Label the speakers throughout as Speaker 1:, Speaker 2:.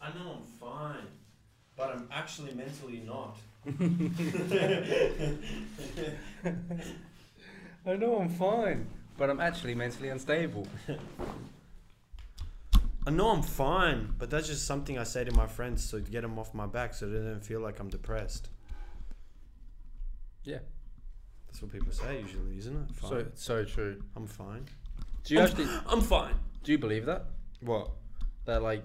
Speaker 1: I know I'm fine, but I'm actually mentally not.
Speaker 2: I know I'm fine, but I'm actually mentally unstable.
Speaker 1: I know I'm fine, but that's just something I say to my friends to get them off my back so they don't feel like I'm depressed.
Speaker 2: Yeah.
Speaker 1: That's what people say usually, isn't it? Fine.
Speaker 2: So so true.
Speaker 1: I'm fine.
Speaker 2: Do you
Speaker 1: I'm,
Speaker 2: actually
Speaker 1: I'm fine.
Speaker 2: do you believe that?
Speaker 1: What?
Speaker 2: That like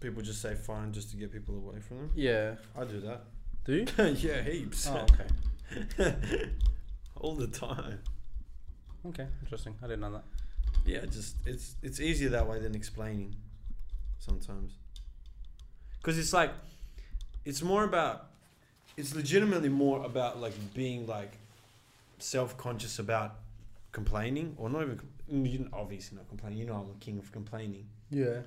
Speaker 1: People just say fine just to get people away from them?
Speaker 2: yeah.
Speaker 1: I do that.
Speaker 2: Do you?
Speaker 1: yeah, heaps.
Speaker 2: Oh okay.
Speaker 1: All the time.
Speaker 2: Okay, interesting. I didn't know that.
Speaker 1: Yeah, just it's it's easier that way than explaining sometimes. Cuz it's like it's more about it's legitimately more about like being like self-conscious about complaining or not even com- you know, obviously not complaining. You know I'm a king of complaining.
Speaker 2: Yeah.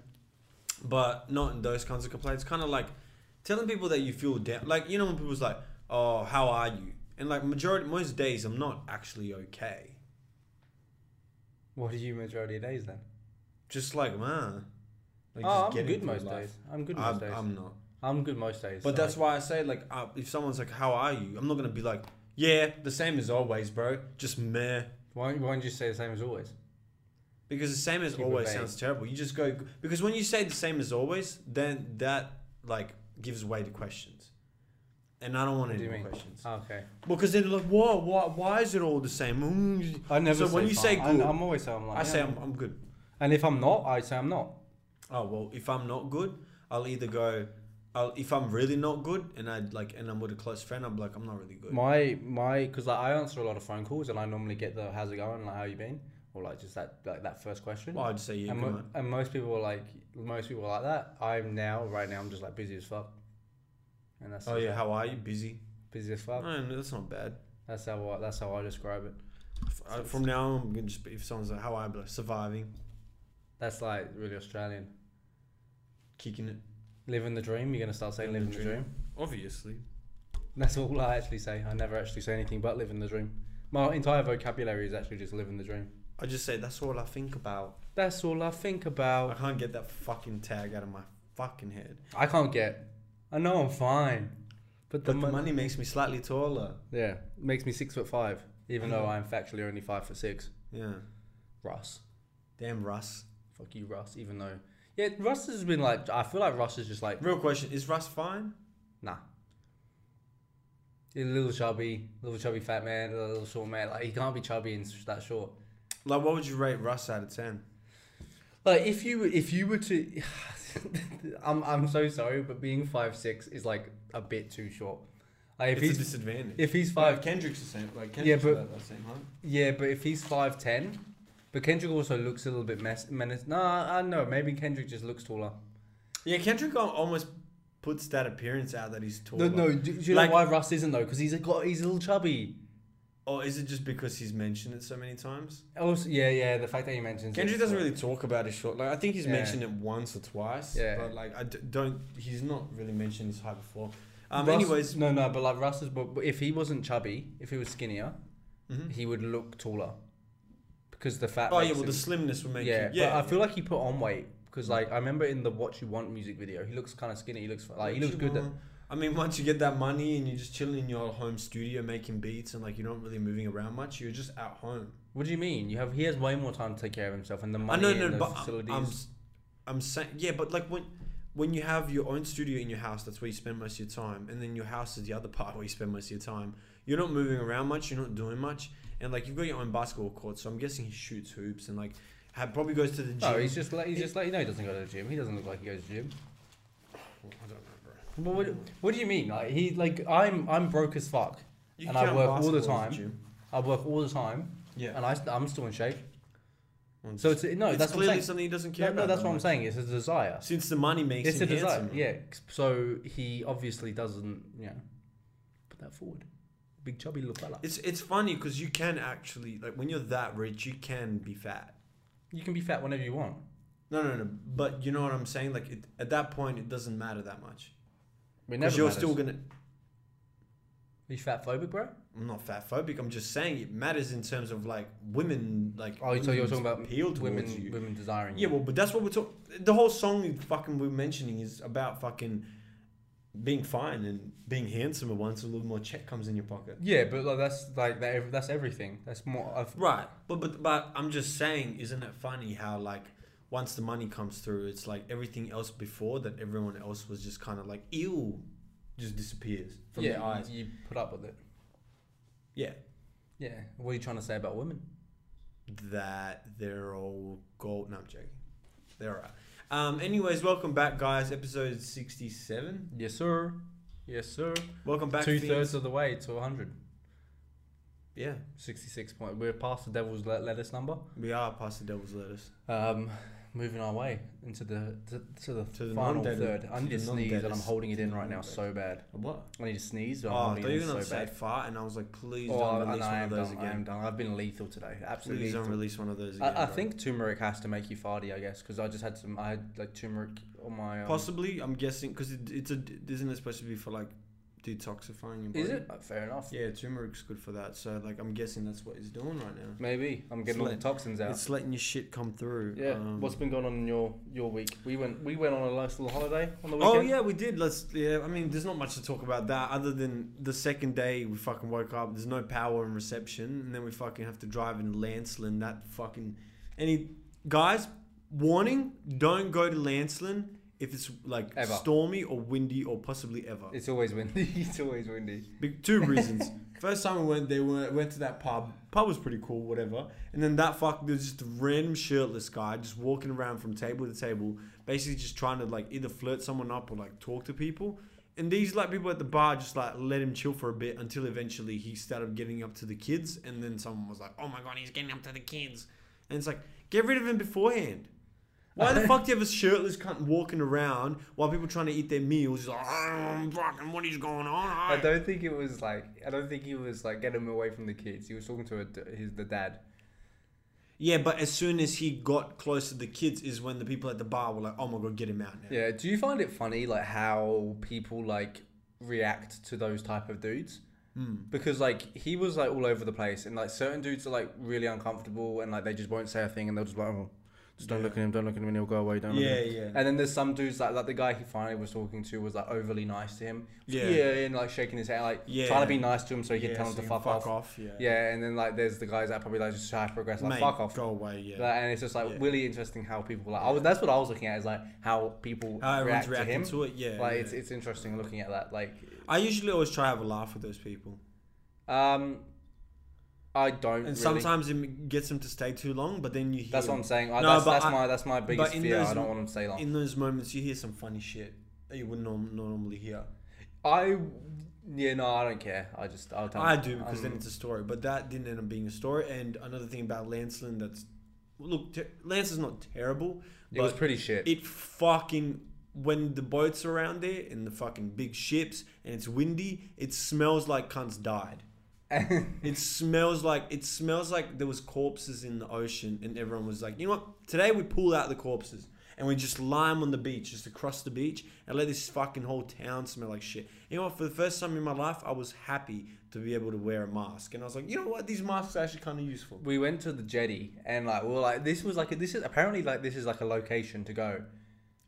Speaker 1: But not in those kinds of complaints. Kind of like telling people that you feel down. Like you know when people's like, "Oh, how are you?" And like majority most days I'm not actually okay.
Speaker 2: What do you majority of days then?
Speaker 1: Just like man. Like,
Speaker 2: oh, I'm
Speaker 1: getting
Speaker 2: good
Speaker 1: through
Speaker 2: most
Speaker 1: life.
Speaker 2: days. I'm good most
Speaker 1: I'm,
Speaker 2: days. I'm,
Speaker 1: I'm not.
Speaker 2: good most days.
Speaker 1: But
Speaker 2: so,
Speaker 1: that's
Speaker 2: like,
Speaker 1: why I say like, uh, if someone's like, "How are you?" I'm not gonna be like, "Yeah, the same as always, bro." Just meh,
Speaker 2: why why don't you say the same as always?
Speaker 1: because the same as
Speaker 2: Keep it
Speaker 1: always
Speaker 2: vague.
Speaker 1: sounds terrible. You just go because when you say the same as always, then that like gives way to questions, and I don't want
Speaker 2: What
Speaker 1: any
Speaker 2: do you
Speaker 1: more
Speaker 2: mean?
Speaker 1: questions.
Speaker 2: Oh, okay.
Speaker 1: Well, because then they're like, "Whoa, why, why is it all the same?" Mm.
Speaker 2: I never.
Speaker 1: So when you say
Speaker 2: fine.
Speaker 1: good-
Speaker 2: I'm, I'm always saying I'm like.
Speaker 1: I
Speaker 2: yeah,
Speaker 1: say
Speaker 2: I'm-
Speaker 1: I'm, I'm good.
Speaker 2: and if I'm not, I say I'm not.
Speaker 1: Oh well, if I'm not good, I'll either go. I'll, if I'm really not good, and I like, and I'm with a close friend, I'm like, I'm not really good.
Speaker 2: My my, because like I answer a lot of phone calls, and I normally get the "How's it going?" like "How you been?" or like just that like that first question.
Speaker 1: Well, I'd say yeah,
Speaker 2: and,
Speaker 1: good,
Speaker 2: mo-
Speaker 1: man.
Speaker 2: and most people are like most people are like that. I'm now right now. I'm just like busy as fuck, and that's
Speaker 1: Oh yeah, how are you? Busy.
Speaker 2: busy as fuck.
Speaker 1: No, no, that's not bad.
Speaker 2: That's how I, that's how I describe it.
Speaker 1: F- I- From now on, I'm gonna just be, if someone's like, "How are you?" Like, surviving,
Speaker 2: That's like really Australian.
Speaker 1: kicking it.
Speaker 2: Living the dream. You're gonna start saying living, the dream.
Speaker 1: Obviously.
Speaker 2: That's all I actually say. I never actually say anything but living the dream. My entire vocabulary is actually just living the dream.
Speaker 1: I just say that's all I think about.
Speaker 2: That's all I think about.
Speaker 1: I can't get that fucking tag out of my fucking head.
Speaker 2: I can't get. I know I'm fine, but
Speaker 1: But the
Speaker 2: the, mon-
Speaker 1: money makes me slightly taller.
Speaker 2: yeah makes me six foot five, even
Speaker 1: Yeah.
Speaker 2: though I'm factually only five foot six.
Speaker 1: Yeah.
Speaker 2: Russ,
Speaker 1: Damn, Russ.
Speaker 2: fuck you, Russ. Even though, yeah, Russ has been like. I feel like Russ is just like
Speaker 1: Real question: Is Russ fine?
Speaker 2: nah. He's a little chubby, little chubby fat man, a little short man. Like he can't be chubby and s- that short.
Speaker 1: Like, what would you rate Russ out of ten?
Speaker 2: Like if you were- if you were to, I'm I'm so sorry, but being five six is like a bit too short. Like if
Speaker 1: it's a
Speaker 2: he's
Speaker 1: disadvantage.
Speaker 2: if he's
Speaker 1: Like,
Speaker 2: five
Speaker 1: Kendrick's the same. Like
Speaker 2: Yeah,
Speaker 1: Kendrick's
Speaker 2: but-
Speaker 1: about that same height.
Speaker 2: Yeah, but if he's five ten, but Kendrick also looks a little bit mess menace. No, I I know. Maybe Kendrick just looks taller.
Speaker 1: Yeah, Kendrick al- almost puts that appearance out that he's taller.
Speaker 2: No, no. Do, do you
Speaker 1: Like-
Speaker 2: know why Russ isn't though? Because he's a got he's a little chubby.
Speaker 1: Or is it just because he's mentioned it so many times?
Speaker 2: Also, yeah, yeah. The fact that he mentions
Speaker 1: Kendrick
Speaker 2: it,
Speaker 1: doesn't really talk about his short. Like I think he's
Speaker 2: Yeah.
Speaker 1: mentioned it once or twice.
Speaker 2: Yeah.
Speaker 1: But like I d- don't. He's not really mentioned his height before. Um.
Speaker 2: Russ-
Speaker 1: anyways.
Speaker 2: no, no. But like Russ is, but but if he wasn't chubby, if he was skinnier,
Speaker 1: Mhm.
Speaker 2: he would look taller. Because the fat.
Speaker 1: Oh yeah.
Speaker 2: makes
Speaker 1: Well,
Speaker 2: him-
Speaker 1: the slimness would make
Speaker 2: yeah,
Speaker 1: you. Yeah.
Speaker 2: But I feel like he put on weight because like I remember in the "What You Want" music video, he looks kind of skinny. He looks like he looks good. That,
Speaker 1: I mean, once you get that money and you're just chilling in your home studio making beats and like you're not really moving around much, you're just at home.
Speaker 2: what do you mean? You have he has way more time to take care of himself and the
Speaker 1: I
Speaker 2: money
Speaker 1: know,
Speaker 2: and
Speaker 1: no,
Speaker 2: the
Speaker 1: but I'm,
Speaker 2: facilities.
Speaker 1: I'm, s- I'm saying yeah, but like when when you have your own studio in your house, that's where you spend most of your time, and then your house is the other part where you spend most of your time. You're not moving around much. You're not doing much, and like you've got your own basketball court. So I'm guessing he shoots hoops and like ha- probably goes to the gym.
Speaker 2: No, Oh, he's just like he's just like you know he doesn't go to the gym. He doesn't look like he goes to the gym.
Speaker 1: Well, I don't know, bro.
Speaker 2: But what, what do you mean? Like he like I'm I'm broke as fuck. And I
Speaker 1: count
Speaker 2: work all the
Speaker 1: basketball as a
Speaker 2: time.
Speaker 1: gym.
Speaker 2: I work all the time,
Speaker 1: Yeah.
Speaker 2: and I I'm still in shape.
Speaker 1: Well,
Speaker 2: So it's no,
Speaker 1: it's
Speaker 2: that's what
Speaker 1: clearly
Speaker 2: I'm saying.
Speaker 1: something he doesn't care
Speaker 2: No,
Speaker 1: about.
Speaker 2: no, that's
Speaker 1: that
Speaker 2: what I'm
Speaker 1: much.
Speaker 2: saying. It's a desire.
Speaker 1: Since the money makes
Speaker 2: It's a
Speaker 1: him
Speaker 2: desire.
Speaker 1: handsome.
Speaker 2: Yeah. So he obviously doesn't you know put that forward. Big chubby little fella.
Speaker 1: It's it's funny because you can actually like when you're that rich, you can be fat.
Speaker 2: You can be fat whenever you want.
Speaker 1: No, no, no. But you know what I'm saying? Like it, at that point, it doesn't matter that much
Speaker 2: It never
Speaker 1: because you're
Speaker 2: matters.
Speaker 1: still gonna.
Speaker 2: it you fat phobic, bro?
Speaker 1: I'm not fat phobic. I'm just saying it matters in terms of like women, like
Speaker 2: Oh, so you're
Speaker 1: women's
Speaker 2: talking about
Speaker 1: appeal towards
Speaker 2: women,
Speaker 1: you.
Speaker 2: women desiring
Speaker 1: Yeah,
Speaker 2: you.
Speaker 1: well, but that's what we're talking. The whole song you fucking we're mentioning is about fucking being fine and being handsomer once a little more check comes in your pocket.
Speaker 2: Yeah, but like that's like that. ev- That's everything. That's more. Of,
Speaker 1: Right, but but but I'm just saying, isn't it funny how like once the money comes through, it's like everything else before that everyone else was just kind of like ew, just disappears from
Speaker 2: yeah,
Speaker 1: their eyes.
Speaker 2: you put up with it.
Speaker 1: Yeah,
Speaker 2: Yeah. What are you trying to say about women?
Speaker 1: that they're all gold. No, I'm joking. They're alright. Um, anyways, welcome back, guys. Episode sixty-seven.
Speaker 2: Yes, sir. Yes, sir.
Speaker 1: Welcome back.
Speaker 2: Two
Speaker 1: Fiends.
Speaker 2: thirds of the way to 100.
Speaker 1: Yeah, 66
Speaker 2: 66 point. We're past the devil's le- lettuce number.
Speaker 1: we are past the devil's lettuce.
Speaker 2: Um, moving our way into the to, to the
Speaker 1: To the
Speaker 2: final
Speaker 1: non-dead-
Speaker 2: third. I
Speaker 1: to
Speaker 2: need to
Speaker 1: the
Speaker 2: sneeze and I'm
Speaker 1: non-deadest-
Speaker 2: holding it
Speaker 1: to
Speaker 2: in
Speaker 1: the
Speaker 2: right now
Speaker 1: non-deadest.
Speaker 2: so bad.
Speaker 1: What?
Speaker 2: I need to sneeze.
Speaker 1: Oh,
Speaker 2: But
Speaker 1: I
Speaker 2: I'm
Speaker 1: thought
Speaker 2: holding
Speaker 1: you
Speaker 2: it
Speaker 1: were
Speaker 2: in
Speaker 1: gonna
Speaker 2: so
Speaker 1: say
Speaker 2: bad.
Speaker 1: fart, and I was like, please
Speaker 2: Oh,
Speaker 1: don't
Speaker 2: I,
Speaker 1: release
Speaker 2: and I
Speaker 1: one
Speaker 2: am
Speaker 1: of those
Speaker 2: done. I am
Speaker 1: again.
Speaker 2: done. I've been lethal today. Absolutely.
Speaker 1: Please don't
Speaker 2: lethal.
Speaker 1: release one of those again.
Speaker 2: I, I
Speaker 1: bro.
Speaker 2: think turmeric has to make you farty, I guess, because I just had some. I had like turmeric on my. Um,
Speaker 1: possibly. I'm guessing because it, it's a isn't it supposed to be for like detoxifying your body?
Speaker 2: Is it Uh, fair enough?
Speaker 1: Yeah, turmeric's good for that. So like, I'm guessing that's what it's doing right now.
Speaker 2: Maybe I'm getting all the
Speaker 1: Slit.
Speaker 2: toxins out.
Speaker 1: It's letting your shit come through.
Speaker 2: yeah.
Speaker 1: um,
Speaker 2: What's been going on in your your week? We went we went on a nice little holiday on the weekend.
Speaker 1: Oh yeah, we did. Let's. Yeah, I mean, there's not much to talk about that other than the second day we fucking woke up. There's no power and reception, and then we fucking have to drive in Lancelin. That fucking any guys warning: don't go to Lancelin if it's like
Speaker 2: Ever.
Speaker 1: stormy or windy or possibly ever.
Speaker 2: It's always windy. It's always windy.
Speaker 1: Be- two reasons. First time we went, they went went to that pub. Pub was pretty cool, whatever. And then that fuck, there's just a random shirtless guy just walking around from table to table, basically just trying to like either flirt someone up or like talk to people. And these like people at the bar just like let him chill for a bit until eventually he started getting up to the kids. And then someone was like, "Oh my god, he's getting up to the kids," and it's like, get rid of him beforehand. Why the fuck do you have a shirtless cunt walking around while people trying to eat their meals? He's like, "Oh, fucking, what is going on?"
Speaker 2: I don't think it was like I don't think he was like getting him away from the kids. He was talking to a d his the dad.
Speaker 1: Yeah, but as soon as he got close to the kids, is when the people at the bar were like, "Oh my god, get him out now!"
Speaker 2: Yeah. Do you find it funny like how people like react to those type of dudes?
Speaker 1: Hmm.
Speaker 2: Mm. Because like he was like all over the place, and like certain dudes are like really uncomfortable, and like they just won't say a thing, and they'll just like, oh, just don't look at him, don't look at him, and he'll go away. Don't.
Speaker 1: Yeah,
Speaker 2: look at him.
Speaker 1: yeah.
Speaker 2: And then there's some dudes like like the guy he finally was talking to was like overly nice to him.
Speaker 1: Yeah.
Speaker 2: and like shaking his hand, like
Speaker 1: Yeah.
Speaker 2: trying to be nice to him so he can
Speaker 1: Yeah,
Speaker 2: tell him
Speaker 1: so
Speaker 2: to
Speaker 1: you
Speaker 2: fuck,
Speaker 1: fuck
Speaker 2: off.
Speaker 1: off, yeah.
Speaker 2: Yeah, and then like there's the guys that probably like just try to progress, like
Speaker 1: Mate,
Speaker 2: fuck off.
Speaker 1: go away. Yeah,
Speaker 2: Like, and it's just like
Speaker 1: Yeah.
Speaker 2: really interesting how people like. I was, that's what I was looking at is like how people
Speaker 1: How everyone's
Speaker 2: react to
Speaker 1: reacting
Speaker 2: him.
Speaker 1: to it. Yeah,
Speaker 2: like
Speaker 1: yeah.
Speaker 2: it's it's interesting looking at that. Like,
Speaker 1: I usually always try to have a laugh with those people,
Speaker 2: um, I don't.
Speaker 1: and
Speaker 2: really.
Speaker 1: sometimes it gets them to stay too long. But then you hear
Speaker 2: that's what I'm saying. I,
Speaker 1: No,
Speaker 2: that's
Speaker 1: but
Speaker 2: that's
Speaker 1: I-
Speaker 2: my that's my biggest
Speaker 1: in
Speaker 2: fear. I
Speaker 1: those-
Speaker 2: don't want them to stay long.
Speaker 1: in those moments you hear some funny shit that you wouldn't norm- normally hear.
Speaker 2: I yeah no, I don't care. I just I'll tell. Um,
Speaker 1: I
Speaker 2: them.
Speaker 1: do because then it's a story. But that didn't end up being a story. And another thing about Lancelin that's look, ter- Lance is not terrible.
Speaker 2: it was
Speaker 1: but
Speaker 2: pretty shit.
Speaker 1: It fucking when the boats are around there and the fucking big ships and it's windy, it smells like cunts died. It smells like it smells like there was corpses in the ocean and everyone was like, you know what? Today we pull out the corpses and we just lie 'em on the beach, just across the beach, and let this fucking whole town smell like shit. You know what? For the first time in my life, I was happy to be able to wear a mask, and I was like, you know what? These masks are actually kind of useful.
Speaker 2: we went to the jetty and like we were like this was like this is apparently like this is like a location to go.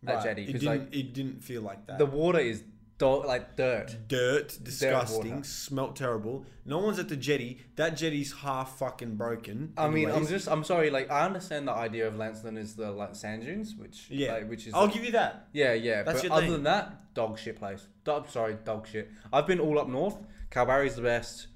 Speaker 2: That
Speaker 1: Right.
Speaker 2: jetty
Speaker 1: it
Speaker 2: because
Speaker 1: didn't.
Speaker 2: like
Speaker 1: it didn't feel like that.
Speaker 2: the water is dark like dirt.
Speaker 1: dirt, disgusting,
Speaker 2: water.
Speaker 1: smelt terrible. No one's at the jetty. That jetty's half fucking broken.
Speaker 2: I mean, I'm
Speaker 1: anyways.
Speaker 2: just, I'm sorry. Like, I understand the idea of Lansdowne is the like sand dunes, which
Speaker 1: yeah,
Speaker 2: like, which is
Speaker 1: I'll give you that.
Speaker 2: yeah, yeah.
Speaker 1: That's
Speaker 2: but
Speaker 1: your
Speaker 2: other
Speaker 1: thing.
Speaker 2: than that, dog shit place. Do- I'm sorry, dog shit. I've been all up north. Calgary's the best.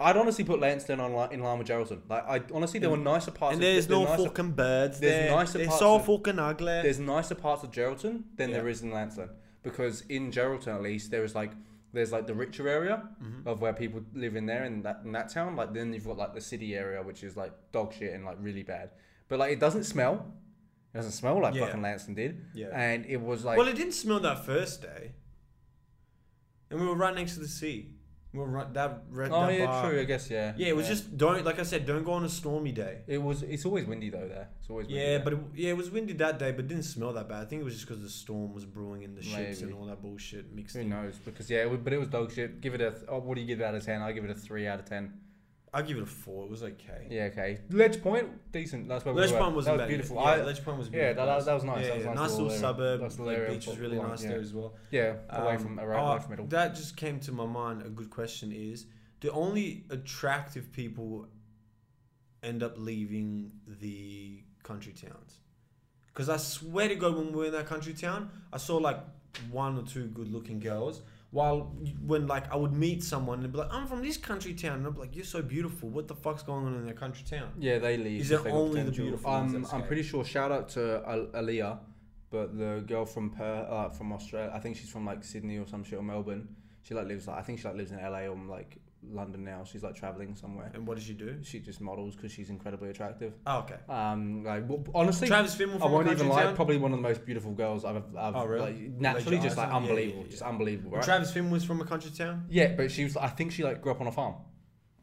Speaker 2: I'd honestly put Lansdowne on li- in line with Geraldton. Like, I honestly, there were nicer parts.
Speaker 1: And
Speaker 2: of,
Speaker 1: there's
Speaker 2: there
Speaker 1: no
Speaker 2: were nicer,
Speaker 1: fucking birds.
Speaker 2: there's
Speaker 1: There's
Speaker 2: nicer
Speaker 1: nicer. They're
Speaker 2: parts
Speaker 1: so
Speaker 2: of-
Speaker 1: fucking ugly.
Speaker 2: There's nicer parts of Geraldton than there
Speaker 1: Yeah.
Speaker 2: is in Lansdowne because in Geraldton, at least, there is like there's like the richer area
Speaker 1: Mm-hmm.
Speaker 2: of where people live in there in that in that town. Like then you've got like the city area, which is like dog shit and like really bad. But like it doesn't smell. It doesn't smell like
Speaker 1: Yeah.
Speaker 2: fucking Lansdowne did.
Speaker 1: Yeah.
Speaker 2: And it was like
Speaker 1: well, it didn't smell that first day. And we were right next to the sea. Well, right, that red.
Speaker 2: Oh
Speaker 1: that
Speaker 2: yeah,
Speaker 1: bar-
Speaker 2: true. I guess yeah.
Speaker 1: Yeah, it was just don't like I said, don't go on a stormy day.
Speaker 2: It was. It's always windy though. There. It's always. Windy
Speaker 1: Yeah,
Speaker 2: there.
Speaker 1: but it, yeah, it was windy that day, but it didn't smell that bad. I think it was just because the storm was brewing in the ships and
Speaker 2: Maybe.
Speaker 1: all that bullshit mixed
Speaker 2: Who
Speaker 1: in.
Speaker 2: knows? Because yeah, it was, but it was dog shit. Give it a. Oh, what do you give it out of ten? I give it a three out of ten.
Speaker 1: I'll give it a four. It was okay.
Speaker 2: Yeah, okay. Ledge Point, decent. That's where
Speaker 1: Ledge
Speaker 2: we were.
Speaker 1: Point wasn't
Speaker 2: that
Speaker 1: bad.
Speaker 2: was beautiful.
Speaker 1: Yeah,
Speaker 2: I,
Speaker 1: Ledge Point was
Speaker 2: yeah, that-
Speaker 1: beautiful.
Speaker 2: that- that was nice.
Speaker 1: Yeah,
Speaker 2: That was
Speaker 1: yeah,
Speaker 2: nice
Speaker 1: nice
Speaker 2: little
Speaker 1: little
Speaker 2: area.
Speaker 1: suburb.
Speaker 2: Nice little
Speaker 1: like,
Speaker 2: area
Speaker 1: beach was
Speaker 2: for-
Speaker 1: really
Speaker 2: for-
Speaker 1: nice
Speaker 2: yeah.
Speaker 1: there as well.
Speaker 2: yeah, away
Speaker 1: Um,
Speaker 2: from away,
Speaker 1: oh,
Speaker 2: away from it all.
Speaker 1: That just came to my mind. A good question is: Do only attractive people end up leaving the country towns? Because I swear to God, when we were in that country town, I saw like one or two good-looking girls. While y- when like I would meet someone and be like, "I'm from this country town," and I'd be like, "You're so beautiful. What the fuck's going on in that country town?"
Speaker 2: Yeah, they leave.
Speaker 1: Is
Speaker 2: if
Speaker 1: it
Speaker 2: they got
Speaker 1: only the
Speaker 2: potential.
Speaker 1: beautiful ones
Speaker 2: Um,
Speaker 1: that
Speaker 2: I'm
Speaker 1: escape?
Speaker 2: pretty sure. Shout out to Al- Aaliyah, but the girl from per, uh, from Australia. I think she's from like Sydney or some shit or Melbourne. She like lives like I think she like lives in LA or like London now. She's like traveling somewhere.
Speaker 1: And what did she do?
Speaker 2: She just models because she's incredibly attractive.
Speaker 1: Oh, okay.
Speaker 2: Um, like w- honestly,
Speaker 1: Travis Fimmel
Speaker 2: I
Speaker 1: from
Speaker 2: won't
Speaker 1: Country
Speaker 2: even lie.
Speaker 1: Town?
Speaker 2: Probably one of the most beautiful girls I've, I've
Speaker 1: Oh, really?
Speaker 2: like,
Speaker 1: Like,
Speaker 2: naturally
Speaker 1: your
Speaker 2: just
Speaker 1: eyes
Speaker 2: like
Speaker 1: on- yeah, yeah,
Speaker 2: unbelievable,
Speaker 1: yeah.
Speaker 2: just unbelievable,
Speaker 1: Well,
Speaker 2: right?
Speaker 1: Travis Finn was from a country town,
Speaker 2: yeah, but she was. I think she like grew up on a farm,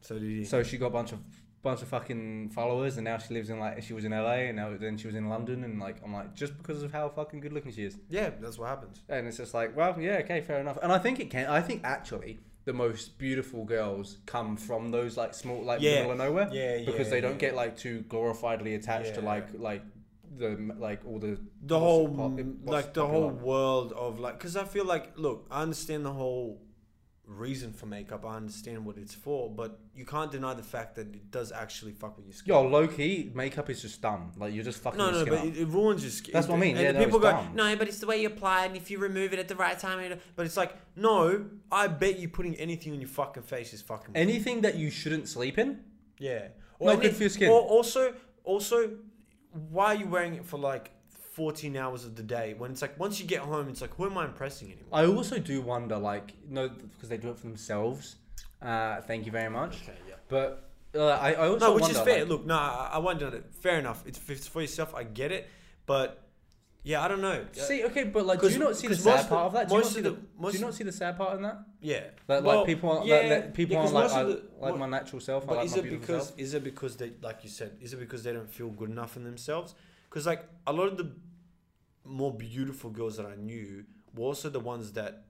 Speaker 1: so did he.
Speaker 2: so she got a bunch of bunch of fucking followers, and now she lives in like she was in LA, and now then she was in London, and like I'm like just because of how fucking good looking she is,
Speaker 1: yeah, that's what happens.
Speaker 2: and it's just like well yeah okay fair enough, and I think it can. I think actually the most beautiful girls come from those like small like
Speaker 1: Yeah.
Speaker 2: middle of nowhere,
Speaker 1: Yeah,
Speaker 2: because
Speaker 1: yeah,
Speaker 2: they don't
Speaker 1: yeah.
Speaker 2: get like too glorifiedly attached to
Speaker 1: Yeah.
Speaker 2: like like the like all the
Speaker 1: the
Speaker 2: what's
Speaker 1: whole
Speaker 2: pop-
Speaker 1: m-
Speaker 2: what's
Speaker 1: like the whole
Speaker 2: popular.
Speaker 1: world of like because i feel like look i understand the whole reason for makeup i understand what it's for but you can't deny the fact that it does actually fuck with your skin
Speaker 2: Yo, low key, makeup is just dumb. Like you're just fucking.
Speaker 1: no,
Speaker 2: your
Speaker 1: no,
Speaker 2: skin
Speaker 1: but
Speaker 2: up.
Speaker 1: it, it ruins your skin.
Speaker 2: That's what I mean,
Speaker 1: And
Speaker 2: yeah, no,
Speaker 1: people
Speaker 2: it's
Speaker 1: go,
Speaker 2: dumb.
Speaker 1: no, but it's the way you apply it, and if you remove it at the right time, it, but it's like, no, I bet you putting anything on your fucking face is fucking.
Speaker 2: anything that you shouldn't sleep in.
Speaker 1: Yeah.
Speaker 2: Not good for your skin.
Speaker 1: Or also, also, why are you wearing it for like 14 hours of the day when it's like once you get home, it's like who am I impressing anymore?
Speaker 2: I also do wonder, like, no, because they do it for themselves. Uh, thank you very much.
Speaker 1: Okay, yeah.
Speaker 2: But uh, I, I also
Speaker 1: No, which is
Speaker 2: wonder,
Speaker 1: fair.
Speaker 2: like-
Speaker 1: Look, no, I, I won't do it. Fair enough. It's, if it's for yourself. I get it, but yeah, I don't know.
Speaker 2: uh, see, okay, but like, do
Speaker 1: 'Cause-
Speaker 2: you not see the
Speaker 1: 'cause
Speaker 2: sad
Speaker 1: most of-
Speaker 2: part of that? Do you not
Speaker 1: most
Speaker 2: see
Speaker 1: of
Speaker 2: the,
Speaker 1: the- most
Speaker 2: do you
Speaker 1: of-
Speaker 2: not see the sad part in that?
Speaker 1: yeah,
Speaker 2: That,
Speaker 1: Well,
Speaker 2: like people aren't, like, that people
Speaker 1: yeah, 'cause
Speaker 2: aren't like,
Speaker 1: most
Speaker 2: I,
Speaker 1: of the-
Speaker 2: like
Speaker 1: mo-
Speaker 2: my natural self. I
Speaker 1: But
Speaker 2: like
Speaker 1: is
Speaker 2: my
Speaker 1: it
Speaker 2: beautiful
Speaker 1: because
Speaker 2: self.
Speaker 1: is it because they like you said is it because they don't feel good enough in themselves? Because like a lot of the more beautiful girls that I knew were also the ones that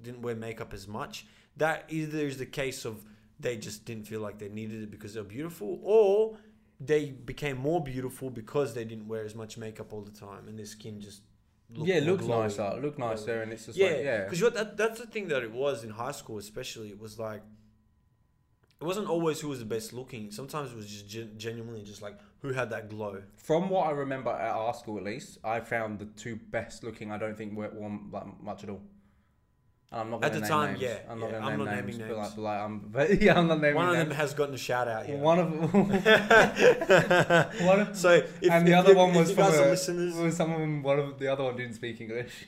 Speaker 1: didn't wear makeup as much. That either is the case of they just didn't feel like they needed it because they're beautiful, or they became more beautiful because they didn't wear as much makeup all the time and their skin just
Speaker 2: yeah,
Speaker 1: more
Speaker 2: look
Speaker 1: glowy.
Speaker 2: nicer, look nicer, and it's just
Speaker 1: Yeah,
Speaker 2: like, yeah,
Speaker 1: because that, that's the thing that it was in high school, especially. It was like, it wasn't always who was the best looking. Sometimes it was just gen- genuinely just like who had that glow.
Speaker 2: From what I remember at our school, at least, I found the two best looking. I don't think were warm like, much at all. And I'm not
Speaker 1: At the
Speaker 2: gonna name
Speaker 1: time,
Speaker 2: names.
Speaker 1: yeah,
Speaker 2: I'm not
Speaker 1: yeah, I'm
Speaker 2: gonna name
Speaker 1: not
Speaker 2: names,
Speaker 1: naming
Speaker 2: but like,
Speaker 1: names.
Speaker 2: but like, I'm, but yeah, I'm not naming
Speaker 1: One of them
Speaker 2: names.
Speaker 1: has gotten a shout out. Yeah.
Speaker 2: One of one of,
Speaker 1: so, if,
Speaker 2: and the
Speaker 1: if
Speaker 2: other
Speaker 1: you-
Speaker 2: one
Speaker 1: if
Speaker 2: was
Speaker 1: you
Speaker 2: from
Speaker 1: guys are
Speaker 2: a,
Speaker 1: listeners.
Speaker 2: was someone. One of the other one didn't speak English.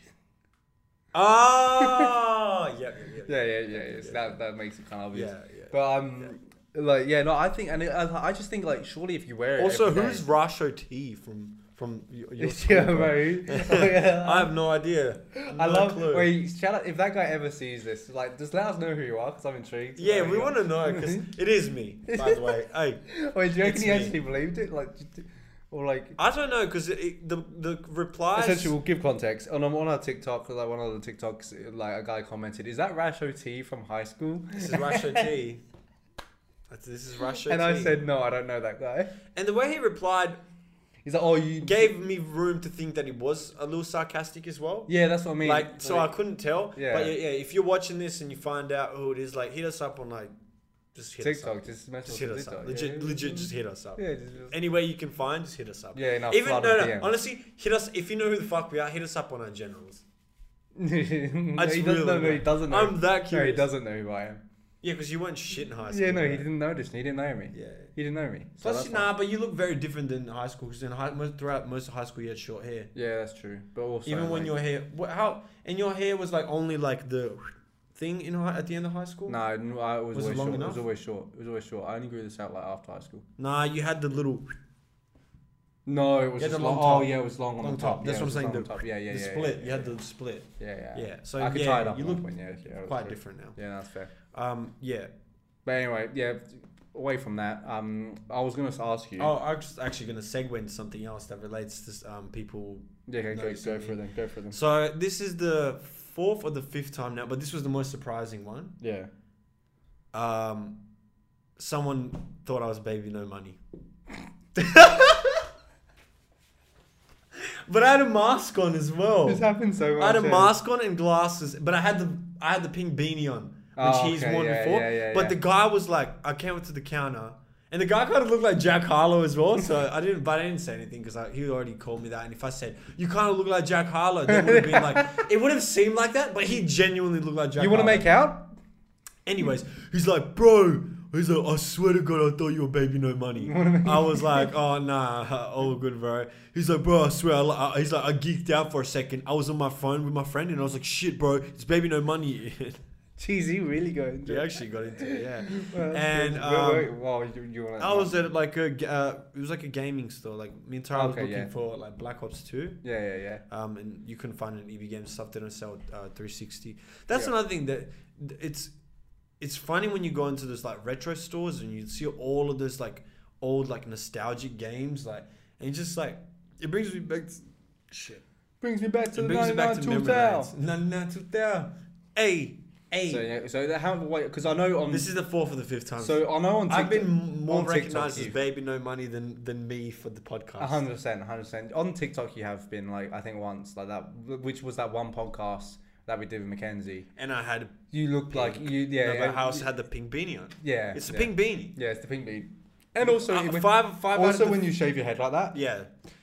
Speaker 1: Oh, yeah, yeah, yeah,
Speaker 2: yeah, yeah, yeah. It's, That that makes it kind of obvious.
Speaker 1: yeah, yeah.
Speaker 2: But um, like yeah, no, I think, and it, I, I just think like, surely if you wear it,
Speaker 1: Also,
Speaker 2: every
Speaker 1: who's
Speaker 2: day-
Speaker 1: Rasho T from from your, your school?
Speaker 2: yeah,
Speaker 1: bro?
Speaker 2: right. Oh, yeah.
Speaker 1: I have no idea.
Speaker 2: I
Speaker 1: No
Speaker 2: love.
Speaker 1: clue.
Speaker 2: Wait, shout out if that guy ever sees this. Like, just let us know who you are, because I'm intrigued.
Speaker 1: Yeah,
Speaker 2: Like,
Speaker 1: we want to know because it is me. By the way, hey,
Speaker 2: Wait, do you reckon
Speaker 1: It's
Speaker 2: he
Speaker 1: me.
Speaker 2: actually believed it? Like, d- or like.
Speaker 1: I don't know because the the replies.
Speaker 2: Essentially, we'll give context. And I'm on our TikTok, like one of the TikToks, like a guy commented, "Is that Rash OT from high school?"
Speaker 1: This is Rasho T. That's- This is Rasho
Speaker 2: and
Speaker 1: T.
Speaker 2: I said, "No, I don't know that guy."
Speaker 1: and the way he replied
Speaker 2: He's like, "Oh, you
Speaker 1: gave me room to think that he was a little sarcastic as well.
Speaker 2: Yeah, that's what I mean.
Speaker 1: like, so I couldn't tell.
Speaker 2: Yeah.
Speaker 1: But yeah, yeah, if you're watching this and you find out who it is, like, hit us up on like, just hit us up.
Speaker 2: TikTok, just message
Speaker 1: Just hit us
Speaker 2: TikTok.
Speaker 1: up. Legit,
Speaker 2: yeah.
Speaker 1: legit, just hit us up.
Speaker 2: Yeah, just, just-
Speaker 1: Any way you can find, just hit us up.
Speaker 2: yeah. Enough.
Speaker 1: Even no, no.
Speaker 2: DMs.
Speaker 1: Honestly, hit us if you know who the fuck we are. Hit us up on our generals.
Speaker 2: no, he
Speaker 1: just
Speaker 2: doesn't
Speaker 1: really
Speaker 2: know. No, he
Speaker 1: want-
Speaker 2: doesn't know.
Speaker 1: I'm that
Speaker 2: No, he
Speaker 1: curious.
Speaker 2: doesn't know who I am.
Speaker 1: Yeah, because you weren't shit in high school.
Speaker 2: Yeah, no, he
Speaker 1: right?
Speaker 2: didn't notice. me, He didn't know me.
Speaker 1: Yeah.
Speaker 2: He didn't know me. So
Speaker 1: Plus,
Speaker 2: that's
Speaker 1: you-
Speaker 2: fine.
Speaker 1: nah, but you look very different than high school because in high, most, throughout most of high school you had short hair.
Speaker 2: Yeah, that's true. But also,
Speaker 1: Even when
Speaker 2: like-
Speaker 1: your hair, wha- how and your hair was like only like the thing in high, at the end of high school.
Speaker 2: no, no, I was,
Speaker 1: Was it
Speaker 2: always
Speaker 1: long
Speaker 2: short. It
Speaker 1: enough?
Speaker 2: was always short. It was always short. I only grew this out like after high school.
Speaker 1: Nah, you had the little
Speaker 2: No, it was
Speaker 1: You had
Speaker 2: just
Speaker 1: the
Speaker 2: long.
Speaker 1: long
Speaker 2: Oh
Speaker 1: top.
Speaker 2: yeah, it was long on
Speaker 1: Long
Speaker 2: the
Speaker 1: top,
Speaker 2: top. Yeah,
Speaker 1: that's
Speaker 2: it
Speaker 1: what
Speaker 2: was
Speaker 1: I'm
Speaker 2: long
Speaker 1: saying,
Speaker 2: on top. Yeah, yeah,
Speaker 1: the
Speaker 2: yeah.
Speaker 1: split.
Speaker 2: yeah,
Speaker 1: you had the split.
Speaker 2: Yeah, yeah.
Speaker 1: Yeah. So
Speaker 2: I could
Speaker 1: yeah,
Speaker 2: tie it up.
Speaker 1: you
Speaker 2: at one
Speaker 1: look
Speaker 2: point, yeah, yeah, it was
Speaker 1: quite
Speaker 2: pretty-
Speaker 1: different now.
Speaker 2: Yeah, no, that's fair.
Speaker 1: Um. Yeah.
Speaker 2: But anyway, yeah. Away from that, um, I was gonna ask you.
Speaker 1: Oh, I'm just actually going to segue into something else that relates to um, people.
Speaker 2: yeah, okay,
Speaker 1: no,
Speaker 2: go,
Speaker 1: you
Speaker 2: go
Speaker 1: said
Speaker 2: for
Speaker 1: me.
Speaker 2: them. Go for them.
Speaker 1: So this is the fourth or the fifth time now, but this was the most surprising one.
Speaker 2: Yeah.
Speaker 1: Um, someone thought I was baby no money. but I had a mask on as well.
Speaker 2: This happened so much.
Speaker 1: I had a
Speaker 2: yeah.
Speaker 1: mask on and glasses, but I had the I had the pink beanie on, which
Speaker 2: Oh,
Speaker 1: he's
Speaker 2: okay,
Speaker 1: worn
Speaker 2: yeah,
Speaker 1: before.
Speaker 2: yeah, yeah,
Speaker 1: but
Speaker 2: yeah.
Speaker 1: the guy was like, I came up to the counter, and the guy kind of looked like Jack Harlow as well. So I didn't, but I didn't say anything because he already called me that. And if I said you kind of look like Jack Harlow, then it would have been like it would have seemed like that, but he genuinely looked like Jack.
Speaker 2: You want to
Speaker 1: Harlow.
Speaker 2: make out?
Speaker 1: Anyways, he's like, bro. He's like, I swear to God, I thought you were baby no money. I was like, oh nah, all good, bro. He's like, bro, I swear. I, li- I, he's like, I geeked out for a second. I was on my phone with my friend, and I was like, shit, bro, it's baby no money.
Speaker 2: Jeez, you really go into
Speaker 1: we
Speaker 2: it.
Speaker 1: actually got into it, yeah.
Speaker 2: Well,
Speaker 1: And,
Speaker 2: wait,
Speaker 1: um,
Speaker 2: wait, wow, you, you want
Speaker 1: I was at like a, ga- uh, it was like a gaming store. Like me and Tara was
Speaker 2: Okay,
Speaker 1: looking
Speaker 2: yeah.
Speaker 1: for like Black Ops Two.
Speaker 2: Yeah, yeah, yeah.
Speaker 1: um, and you couldn't find an EB Games stuff. They don't sell uh, 360. That's
Speaker 2: Yeah.
Speaker 1: another thing that th- it's it's funny when you go into those like retro stores and you see all of those like old like nostalgic games like and it's just like it brings me back to shit.
Speaker 2: Brings me back to
Speaker 1: It
Speaker 2: the
Speaker 1: brings me back
Speaker 2: 99
Speaker 1: to memory lanes. No, no, to tell. Hey, hey.
Speaker 2: So yeah, so that- how wait, because I know on
Speaker 1: this is the fourth or the fifth time.
Speaker 2: so I know on TikTok,
Speaker 1: I've been more
Speaker 2: on TikTok
Speaker 1: recognized as
Speaker 2: you-
Speaker 1: Baby No Money than than me for the podcast.
Speaker 2: A hundred percent, a hundred percent. On TikTok, you have been like I think once like that, which was that one podcast that we did with Mackenzie.
Speaker 1: And I had
Speaker 2: You looked like you, yeah,
Speaker 1: no, but
Speaker 2: yeah,
Speaker 1: I also had the pink beanie on.
Speaker 2: yeah.
Speaker 1: It's the
Speaker 2: yeah.
Speaker 1: pink beanie.
Speaker 2: Yeah, it's the pink bead. And also,
Speaker 1: Uh,
Speaker 2: it- when,
Speaker 1: five, five. out of
Speaker 2: also
Speaker 1: the-
Speaker 2: when you shave your head like that,
Speaker 1: yeah,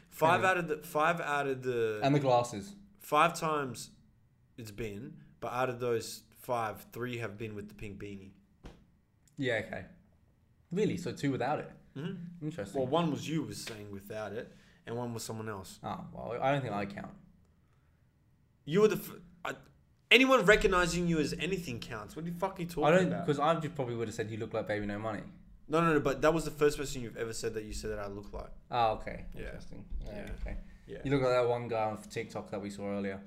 Speaker 1: five
Speaker 2: Anyway.
Speaker 1: out of the five out of the
Speaker 2: and the glasses.
Speaker 1: five times it's been, but out of those five, three have been with the pink beanie.
Speaker 2: Yeah, okay. Really? So two without it?
Speaker 1: hmm
Speaker 2: Interesting.
Speaker 1: Well, one was you was saying without it, and one was someone else.
Speaker 2: oh well, I don't think I count.
Speaker 1: You were the f- I, anyone recognizing you as anything counts. What the fuck are you talking
Speaker 2: I don't
Speaker 1: about?
Speaker 2: because I just probably would have said you look like Baby No Money.
Speaker 1: No, no, no. But that was the first person you've ever said that you said that I look like.
Speaker 2: Oh, okay.
Speaker 1: Yeah.
Speaker 2: Interesting. Yeah,
Speaker 1: Yeah.
Speaker 2: Okay.
Speaker 1: Yeah,
Speaker 2: You look like that one guy on TikTok that we saw earlier.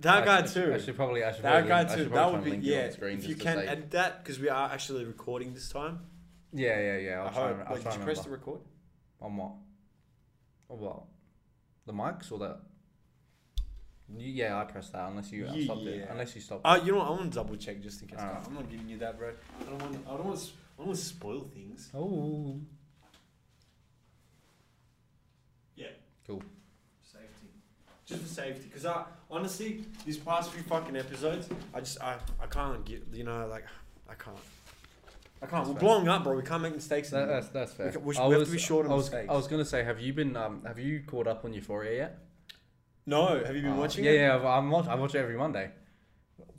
Speaker 1: that
Speaker 2: I-
Speaker 1: guy
Speaker 2: I should-
Speaker 1: too.
Speaker 2: I should probably. I should
Speaker 1: that
Speaker 2: probably
Speaker 1: guy
Speaker 2: link- I
Speaker 1: too.
Speaker 2: should
Speaker 1: That
Speaker 2: probably
Speaker 1: would
Speaker 2: try
Speaker 1: be
Speaker 2: and link it on
Speaker 1: yeah.
Speaker 2: the screen
Speaker 1: If
Speaker 2: just
Speaker 1: you
Speaker 2: to
Speaker 1: can
Speaker 2: say-
Speaker 1: edit that, because we are actually recording this time.
Speaker 2: Yeah, yeah, yeah. I'll
Speaker 1: I
Speaker 2: try.
Speaker 1: hope.
Speaker 2: And,
Speaker 1: Wait, did
Speaker 2: I'll try and
Speaker 1: you
Speaker 2: remember.
Speaker 1: press the record?
Speaker 2: On what? On what? The mics or the? You- Yeah, I pressed that. Unless you
Speaker 1: Ye-
Speaker 2: stopped it.
Speaker 1: yeah.
Speaker 2: Unless you stopped. it.
Speaker 1: Uh, you know what? I want to double check just in case.
Speaker 2: Alright.
Speaker 1: I'm not giving you that, bro. I don't want. I don't want. I don't want to spoil things.
Speaker 2: Oh.
Speaker 1: Yeah.
Speaker 2: Cool.
Speaker 1: Safety. Just for safety, because I honestly, these past few fucking episodes, I just I I can't get you know like I can't. I can't.
Speaker 2: That's
Speaker 1: We're
Speaker 2: fair.
Speaker 1: blowing up, bro. We can't make mistakes.
Speaker 2: That,
Speaker 1: anymore.
Speaker 2: that's that's fair.
Speaker 1: We ca- we sh-
Speaker 2: I
Speaker 1: we have to
Speaker 2: was-
Speaker 1: be short on
Speaker 2: I was,
Speaker 1: mistakes.
Speaker 2: I was gonna say, have you been um, have you caught up on Euphoria yet?
Speaker 1: no, have you been
Speaker 2: Uh,
Speaker 1: watching?
Speaker 2: Yeah,
Speaker 1: it?
Speaker 2: yeah. I've- I'm watch, I watch it every Monday.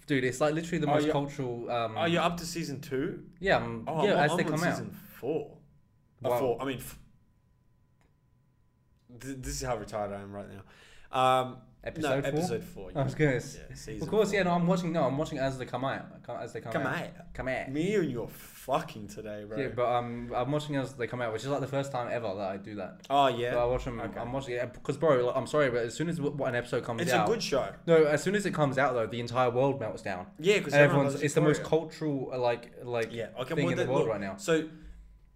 Speaker 2: Dude, it's like literally the
Speaker 1: Oh,
Speaker 2: most
Speaker 1: yeah.
Speaker 2: cultural. Um,
Speaker 1: Are you Oh, up to season two?
Speaker 2: yeah, um,
Speaker 1: Oh,
Speaker 2: yeah.
Speaker 1: I'm,
Speaker 2: as
Speaker 1: I'm
Speaker 2: they
Speaker 1: on
Speaker 2: come out.
Speaker 1: season four. Uh,
Speaker 2: Wow.
Speaker 1: four. I mean, f- th- this is how retired I am right now. Um,
Speaker 2: Episode
Speaker 1: no,
Speaker 2: four.
Speaker 1: episode four.
Speaker 2: I
Speaker 1: yeah.
Speaker 2: was gonna. s-
Speaker 1: Yeah, season
Speaker 2: Of course,
Speaker 1: four.
Speaker 2: yeah. No, I'm watching. No, I'm watching as they come out. co- As they come,
Speaker 1: Come
Speaker 2: out.
Speaker 1: at
Speaker 2: Come out.
Speaker 1: me and you're fucking today, bro.
Speaker 2: Yeah, but um, I'm watching as they come out, which is like the first time ever that I do that.
Speaker 1: oh
Speaker 2: But I
Speaker 1: yeah,
Speaker 2: watch them.
Speaker 1: Okay.
Speaker 2: I'm watching it because, bro, like, I'm sorry, but as soon as w- what an episode comes
Speaker 1: it's
Speaker 2: out,
Speaker 1: a good show.
Speaker 2: no, as soon as it comes out though, the entire world melts down.
Speaker 1: Yeah, because
Speaker 2: And everyone's, it's the most cultural uh, like like
Speaker 1: yeah. Okay,
Speaker 2: thing
Speaker 1: well,
Speaker 2: in the
Speaker 1: then,
Speaker 2: world
Speaker 1: look,
Speaker 2: right now.
Speaker 1: So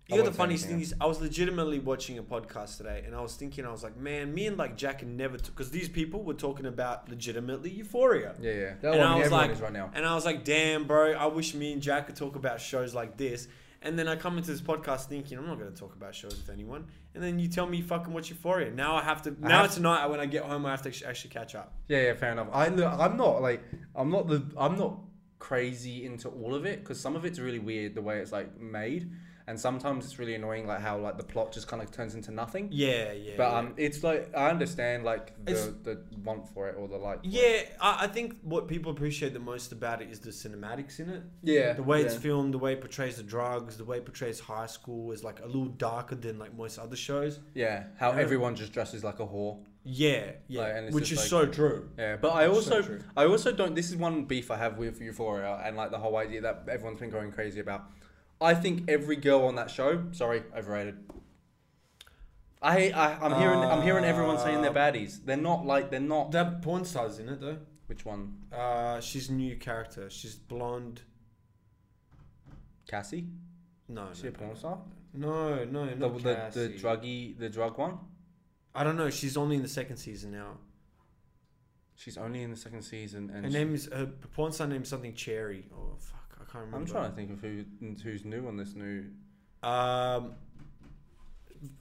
Speaker 1: you know the
Speaker 2: won't say
Speaker 1: funniest
Speaker 2: anything
Speaker 1: thing is, I was legitimately watching a podcast today, and I was thinking, I was like, man, me and like Jack and never, because these people were talking about legitimately Euphoria.
Speaker 2: Yeah, yeah. That
Speaker 1: And I
Speaker 2: one
Speaker 1: was
Speaker 2: everyone
Speaker 1: like-
Speaker 2: is right now.
Speaker 1: And I was like, damn, bro, I wish me and Jack could talk about shows like this. And then I come into this podcast thinking I'm not going to talk about shows with anyone. And then you tell me fucking watch Euphoria. Now I have to.
Speaker 2: I
Speaker 1: Now
Speaker 2: have-
Speaker 1: tonight when I get home, I have to actu- actually catch up.
Speaker 2: Yeah, yeah. Fair enough. I look, I'm not like I'm not the I'm not crazy into all of it because some of it's really weird the way it's like made, and sometimes it's really annoying like how like the plot just kind of turns into nothing.
Speaker 1: Yeah, yeah.
Speaker 2: But
Speaker 1: yeah.
Speaker 2: um, it's like I understand like
Speaker 1: It's-
Speaker 2: the, the want for it or the like. for it.
Speaker 1: yeah, I, I think what people appreciate the most about it is the cinematics in it.
Speaker 2: yeah.
Speaker 1: The way it's
Speaker 2: yeah.
Speaker 1: filmed, the way it portrays the drugs, the way it portrays high school is like a little darker than like most other shows.
Speaker 2: yeah, how
Speaker 1: Yeah.
Speaker 2: everyone just dresses like a whore.
Speaker 1: Yeah, yeah,
Speaker 2: Like, and it's
Speaker 1: which is
Speaker 2: just
Speaker 1: so true.
Speaker 2: Yeah, but I
Speaker 1: So
Speaker 2: also
Speaker 1: true.
Speaker 2: I also don't. This is one beef I have with Euphoria and like the whole idea that everyone's been going crazy about. I think every girl on that show, sorry, overrated. I, I I'm hearing I'm hearing everyone saying they're
Speaker 1: Uh,
Speaker 2: baddies. They're not like they're not.
Speaker 1: That porn star's in it though.
Speaker 2: Which one?
Speaker 1: Uh, she's new character. She's blonde.
Speaker 2: Cassie.
Speaker 1: No,
Speaker 2: Is she
Speaker 1: no,
Speaker 2: a porn star?
Speaker 1: no, no,
Speaker 2: The,
Speaker 1: not
Speaker 2: the the
Speaker 1: Cassie.
Speaker 2: druggy the drug one.
Speaker 1: I don't know. She's only in the second season now.
Speaker 2: She's only in the second season, and
Speaker 1: Her
Speaker 2: she-
Speaker 1: name is her porn star name is something Cherry. Oh fuck, I can't remember.
Speaker 2: I'm trying to think of who who's new on this new.
Speaker 1: Um,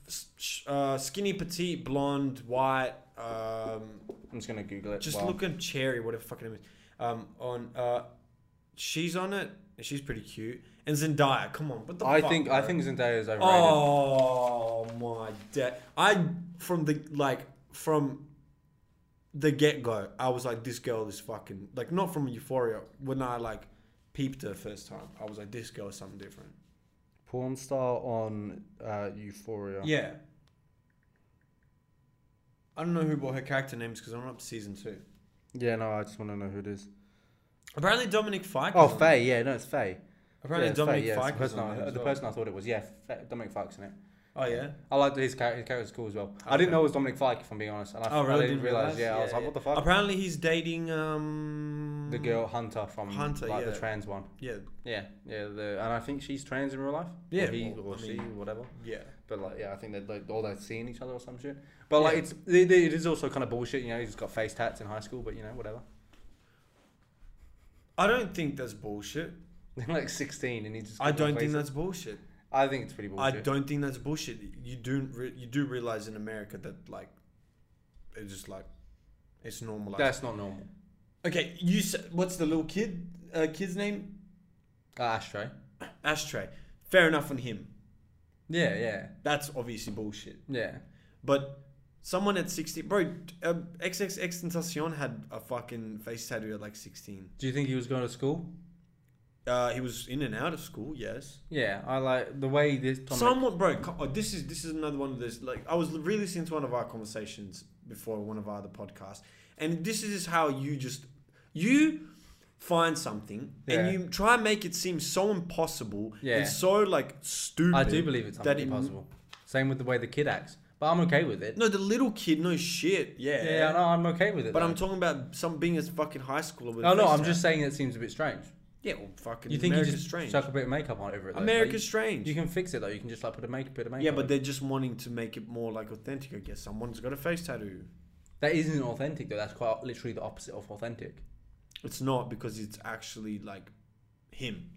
Speaker 1: s- sh- uh, skinny, petite, blonde, white. Um,
Speaker 2: I'm just gonna Google it.
Speaker 1: just
Speaker 2: while-
Speaker 1: look at Cherry, whatever fucking name is. Um, on uh, she's on it. and She's pretty cute. And Zendaya, come on, what the
Speaker 2: I
Speaker 1: fuck,
Speaker 2: think I
Speaker 1: bro?
Speaker 2: think Zendaya is overrated.
Speaker 1: Oh my dad! I from the like from the get go, I was like, this girl is fucking like not from Euphoria. When I like peeped her first time, I was like, this girl is something different.
Speaker 2: Porn star on uh, Euphoria.
Speaker 1: Yeah. I don't know who what her character name is because I'm up to season two.
Speaker 2: Yeah, no, I just want to know who it is.
Speaker 1: Apparently Dominic Fike.
Speaker 2: Oh,
Speaker 1: is on it.
Speaker 2: Faye. Yeah, no, it's Faye.
Speaker 1: Apparently
Speaker 2: yeah,
Speaker 1: Dominic
Speaker 2: Faye, yeah, it's
Speaker 1: Fike.
Speaker 2: the
Speaker 1: was
Speaker 2: person,
Speaker 1: on
Speaker 2: I,
Speaker 1: it as
Speaker 2: the
Speaker 1: well.
Speaker 2: person I thought it was. Yeah, Faye, Dominic Fike's in it.
Speaker 1: Oh yeah.
Speaker 2: I liked his character. His character's cool as well. I didn't
Speaker 1: Okay.
Speaker 2: know it was Dominic Fike, if I'm being honest. And I,
Speaker 1: Oh
Speaker 2: I
Speaker 1: really?
Speaker 2: didn't realize.
Speaker 1: realise?
Speaker 2: Yeah, I was like,
Speaker 1: yeah.
Speaker 2: what the fuck?
Speaker 1: Apparently he's dating um
Speaker 2: the girl Hunter from
Speaker 1: Hunter,
Speaker 2: like
Speaker 1: yeah.
Speaker 2: the trans one.
Speaker 1: Yeah.
Speaker 2: Yeah, yeah. The, and I think she's trans in real life.
Speaker 1: Yeah,
Speaker 2: or he
Speaker 1: well,
Speaker 2: or
Speaker 1: I
Speaker 2: she,
Speaker 1: mean-
Speaker 2: whatever.
Speaker 1: Yeah.
Speaker 2: But like, yeah, I think they're like all they're seeing each other or some shit. But like,
Speaker 1: Yeah.
Speaker 2: it's it, it is also kind of bullshit. You know, he's got face tats in high school, but you know, whatever.
Speaker 1: I don't think that's bullshit.
Speaker 2: They're like sixteen, and he just.
Speaker 1: I
Speaker 2: got no
Speaker 1: don't think
Speaker 2: face-
Speaker 1: that's bullshit.
Speaker 2: I think it's pretty
Speaker 1: I
Speaker 2: bullshit.
Speaker 1: don't think that's bullshit. You do re- you do realize in America that like it's just like it's normalized.
Speaker 2: That's not normal.
Speaker 1: okay, you s- what's the little kid uh, kid's name?
Speaker 2: Uh, ashtray.
Speaker 1: Ashtray. Fair enough on him.
Speaker 2: Yeah, yeah,
Speaker 1: That's obviously bullshit.
Speaker 2: yeah.
Speaker 1: But someone at 16, bro, um, XXX Tentacion had a fucking face tattoo at like 16.
Speaker 2: Do you think he was going to school?
Speaker 1: Uh, he was in and out of school, yes.
Speaker 2: Yeah, I like the way this. Dominic,
Speaker 1: Someone, bro, co- oh, this is this is another one of those. Like, I was really listening to one of our conversations before one of our other podcasts, and this is just how you just you find something
Speaker 2: Yeah.
Speaker 1: and you try and make it seem so impossible
Speaker 2: Yeah.
Speaker 1: and so like stupid.
Speaker 2: I do believe it's
Speaker 1: that it-
Speaker 2: impossible. Same with the way the kid acts, but I'm okay with it.
Speaker 1: No, the little kid, no shit. Yeah,
Speaker 2: yeah, yeah, no, I'm okay with it.
Speaker 1: But
Speaker 2: though.
Speaker 1: I'm talking about some being as fucking high schooler. With
Speaker 2: Oh no,
Speaker 1: face
Speaker 2: I'm
Speaker 1: tat.
Speaker 2: just saying it seems a bit strange.
Speaker 1: yeah. Well, fucking
Speaker 2: You think
Speaker 1: America's
Speaker 2: you just
Speaker 1: strange.
Speaker 2: chuck a bit of makeup on over it? Though. Like,
Speaker 1: America's strange.
Speaker 2: You can fix it though. You can just like put a make bit of makeup.
Speaker 1: yeah, but
Speaker 2: on.
Speaker 1: they're just wanting to make it more like authentic. I guess someone's got a face tattoo.
Speaker 2: that isn't authentic though. That's quite literally the opposite of authentic.
Speaker 1: It's not because it's actually like him.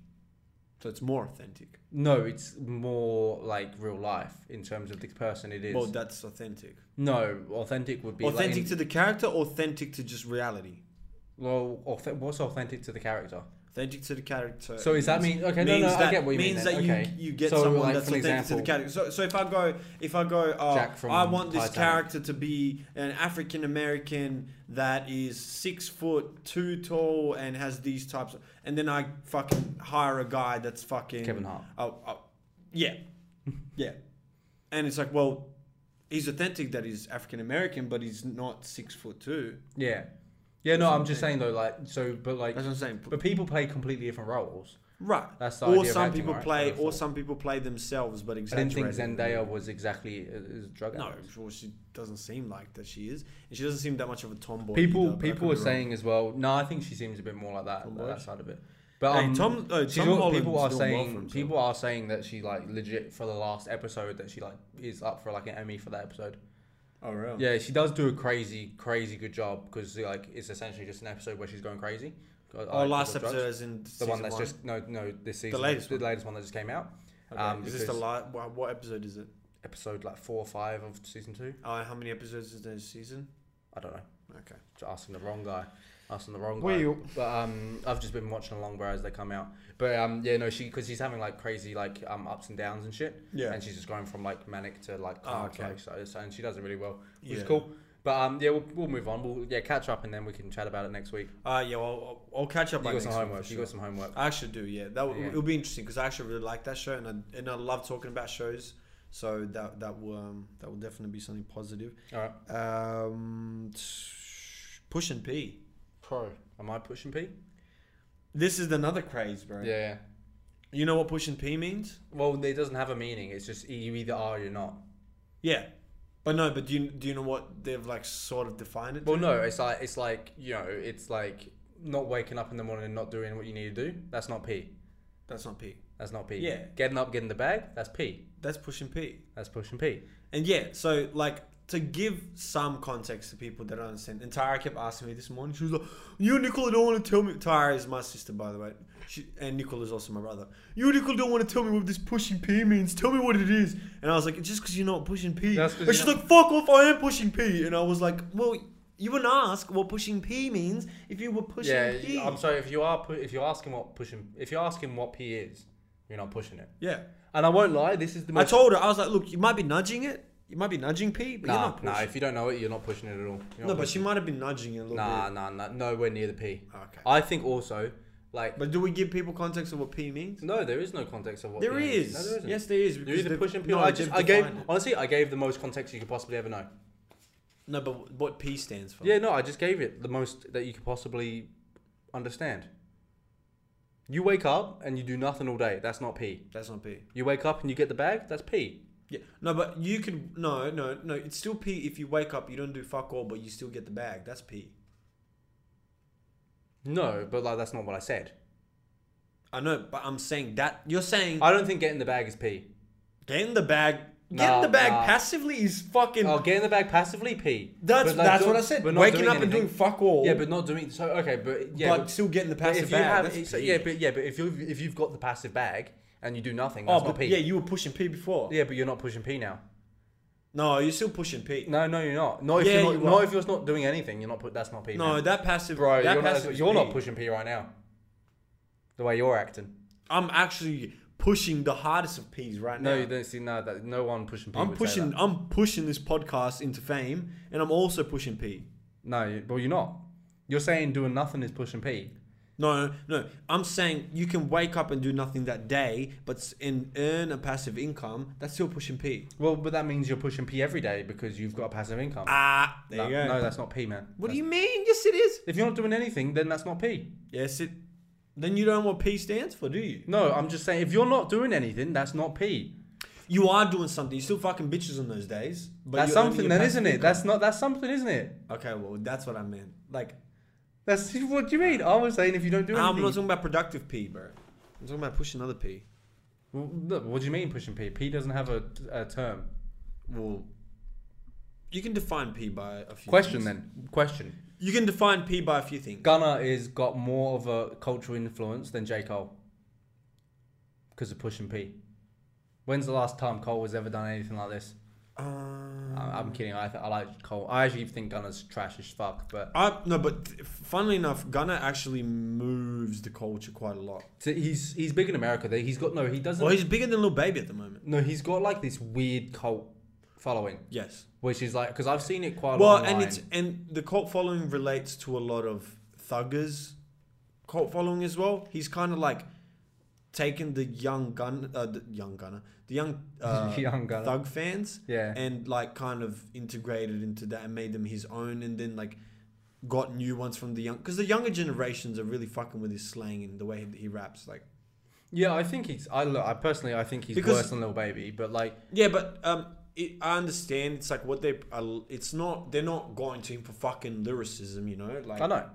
Speaker 1: So it's more authentic.
Speaker 2: No, it's more like real life in terms of the person it is.
Speaker 1: Well, that's authentic.
Speaker 2: no, authentic would be
Speaker 1: authentic
Speaker 2: Like in-
Speaker 1: to the character, authentic to just reality.
Speaker 2: well, auth- what's authentic to the character?
Speaker 1: Authentic to the character.
Speaker 2: So is that
Speaker 1: means-
Speaker 2: mean- okay, no,
Speaker 1: means
Speaker 2: no, I
Speaker 1: that,
Speaker 2: get what you mean
Speaker 1: means
Speaker 2: then,
Speaker 1: that
Speaker 2: okay.
Speaker 1: you, you get
Speaker 2: So,
Speaker 1: someone
Speaker 2: like,
Speaker 1: that's
Speaker 2: for
Speaker 1: authentic to
Speaker 2: example-
Speaker 1: the character. So, so if I go, if I go, uh,
Speaker 2: Jack from
Speaker 1: I want this
Speaker 2: Titanic.
Speaker 1: character to be an African American that is six foot two tall and has these types, of, and then I fucking hire a guy that's fucking
Speaker 2: Kevin Hart.
Speaker 1: Oh, oh yeah, yeah. And it's like, well, he's authentic that he's African American, but he's not six foot two.
Speaker 2: Yeah, yeah. No, I'm just saying though. Like so, but like,
Speaker 1: That's what I'm saying.
Speaker 2: but people play completely different roles.
Speaker 1: Right.
Speaker 2: That's the
Speaker 1: Or
Speaker 2: idea of
Speaker 1: some
Speaker 2: acting,
Speaker 1: people
Speaker 2: right?
Speaker 1: play,
Speaker 2: That's
Speaker 1: or
Speaker 2: all.
Speaker 1: some people play themselves, but
Speaker 2: I
Speaker 1: exaggerated.
Speaker 2: didn't think Zendaya was exactly a, a drug
Speaker 1: No,
Speaker 2: addict.
Speaker 1: well, she doesn't seem like that. She is, and she doesn't seem that much of a tomboy.
Speaker 2: People,
Speaker 1: either, but I could
Speaker 2: people
Speaker 1: be
Speaker 2: are
Speaker 1: wrong.
Speaker 2: saying as well. No, I think she seems a bit more like that,
Speaker 1: Tom
Speaker 2: like that
Speaker 1: Boyd?
Speaker 2: side of it. But um,
Speaker 1: hey, Tom, uh,
Speaker 2: She's
Speaker 1: Tom
Speaker 2: all,
Speaker 1: Holland's
Speaker 2: people
Speaker 1: doing well
Speaker 2: are
Speaker 1: for
Speaker 2: saying
Speaker 1: himself.
Speaker 2: people are saying that she like legit for the last episode that she like is up for like an Emmy for that episode.
Speaker 1: Oh, really?
Speaker 2: Yeah, she does do a crazy crazy good job because like it's essentially just an episode where she's going crazy. Like,
Speaker 1: Oh,
Speaker 2: with
Speaker 1: last
Speaker 2: the drugs.
Speaker 1: episode is in
Speaker 2: the one that's just no no this season
Speaker 1: latest
Speaker 2: the
Speaker 1: one.
Speaker 2: latest one that just came out.
Speaker 1: Okay.
Speaker 2: um,
Speaker 1: is this the
Speaker 2: because-
Speaker 1: last? What, what episode is it?
Speaker 2: Episode like four or five of season two.
Speaker 1: Uh, how many episodes is there in season?
Speaker 2: I don't know.
Speaker 1: Okay.
Speaker 2: asking the wrong guy, asking the wrong guy.
Speaker 1: Well-
Speaker 2: But um, I've just been watching along bro as they come out. But um, yeah, no, she because she's having like crazy like um ups and downs and shit.
Speaker 1: Yeah.
Speaker 2: and she's just going from like manic to like
Speaker 1: Oh,
Speaker 2: calm.
Speaker 1: okay.
Speaker 2: like, so, so- and she does it really well, which is
Speaker 1: Yeah.
Speaker 2: cool. But um, yeah, we'll, we'll move on. We'll yeah catch up and then we can chat about it next week.
Speaker 1: Uh, yeah. Well, I'll, I'll catch up.
Speaker 2: You
Speaker 1: by
Speaker 2: got some
Speaker 1: next week
Speaker 2: homework.
Speaker 1: for
Speaker 2: You
Speaker 1: sure.
Speaker 2: got some homework.
Speaker 1: I actually do, yeah. That w
Speaker 2: Yeah.
Speaker 1: it'll be interesting because I actually really like that show, and I and I love talking about shows. So that that will um, that will definitely be something positive.
Speaker 2: All right,
Speaker 1: Um, push and pee.
Speaker 2: pro. Am I pushing P?
Speaker 1: This is another craze, bro.
Speaker 2: Yeah. yeah.
Speaker 1: You know what push and pee means?
Speaker 2: Well, it doesn't have a meaning. It's just you either are or you're not.
Speaker 1: Yeah. But no, but do you do you know what they've like sort of defined it?
Speaker 2: Well,
Speaker 1: to?
Speaker 2: no, it's like it's like you know, it's like not waking up in the morning and not doing what you need to do. That's not P.
Speaker 1: that's not P.
Speaker 2: That's not P.
Speaker 1: Yeah.
Speaker 2: Getting up, getting the bag. That's P.
Speaker 1: That's pushing P.
Speaker 2: That's pushing P.
Speaker 1: And yeah, so like to give some context to people that don't understand, and Tara kept asking me this morning. She was like, "You and Nicola don't want to tell me." Tara is my sister, by the way, she, and Nicola is also my brother. You and Nicola don't want to tell me what this pushing P means. Tell me what it is. And I was like, "It's just because you're not pushing P."
Speaker 2: That's
Speaker 1: And
Speaker 2: 'cause you're
Speaker 1: she's
Speaker 2: not-
Speaker 1: like, "Fuck off! I am pushing P." And I was like, "Well." You wouldn't ask what pushing P means if you were pushing
Speaker 2: yeah.
Speaker 1: P.
Speaker 2: I'm sorry if you are pu- if you're asking what pushing if you're asking what P is, you're not pushing it.
Speaker 1: yeah.
Speaker 2: And I won't lie, this is the
Speaker 1: I
Speaker 2: most.
Speaker 1: told her, I was like, look, you might be nudging it. You might be nudging P, but you're
Speaker 2: nah,
Speaker 1: not
Speaker 2: nah.
Speaker 1: pushing.
Speaker 2: If you don't know it, you're not pushing it at all. You're not
Speaker 1: no, but she
Speaker 2: pushing
Speaker 1: might have been nudging it a little
Speaker 2: it. Nah, nah, nah. Nowhere near the
Speaker 1: bit.
Speaker 2: P.
Speaker 1: Okay.
Speaker 2: I think also like
Speaker 1: But do we give people context of what P means?
Speaker 2: no, there is no context of what
Speaker 1: There
Speaker 2: P
Speaker 1: is.
Speaker 2: No, there isn't.
Speaker 1: Yes, there is.
Speaker 2: You're either
Speaker 1: they've-
Speaker 2: pushing P.
Speaker 1: no,
Speaker 2: I just
Speaker 1: they've
Speaker 2: I gave
Speaker 1: defined it.
Speaker 2: honestly I gave the most context you could possibly ever know.
Speaker 1: No, but what P stands for?
Speaker 2: Yeah, no, I just gave it the most that you could possibly understand. You wake up and you do nothing all day. That's not P.
Speaker 1: That's not P.
Speaker 2: You wake up and you get the bag. That's P.
Speaker 1: Yeah. No, but you can. No, no, no. It's still P if you wake up, you don't do fuck all, but you still get the bag. That's P.
Speaker 2: No, but like that's not what I said.
Speaker 1: I know, but I'm saying that. You're saying
Speaker 2: I don't think getting the bag is P.
Speaker 1: getting the bag.
Speaker 2: Nah,
Speaker 1: Getting the bag
Speaker 2: nah.
Speaker 1: passively is fucking.
Speaker 2: Oh, getting the bag passively P.
Speaker 1: that's
Speaker 2: But, like,
Speaker 1: that's
Speaker 2: do-
Speaker 1: what I said.
Speaker 2: but not
Speaker 1: Waking up and
Speaker 2: anything.
Speaker 1: doing fuck all.
Speaker 2: Yeah, but not doing so. Okay, but yeah,
Speaker 1: but, still getting the
Speaker 2: but
Speaker 1: passive
Speaker 2: if you
Speaker 1: bag.
Speaker 2: have
Speaker 1: that's
Speaker 2: so,
Speaker 1: P.
Speaker 2: yeah, but yeah, but if you if you've got the passive bag and you do nothing,
Speaker 1: oh,
Speaker 2: that's not
Speaker 1: but
Speaker 2: P.
Speaker 1: yeah, you were pushing P before.
Speaker 2: yeah, but you're not pushing P now.
Speaker 1: No, you're still pushing P.
Speaker 2: No, no, you're not. Not if
Speaker 1: Yeah,
Speaker 2: you're
Speaker 1: you
Speaker 2: not.
Speaker 1: are.
Speaker 2: not if you're not doing anything. You're not. Put, that's not P.
Speaker 1: No,
Speaker 2: now.
Speaker 1: that passive,
Speaker 2: bro,
Speaker 1: That
Speaker 2: you're,
Speaker 1: passive
Speaker 2: not,
Speaker 1: is P.
Speaker 2: you're not pushing P right now. The way you're acting.
Speaker 1: I'm actually pushing the hardest of P's right
Speaker 2: No,
Speaker 1: now.
Speaker 2: you don't see. No, that no one pushing P.
Speaker 1: I'm
Speaker 2: would say
Speaker 1: pushing.
Speaker 2: that.
Speaker 1: I'm pushing this podcast into fame, and I'm also pushing P.
Speaker 2: No, you, well, you're not. You're saying doing nothing is pushing P.
Speaker 1: No, no. I'm saying you can wake up and do nothing that day, but s- and earn a passive income. That's still pushing P.
Speaker 2: Well, but that means you're pushing P every day because you've got a passive income.
Speaker 1: Ah, there
Speaker 2: no,
Speaker 1: you go.
Speaker 2: no, that's not P, man.
Speaker 1: what do you mean? Yes, it is.
Speaker 2: If you're not doing anything, then that's not P.
Speaker 1: Yes, it. Then you don't know what P stands for, do you?
Speaker 2: No, I'm just saying if you're not doing anything, that's not P.
Speaker 1: You are doing something. You're still fucking bitches on those days. But
Speaker 2: that's
Speaker 1: you're earning
Speaker 2: something
Speaker 1: your
Speaker 2: then,
Speaker 1: passive
Speaker 2: isn't it?
Speaker 1: income.
Speaker 2: That's not. That's something, isn't it?
Speaker 1: okay. Well, that's what I meant. Like,
Speaker 2: That's what do you mean? I was saying if you don't do
Speaker 1: I'm
Speaker 2: anything.
Speaker 1: not talking about productive P, bro. I'm talking about pushing other P.
Speaker 2: Well, look, what do you mean pushing P? P doesn't have a, a term.
Speaker 1: Well, you can define P by a few. things.
Speaker 2: Question then. Question.
Speaker 1: You can define P by a few things.
Speaker 2: Gunner is got more of a cultural influence than J Cole because of pushing P. When's the last time Cole has ever done anything like this?
Speaker 1: Um,
Speaker 2: I- I'm kidding. I th- I like Cole. I actually think Gunner's trash as fuck, but
Speaker 1: I no, but th- funnily enough, Gunner actually moves the culture quite a lot.
Speaker 2: t- he's he's big in America. There, he's got no. He doesn't.
Speaker 1: Well, he's bigger than Lil Baby at the moment.
Speaker 2: no, he's got like this weird cult following,
Speaker 1: Yes.
Speaker 2: which is like because I've seen it quite a
Speaker 1: well,
Speaker 2: lot.
Speaker 1: and it's and the cult following relates to a lot of thuggers, cult following as well. He's kind of like taken the young gun, uh, the young gunner, the young uh,
Speaker 2: Young Gunner.
Speaker 1: thug fans,
Speaker 2: yeah.
Speaker 1: and like kind of integrated into that and made them his own and then like got new ones from the young because the younger generations are really fucking with his slang and the way that he raps like
Speaker 2: yeah, I think he's. I look. I personally, I think he's
Speaker 1: Because-
Speaker 2: worse than Lil Baby, but like
Speaker 1: yeah but um it, i understand it's like what they are it's not they're not going to him for fucking lyricism you know like
Speaker 2: I know.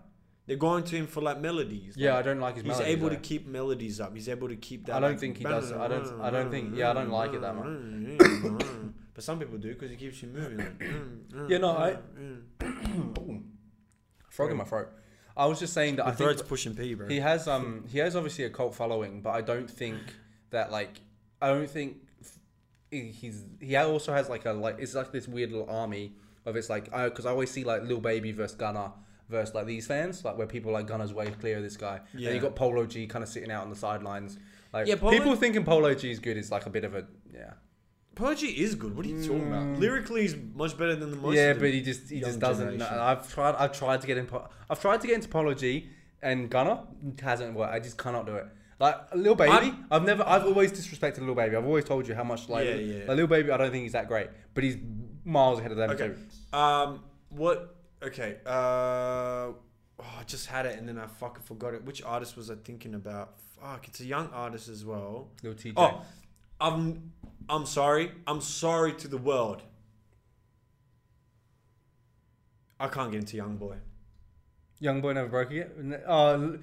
Speaker 1: they're going to him for like melodies
Speaker 2: Yeah, I
Speaker 1: like,
Speaker 2: don't like his.
Speaker 1: He's
Speaker 2: melodies,
Speaker 1: able to
Speaker 2: though.
Speaker 1: keep melodies up. He's able to keep that.
Speaker 2: I don't
Speaker 1: like,
Speaker 2: think he does. I don't- I don't think- yeah, I don't like it that
Speaker 1: but some people do because it keeps you moving. Like,
Speaker 2: Yeah, no, I- frog in my throat. I was just saying that
Speaker 1: My
Speaker 2: I think
Speaker 1: throat's pushing pee, bro.
Speaker 2: he has um he has obviously a cult following, but I don't think that like I don't think f- he- he's he also has like a like it's like this weird little army of it's like I because I always see like Lil Baby versus Gunna versus like these fans like where people like Gunna's way clear of this guy. Yeah. And
Speaker 1: Yeah.
Speaker 2: you got Polo G kind of sitting out on the sidelines. Like
Speaker 1: Yeah, Polo-
Speaker 2: people thinking Polo G is good is like a bit of a yeah
Speaker 1: Purgy is good. What are you talking about? Lyrically, he's much better than the most.
Speaker 2: Mm. yeah,
Speaker 1: of
Speaker 2: but
Speaker 1: them.
Speaker 2: he just he
Speaker 1: young
Speaker 2: just doesn't. know.
Speaker 1: generation.
Speaker 2: I've tried I've tried to get in. po- I've tried to get into apology and Gunner hasn't worked. I just cannot do it. Like little baby, i
Speaker 1: I'm-
Speaker 2: have never I've always disrespected little baby. I've always told you how much like,
Speaker 1: Yeah, yeah.
Speaker 2: little baby. I don't think he's that great, but he's miles ahead of them
Speaker 1: Okay.
Speaker 2: too.
Speaker 1: Um. What? Okay. Uh. Oh, I just had it and then I fucking forgot it. Which artist was I thinking about? Fuck. It's a young artist as well.
Speaker 2: Little TJ.
Speaker 1: Oh, I'm. I'm sorry. I'm sorry to the world. I can't get into Young Boy.
Speaker 2: Young boy never broke it. N- Oh, l-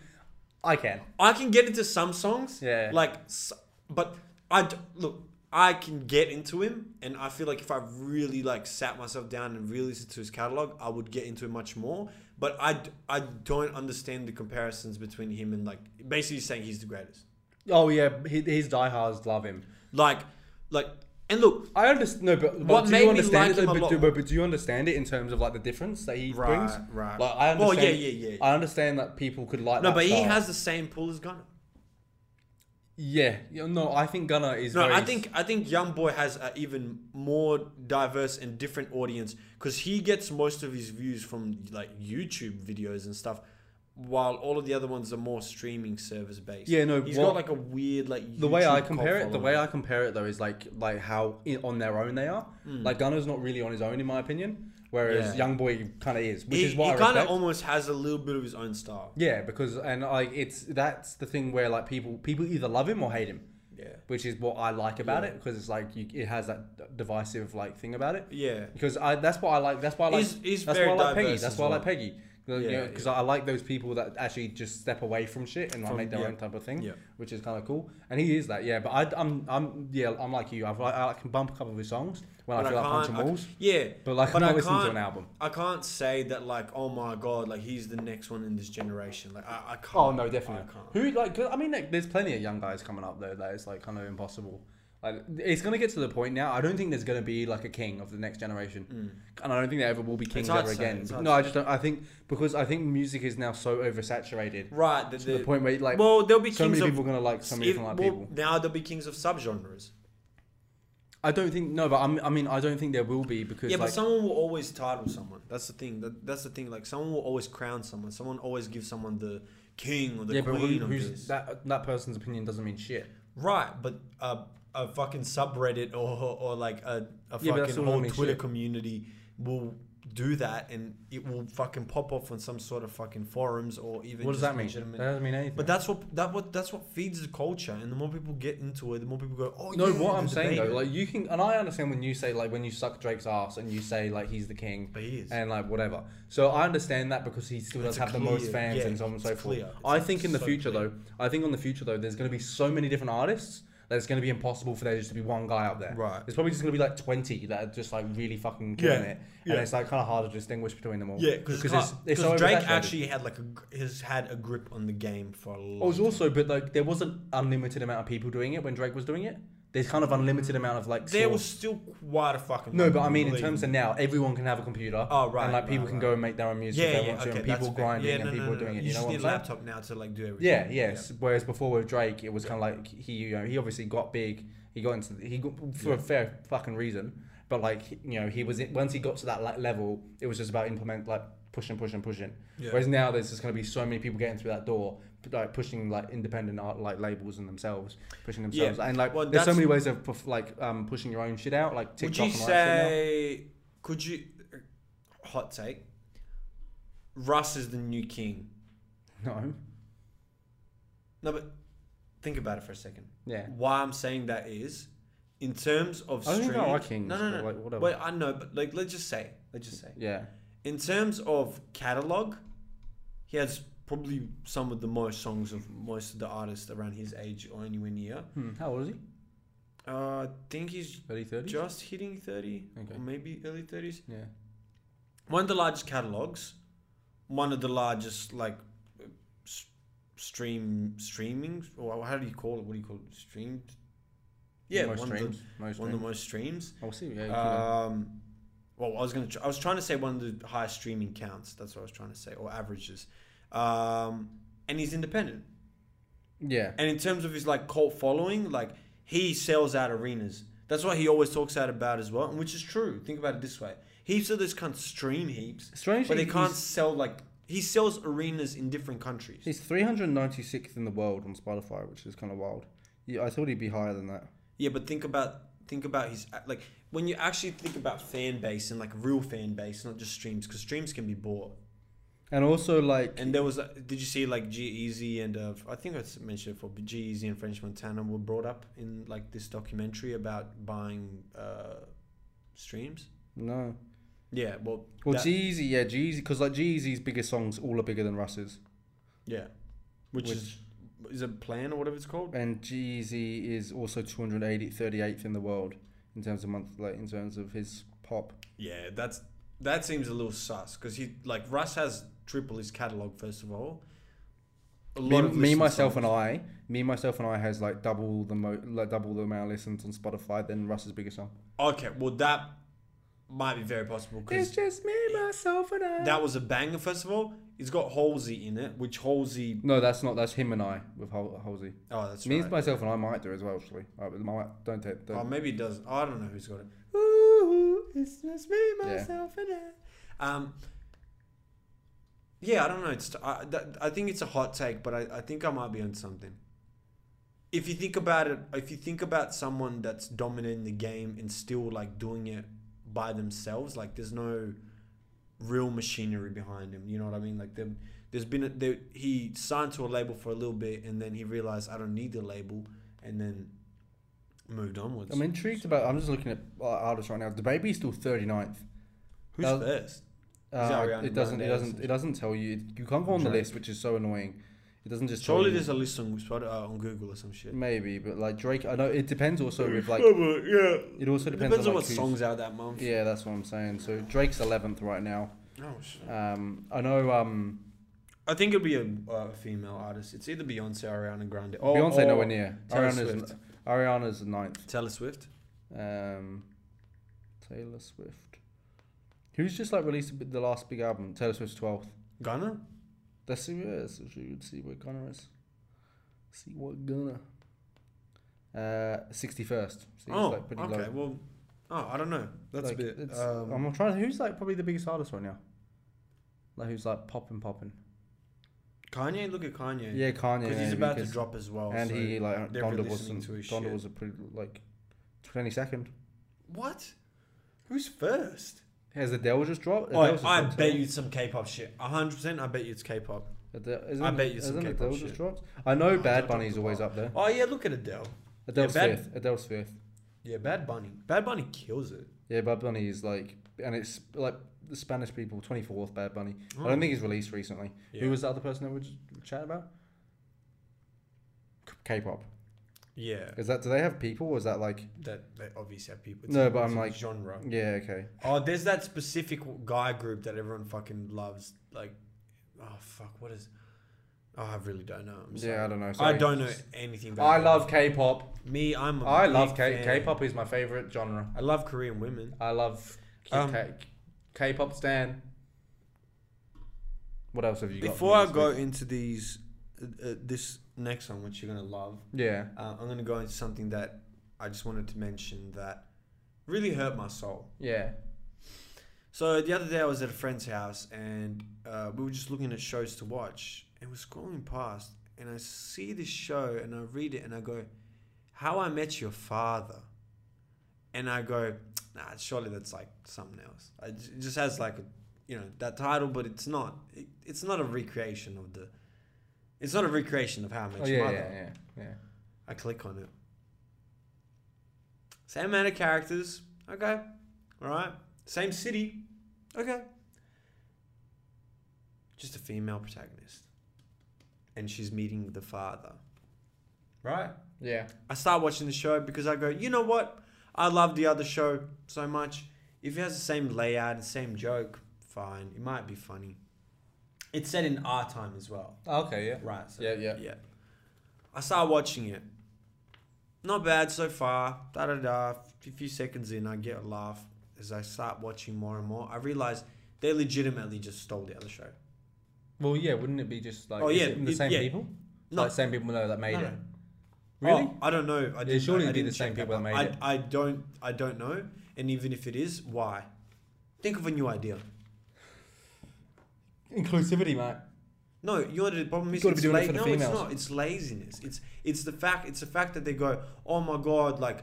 Speaker 2: I can.
Speaker 1: I can get into some songs.
Speaker 2: Yeah.
Speaker 1: Like, s- but I d- look. I can get into him, and I feel like if I really like sat myself down and really listened to his catalog, I would get into him much more. But I, d- I don't understand the comparisons between him and like basically saying he's the greatest.
Speaker 2: Oh yeah, hi- his diehards love him.
Speaker 1: Like, like, and look,
Speaker 2: I understand. No, but, but
Speaker 1: What
Speaker 2: do
Speaker 1: made
Speaker 2: you
Speaker 1: me
Speaker 2: understand
Speaker 1: like
Speaker 2: it?
Speaker 1: him
Speaker 2: though?
Speaker 1: a
Speaker 2: But
Speaker 1: lot
Speaker 2: do,
Speaker 1: more-
Speaker 2: but, but do you understand it in terms of like the difference that he
Speaker 1: Right,
Speaker 2: brings?
Speaker 1: right.
Speaker 2: Like I
Speaker 1: Well,
Speaker 2: understand.
Speaker 1: yeah, yeah, yeah.
Speaker 2: I understand that people could like.
Speaker 1: no,
Speaker 2: that
Speaker 1: but he
Speaker 2: style.
Speaker 1: has the same pull as Gunner.
Speaker 2: Yeah, yeah, no, I think Gunner is.
Speaker 1: No,
Speaker 2: very
Speaker 1: I think I think Young Boy has an even more diverse and different audience because he gets most of his views from like YouTube videos and stuff, while all of the other ones are more streaming service based.
Speaker 2: Yeah, no,
Speaker 1: he's
Speaker 2: what-
Speaker 1: got like a weird like
Speaker 2: the way I
Speaker 1: YouTube
Speaker 2: compare
Speaker 1: cult
Speaker 2: it, the way I compare it though is like like how i on their own they are. Like Gunner's not really on his own in my opinion, whereas
Speaker 1: Hmm. Yeah.
Speaker 2: Young Boy kind of is, which
Speaker 1: following. he,
Speaker 2: is why I
Speaker 1: kind of
Speaker 2: respect.
Speaker 1: almost has a little bit of his own style.
Speaker 2: yeah, because and like it's that's the thing where like people people either love him or hate him,
Speaker 1: Yeah,
Speaker 2: which is what I like about
Speaker 1: Yeah.
Speaker 2: it because it's like you, it has that divisive like thing about it.
Speaker 1: yeah,
Speaker 2: because I that's what I like. That's why I like.
Speaker 1: He's- he's
Speaker 2: that's
Speaker 1: very
Speaker 2: why I like Peggy.
Speaker 1: diverse
Speaker 2: That's
Speaker 1: as
Speaker 2: why I
Speaker 1: well.
Speaker 2: like Peggy. Because
Speaker 1: Yeah,
Speaker 2: I like those people that actually just step away from shit and like
Speaker 1: From-
Speaker 2: make their
Speaker 1: yeah.
Speaker 2: own type of thing,
Speaker 1: Yeah.
Speaker 2: which is kind of cool. And he is that, yeah. But I, I'm, I'm, yeah, I'm like you. I've, I, I can bump a couple of his songs when I feel like punching
Speaker 1: I-
Speaker 2: walls.
Speaker 1: yeah,
Speaker 2: But, like, I'm
Speaker 1: I
Speaker 2: not listening to
Speaker 1: can't-
Speaker 2: an album.
Speaker 1: I can't say that like oh my god, like he's the next one in this generation. Like I, I can't.
Speaker 2: Oh no,
Speaker 1: I
Speaker 2: definitely.
Speaker 1: can't.
Speaker 2: Who like? 'cause, I mean, like, there's plenty of young guys coming up though that is like kind of impossible. Like, it's gonna get to the point now. I don't think there's gonna be like a king of the next generation, and I don't think there ever will be kings
Speaker 1: hard
Speaker 2: ever
Speaker 1: to say,
Speaker 2: again.
Speaker 1: Mm. it's hard
Speaker 2: No,
Speaker 1: to
Speaker 2: I just don't. I think because I think music is now so oversaturated
Speaker 1: Right, the,
Speaker 2: to the point where like
Speaker 1: well, there'll be
Speaker 2: so
Speaker 1: kings
Speaker 2: many
Speaker 1: of
Speaker 2: people are gonna like so many
Speaker 1: If-
Speaker 2: different like
Speaker 1: well,
Speaker 2: people.
Speaker 1: Now there'll be kings of subgenres.
Speaker 2: I don't think no, but I'm, I mean I don't think there will be because
Speaker 1: Yeah,
Speaker 2: like
Speaker 1: but someone will always title someone. That's the thing. That, that's the thing. Like someone will always crown someone. Someone always gives someone the king or the
Speaker 2: yeah, but who,
Speaker 1: queen of
Speaker 2: who's
Speaker 1: this.
Speaker 2: that that person's opinion doesn't mean shit.
Speaker 1: Right, but uh, a fucking subreddit or or like a, a
Speaker 2: Yeah, but that's
Speaker 1: fucking
Speaker 2: all
Speaker 1: whole
Speaker 2: mean
Speaker 1: Twitter
Speaker 2: shit.
Speaker 1: community will do that, and it will fucking pop off on some sort of fucking forums or even.
Speaker 2: What does
Speaker 1: just
Speaker 2: that mean? That
Speaker 1: legitimate-
Speaker 2: doesn't mean anything.
Speaker 1: But that's what that what that's what feeds the culture, and the more people get into it, the more people go. Oh
Speaker 2: No,
Speaker 1: yeah,
Speaker 2: what
Speaker 1: the
Speaker 2: I'm saying
Speaker 1: debate."
Speaker 2: though, like you can, and I understand when you say like when you suck Drake's ass and you say like he's the king
Speaker 1: But he is.
Speaker 2: and like whatever. So I understand that because he still does
Speaker 1: It's
Speaker 2: have the
Speaker 1: clear,
Speaker 2: most fans
Speaker 1: yeah,
Speaker 2: and so on and so
Speaker 1: it's
Speaker 2: forth.
Speaker 1: clear, it's
Speaker 2: I think in the
Speaker 1: so
Speaker 2: future
Speaker 1: clear.
Speaker 2: though, I think on the future though, there's going to be so many different artists that it's going to be impossible for there just to be one guy up there.
Speaker 1: Right.
Speaker 2: There's probably just going to be like 20 that are just like really fucking killing
Speaker 1: Yeah,
Speaker 2: it,
Speaker 1: yeah.
Speaker 2: and it's like kind of hard to distinguish between them all.
Speaker 1: Yeah, because
Speaker 2: it's, it's so
Speaker 1: Drake
Speaker 2: oversaturated.
Speaker 1: actually had like a gr- has had a grip on the game for a
Speaker 2: Oh,
Speaker 1: long.
Speaker 2: it was also, but like there wasn't unlimited amount of people doing it when Drake was doing it. There's kind of unlimited amount of like.
Speaker 1: there
Speaker 2: source.
Speaker 1: was still quite a fucking.
Speaker 2: No,
Speaker 1: lot,
Speaker 2: but I mean, in
Speaker 1: believe
Speaker 2: terms
Speaker 1: me.
Speaker 2: of now, everyone can have a computer.
Speaker 1: Oh, right,
Speaker 2: And like people
Speaker 1: right,
Speaker 2: can
Speaker 1: right.
Speaker 2: go and make their own music. if
Speaker 1: yeah,
Speaker 2: they
Speaker 1: yeah,
Speaker 2: want to,
Speaker 1: okay,
Speaker 2: and
Speaker 1: that's
Speaker 2: people
Speaker 1: fair.
Speaker 2: grinding
Speaker 1: yeah,
Speaker 2: and
Speaker 1: no, no,
Speaker 2: people
Speaker 1: no, no,
Speaker 2: doing it.
Speaker 1: You,
Speaker 2: You know
Speaker 1: just
Speaker 2: what
Speaker 1: need
Speaker 2: I'm
Speaker 1: a
Speaker 2: saying?
Speaker 1: laptop now to like do everything.
Speaker 2: Yeah, yeah. s- Whereas before with Drake, it was kind of like he, you know, he obviously got big. He got into the, he got for a fair fucking reason. But like he- you know, he was once he got to that like level, it was just about implement like pushing, pushing, pushing.
Speaker 1: Yeah.
Speaker 2: Whereas now there's just gonna be so many people getting through that door, p- like pushing like independent art like labels and themselves, pushing themselves, and like
Speaker 1: Well,
Speaker 2: there's so
Speaker 1: that's-
Speaker 2: many ways of puff- like um pushing your own shit out, like TikTok.
Speaker 1: Would you
Speaker 2: and all that shit now.
Speaker 1: say? Could you? Hot take. Russ is the new king.
Speaker 2: no?
Speaker 1: No, but think about it for a second.
Speaker 2: Yeah.
Speaker 1: Why I'm saying that is, in terms of
Speaker 2: I don't think
Speaker 1: streaming.
Speaker 2: I like kings,
Speaker 1: no, no,
Speaker 2: but,
Speaker 1: no.
Speaker 2: like, whatever.
Speaker 1: Wait, I know, but like, let's just say, let's just say.
Speaker 2: Yeah.
Speaker 1: In terms of catalog, he has probably some of the most songs of most of the artists around his age or anywhere near.
Speaker 2: Hmm. How old is he?
Speaker 1: Uh, I think he's
Speaker 2: Early 30s?
Speaker 1: just hitting 30
Speaker 2: Okay.
Speaker 1: or maybe early 30s.
Speaker 2: yeah.
Speaker 1: One of the largest catalogs, one of the largest like s- stream streaming or how do you call it? What do you call it? Streamed? Yeah,
Speaker 2: most
Speaker 1: one,
Speaker 2: streams.
Speaker 1: Of
Speaker 2: most
Speaker 1: the, one of
Speaker 2: streams.
Speaker 1: the most streams.
Speaker 2: I'll see. Yeah. you can
Speaker 1: Um, well, I was gonna. Tr- I was trying to say one of the highest streaming counts. That's what I was trying to say, or averages. Um, and he's independent.
Speaker 2: go. yeah.
Speaker 1: And in terms of his like cult following, like he sells out arenas. That's what he always talks out about as well, and which is true. Think about it this way: heaps of this can't stream heaps,
Speaker 2: Strangely,
Speaker 1: but they can't
Speaker 2: he's-
Speaker 1: sell like he sells arenas in different countries.
Speaker 2: He's 396th in the world on Spotify, which is kind of wild. Yeah, I thought he'd be higher than that.
Speaker 1: Yeah, but think about think about his like when you actually think about fan base and like real fan base, not just streams, because streams can be bought.
Speaker 2: And also, like,
Speaker 1: And there was, uh, did you see like G Easy and uh, I think I s- mentioned it for G Easy and French Montana were brought up in like this documentary about buying uh, streams.
Speaker 2: no.
Speaker 1: Yeah, well,
Speaker 2: Well,
Speaker 1: that-
Speaker 2: Jeezy, yeah, Jeezy, because like Jeezy's biggest songs all are bigger than Russ's,
Speaker 1: yeah, which,
Speaker 2: which-
Speaker 1: is is a plan or whatever it's called.
Speaker 2: and Jeezy is also 280 38th in the world in terms of month, like in terms of his pop.
Speaker 1: Yeah, that's that seems a little sus because he like Russ has triple his catalog first of all. A
Speaker 2: Me, me
Speaker 1: listened
Speaker 2: myself,
Speaker 1: songs.
Speaker 2: and I, me, myself, and I has like double the mo, like double the amount of listens on Spotify than Russ's biggest song.
Speaker 1: Okay, well that might be very possible
Speaker 2: It's
Speaker 1: because
Speaker 2: just me, myself, and I.
Speaker 1: that was a banger. First of all, it's got Halsey in it, which Halsey.
Speaker 2: no, that's not. That's him and I with Hol- Halsey.
Speaker 1: Oh, that's
Speaker 2: Me,
Speaker 1: right.
Speaker 2: myself, and I might do as well. Actually, I might don't take.
Speaker 1: Oh,
Speaker 2: Don't.
Speaker 1: maybe it doesn't. I don't know who's got it. Ooh, it's just me,
Speaker 2: Yeah.
Speaker 1: myself, and I. Um. Yeah, I don't know. It's I, that, I think it's a hot take, but I, I think I might be on something. If you think about it, if you think about someone that's dominating the game and still like doing it by themselves, like there's no real machinery behind him. You know what I mean? Like there, there's been a, there, he signed to a label for a little bit, and then he realized I don't need the label, and then moved onwards.
Speaker 2: I'm intrigued about. I'm just looking at uh, artists right now. The baby's still 39th.
Speaker 1: Who's
Speaker 2: That-
Speaker 1: first?
Speaker 2: Uh,
Speaker 1: Ariana
Speaker 2: it doesn't. It
Speaker 1: Grande
Speaker 2: doesn't.
Speaker 1: listens?
Speaker 2: It doesn't tell you. You can't go on the
Speaker 1: Drake.
Speaker 2: list, which is so annoying. It doesn't just.
Speaker 1: Surely
Speaker 2: tell you.
Speaker 1: there's a list on Spot- uh, on Google or some shit.
Speaker 2: Maybe, but like Drake, I know it depends also with like.
Speaker 1: yeah.
Speaker 2: It also
Speaker 1: It
Speaker 2: depends,
Speaker 1: depends on
Speaker 2: on, like,
Speaker 1: what
Speaker 2: who's-
Speaker 1: song's out that month.
Speaker 2: Yeah, that's what I'm saying. So Drake's 11th right now.
Speaker 1: Oh shit.
Speaker 2: Um, I know. Um,
Speaker 1: I think it'd be a uh, female artist. It's either Beyonce or Ariana Grande. Or, or
Speaker 2: Beyonce nowhere near.
Speaker 1: Oh, Taylor
Speaker 2: Ariana's
Speaker 1: Swift.
Speaker 2: Ariana's ninth.
Speaker 1: Taylor Swift.
Speaker 2: Um, Taylor Swift. Who's just like released a bit- the last big album? Taylor Swift's 12th.
Speaker 1: Ghana.
Speaker 2: Let's see where it is. If you would see what Gunner is. See what Gunner. Uh, 61st. So
Speaker 1: oh,
Speaker 2: it's like pretty
Speaker 1: okay.
Speaker 2: low.
Speaker 1: Well, oh, I don't know. That's
Speaker 2: Like,
Speaker 1: a bit.
Speaker 2: it's-
Speaker 1: um,
Speaker 2: I'm trying to. Who's like probably the biggest artist right now? Like who's like popping, popping?
Speaker 1: Kanye. Look at Kanye.
Speaker 2: Yeah, Kanye.
Speaker 1: Because he's
Speaker 2: yeah,
Speaker 1: about to
Speaker 2: because-
Speaker 1: drop as well.
Speaker 2: and
Speaker 1: so-
Speaker 2: he like
Speaker 1: they're
Speaker 2: Donda was
Speaker 1: listening
Speaker 2: some-
Speaker 1: to his
Speaker 2: Donda
Speaker 1: shit.
Speaker 2: was a pretty like 22nd.
Speaker 1: What? Who's first?
Speaker 2: Has Adele just dropped?
Speaker 1: Oh,
Speaker 2: Adele's just
Speaker 1: I
Speaker 2: dropped
Speaker 1: bet
Speaker 2: too.
Speaker 1: you it's some K-pop shit. hundred percent. I bet you it's K-pop.
Speaker 2: Adele, isn't,
Speaker 1: I bet you some
Speaker 2: isn't
Speaker 1: K-pop
Speaker 2: Adele
Speaker 1: shit.
Speaker 2: just dropped? I know
Speaker 1: Oh, don't
Speaker 2: Bad
Speaker 1: talk
Speaker 2: Bunny's always up there.
Speaker 1: Oh yeah, look at Adele.
Speaker 2: Adele's
Speaker 1: Bad-
Speaker 2: fifth. Adele's fifth.
Speaker 1: Yeah, Bad Bunny. Bad Bunny kills it.
Speaker 2: Yeah, Bad Bunny is like, and it's like the Spanish people, 24th Bad Bunny. I
Speaker 1: Oh.
Speaker 2: don't think he's released recently.
Speaker 1: Yeah.
Speaker 2: Who was the other person that we were chatting about? K- K-pop.
Speaker 1: Yeah,
Speaker 2: Is that do they have people? Or is that like
Speaker 1: that they obviously have people.
Speaker 2: No, but
Speaker 1: it's
Speaker 2: I'm
Speaker 1: a
Speaker 2: like-
Speaker 1: genre.
Speaker 2: yeah okay?
Speaker 1: Oh, there's that specific w- guy group that everyone fucking loves. Like, oh fuck, what is? Oh, I really don't know. I'm sorry.
Speaker 2: Yeah, I don't know.
Speaker 1: I
Speaker 2: sorry.
Speaker 1: don't know anything. About
Speaker 2: I
Speaker 1: that.
Speaker 2: love K-pop.
Speaker 1: me. I'm. a
Speaker 2: I
Speaker 1: big
Speaker 2: love K-
Speaker 1: fan.
Speaker 2: K-pop is my favorite genre.
Speaker 1: I love Korean women.
Speaker 2: I love K-
Speaker 1: Um,
Speaker 2: K- K-pop stan. What else have you got? for
Speaker 1: Before
Speaker 2: me
Speaker 1: I
Speaker 2: this
Speaker 1: go
Speaker 2: week?
Speaker 1: into these, uh, uh, this next one, which you're gonna love,
Speaker 2: yeah,
Speaker 1: uh, I'm gonna go into something that I just wanted to mention that really hurt my soul.
Speaker 2: yeah,
Speaker 1: So the other day I was at a friend's house and uh, we were just looking at shows to watch and we're scrolling past and I see this show and I read it and I go, How I Met Your Father. And I go, Nah, surely that's like something else. I j- It just has like a, you know, that title, but it's not. It, it's not a recreation of the. It's not a recreation of How I Met
Speaker 2: oh,
Speaker 1: Your
Speaker 2: yeah,
Speaker 1: Mother.
Speaker 2: yeah, yeah, yeah.
Speaker 1: I click on it. Same amount of characters. Okay. All right. Same city. Okay. Just a female protagonist. And she's meeting the father. Right?
Speaker 2: Yeah.
Speaker 1: I start watching the show because I go, you know what? I love the other show so much. If it has the same layout and same joke, fine. It might be funny. It's set in our time as well.
Speaker 2: Okay. Yeah.
Speaker 1: Right. So
Speaker 2: Yeah, yeah.
Speaker 1: Yeah. I started watching it. Not bad so far. Da da da. A few seconds in, I get a laugh. As I start watching more and more, I realize they legitimately just stole the other show.
Speaker 2: Well, yeah. Wouldn't it be just like
Speaker 1: Oh,
Speaker 2: is
Speaker 1: yeah,
Speaker 2: it the
Speaker 1: it-
Speaker 2: same
Speaker 1: yeah.
Speaker 2: people?
Speaker 1: No.
Speaker 2: Like same people know that made
Speaker 1: No,
Speaker 2: it.
Speaker 1: no.
Speaker 2: Really?
Speaker 1: Oh, I don't know. I didn't,
Speaker 2: surely
Speaker 1: I
Speaker 2: it'd be
Speaker 1: didn't
Speaker 2: the same
Speaker 1: check
Speaker 2: people that
Speaker 1: one.
Speaker 2: made
Speaker 1: I,
Speaker 2: it.
Speaker 1: I don't. I don't know. And even if it is, why? Think of a new idea.
Speaker 2: Inclusivity, mate.
Speaker 1: No, you know what the problem is
Speaker 2: gotta be
Speaker 1: it's
Speaker 2: doing
Speaker 1: la-
Speaker 2: it for the
Speaker 1: no, it's
Speaker 2: females.
Speaker 1: not. It's laziness. It's it's the fact. It's the fact that they go, oh my god, like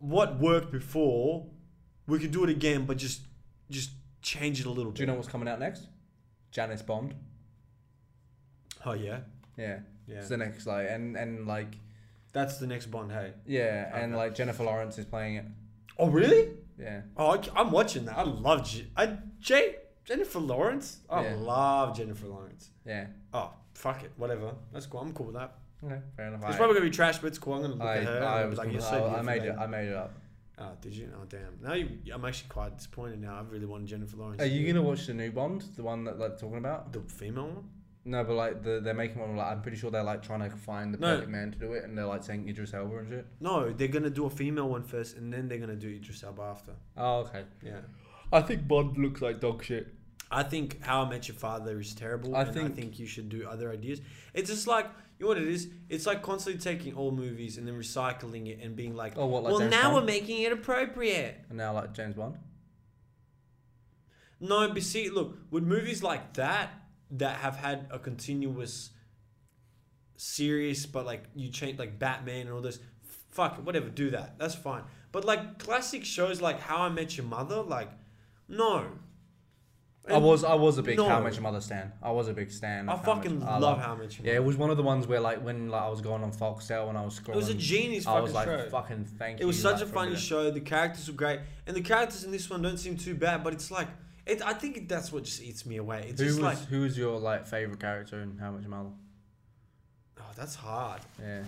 Speaker 1: what worked before, we could do it again, but just just change it a little bit.
Speaker 2: Do you know what's coming out next? Janice bombed.
Speaker 1: Oh yeah,
Speaker 2: Yeah.
Speaker 1: yeah.
Speaker 2: It's the next like and and like
Speaker 1: That's the next Bond. Hey.
Speaker 2: yeah and
Speaker 1: Okay.
Speaker 2: like Jennifer Lawrence is playing it.
Speaker 1: Oh really?
Speaker 2: Yeah.
Speaker 1: Oh, I, I'm watching that. I love J- I J Jennifer Lawrence. I
Speaker 2: Yeah.
Speaker 1: love Jennifer Lawrence.
Speaker 2: Yeah.
Speaker 1: Oh, fuck it, whatever. That's cool. I'm cool with that.
Speaker 2: Okay. Fair enough.
Speaker 1: It's
Speaker 2: I-
Speaker 1: probably gonna be trash, but it's cool. I'm gonna look
Speaker 2: I,
Speaker 1: at her. and
Speaker 2: I,
Speaker 1: I'll be
Speaker 2: was
Speaker 1: like,
Speaker 2: gonna-
Speaker 1: you're so
Speaker 2: I, I
Speaker 1: beautiful,
Speaker 2: made
Speaker 1: babe."
Speaker 2: it. I made it up.
Speaker 1: Oh, did you? Oh, damn. Now you, I'm actually quite disappointed. Now I really wanted Jennifer Lawrence.
Speaker 2: Are
Speaker 1: to
Speaker 2: you
Speaker 1: be
Speaker 2: gonna watch the new Bond, the one that like talking about?
Speaker 1: the female one?
Speaker 2: No, but like the, they're making one. Like I'm pretty sure they're like trying to find the
Speaker 1: No.
Speaker 2: perfect man to do it, and they're like saying Idris Elba and shit.
Speaker 1: No, they're gonna do a female one first, and then they're gonna do Idris Elba after.
Speaker 2: Oh, okay.
Speaker 1: Yeah.
Speaker 2: I think Bond looks like dog shit.
Speaker 1: I think How I Met Your Father is terrible.
Speaker 2: I
Speaker 1: and
Speaker 2: think-
Speaker 1: I think you should do other ideas. It's just like you know what it is. It's like constantly taking old movies and then recycling it and being like,
Speaker 2: Oh, what, like
Speaker 1: well,
Speaker 2: James
Speaker 1: now
Speaker 2: Bond?
Speaker 1: we're making it appropriate.
Speaker 2: And now like James Bond.
Speaker 1: No, but see, look, with movies like that that have had a continuous, serious, but like you change like Batman and all this, fuck it, whatever, do that. That's fine. But like classic shows like How I Met Your Mother, like, no.
Speaker 2: I was I was a big How
Speaker 1: No.
Speaker 2: Much Your Mother stan. I was a big stan.
Speaker 1: I
Speaker 2: of How I Met
Speaker 1: fucking
Speaker 2: Your-
Speaker 1: love,
Speaker 2: loved-
Speaker 1: How I Met Your
Speaker 2: Yeah,
Speaker 1: Mother.
Speaker 2: it was one of the ones where like when like I was going on Foxtel and I was scrolling.
Speaker 1: it was a genius
Speaker 2: I
Speaker 1: fucking
Speaker 2: was like
Speaker 1: show.
Speaker 2: fucking thank
Speaker 1: It
Speaker 2: you.
Speaker 1: was such
Speaker 2: like,
Speaker 1: a
Speaker 2: for
Speaker 1: funny
Speaker 2: doing-
Speaker 1: show. The characters were great, and the characters in this one don't seem too bad. But it's like, it, I think that's what just eats me away. It's
Speaker 2: Who was
Speaker 1: just like,
Speaker 2: who was your like favorite character in How Much Your Mother?
Speaker 1: oh, that's hard.
Speaker 2: Yeah,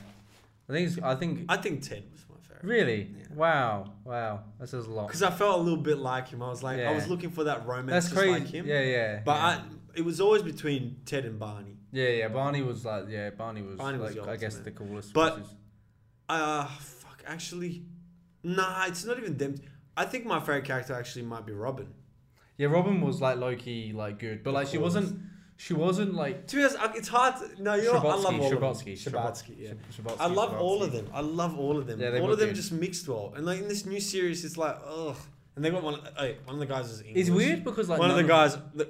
Speaker 2: I think it's, I think
Speaker 1: I think Ted was my favorite.
Speaker 2: Really?
Speaker 1: Yeah.
Speaker 2: Wow. Wow. That says a lot.
Speaker 1: Because I felt a little bit like him. I was like, I was
Speaker 2: Yeah.
Speaker 1: looking for that romance
Speaker 2: That's
Speaker 1: just
Speaker 2: crazy.
Speaker 1: like him.
Speaker 2: Yeah, yeah.
Speaker 1: But
Speaker 2: yeah.
Speaker 1: I, it was always between Ted and Barney.
Speaker 2: yeah, yeah. Barney was like, yeah, Barney was
Speaker 1: Barney was
Speaker 2: like,
Speaker 1: the
Speaker 2: I guess the
Speaker 1: ultimate.
Speaker 2: coolest.
Speaker 1: But-
Speaker 2: which is-
Speaker 1: Uh, fuck, actually, nah, it's not even them. I think my favorite character actually might be Robin.
Speaker 2: yeah, Robin was like Loki, like good, but
Speaker 1: The
Speaker 2: like she
Speaker 1: coolest.
Speaker 2: wasn't, she wasn't like
Speaker 1: To be honest, I- it's hard. To, no, you know, what? I love
Speaker 2: Shabotsky.
Speaker 1: all
Speaker 2: Shabotsky.
Speaker 1: of them. Shabotsky, yeah.
Speaker 2: Shabotsky,
Speaker 1: I love all
Speaker 2: Shabotsky.
Speaker 1: of them. I love all of them.
Speaker 2: Yeah, they
Speaker 1: all
Speaker 2: were
Speaker 1: of them
Speaker 2: good.
Speaker 1: just mixed well. And like in this new series, it's like, ugh. And they got one. Hey, one of the guys is English.
Speaker 2: It's weird because like
Speaker 1: one of the
Speaker 2: none
Speaker 1: guys, the,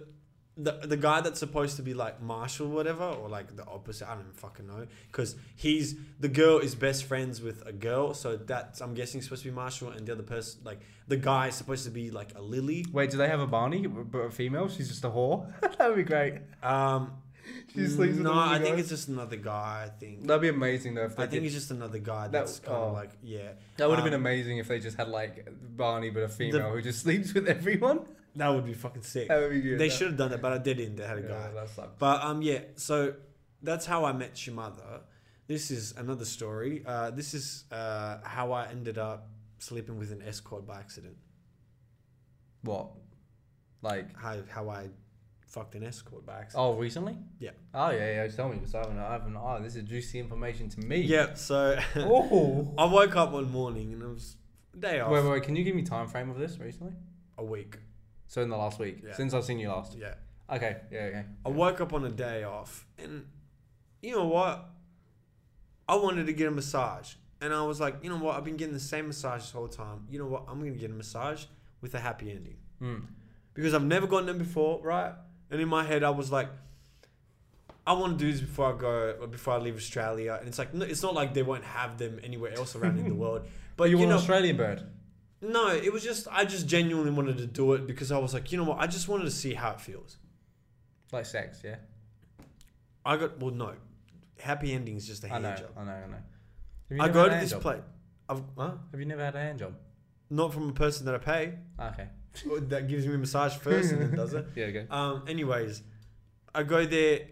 Speaker 1: the the guy that's supposed to be like Marshall, whatever, or like the opposite. I don't even fucking know. Because he's the girl is best friends with a girl, so that's I'm guessing supposed to be Marshall, and the other person, like the guy, is supposed to be like a Lily.
Speaker 2: Wait, do they have a Barney but a female? She's just a whore. that would be great.
Speaker 1: Um,
Speaker 2: She sleeps with
Speaker 1: no,
Speaker 2: all the
Speaker 1: I think
Speaker 2: guys.
Speaker 1: it's just another guy. I think.
Speaker 2: That'd be amazing though. If they
Speaker 1: I think
Speaker 2: did.
Speaker 1: it's just another guy
Speaker 2: That-
Speaker 1: that's kind
Speaker 2: oh.
Speaker 1: of like yeah.
Speaker 2: that would have
Speaker 1: um,
Speaker 2: been amazing if they just had like Barney but a female who just sleeps with everyone.
Speaker 1: That would be fucking sick.
Speaker 2: That would be good.
Speaker 1: They
Speaker 2: That-
Speaker 1: should have done it, but I didn't. They had a
Speaker 2: Yeah,
Speaker 1: guy.
Speaker 2: that sucks.
Speaker 1: But um, yeah. So that's how I met your mother. This is another story. Uh, this is uh, how I ended up sleeping with an escort by accident.
Speaker 2: What? Like
Speaker 1: How how I fucked an escort by accident.
Speaker 2: oh, recently?
Speaker 1: Yeah.
Speaker 2: Oh yeah, yeah. Tell me, because I haven't. I haven't. Oh, this is juicy information to me.
Speaker 1: Yeah. So
Speaker 2: Oh.
Speaker 1: I woke up one morning and it was day off.
Speaker 2: Wait, wait, wait. Can you give me time frame of this recently?
Speaker 1: A week.
Speaker 2: So in the last week,
Speaker 1: Yeah.
Speaker 2: since I've seen you last.
Speaker 1: Yeah.
Speaker 2: Okay. Yeah. Okay.
Speaker 1: I woke up on a day off, and you know what? I wanted to get a massage, and I was like, you know what? I've been getting the same massage this whole time. You know what? I'm gonna get a massage with a happy ending
Speaker 2: Mm.
Speaker 1: because I've never gotten them before, right? And in my head, I was like, I want to do this before I go, or before I leave Australia. And it's like, no, it's not like they won't have them anywhere else around in the world. But
Speaker 2: But you,
Speaker 1: you,
Speaker 2: want
Speaker 1: know,
Speaker 2: an Australian bird?
Speaker 1: no, it was just I just genuinely wanted to do it because I was like, you know what? I just wanted to see how it feels.
Speaker 2: Like sex? Yeah.
Speaker 1: I got well, no, happy ending is just a
Speaker 2: I know.
Speaker 1: hand job.
Speaker 2: I know. I know. Have you
Speaker 1: I
Speaker 2: never
Speaker 1: go
Speaker 2: had
Speaker 1: to
Speaker 2: a hand
Speaker 1: this
Speaker 2: job?
Speaker 1: place. I've, huh?
Speaker 2: Have you never had a hand job?
Speaker 1: Not from a person that I pay.
Speaker 2: Okay.
Speaker 1: Well, that gives me a massage first and then does it.
Speaker 2: Yeah. Okay.
Speaker 1: Um, anyways, I go there.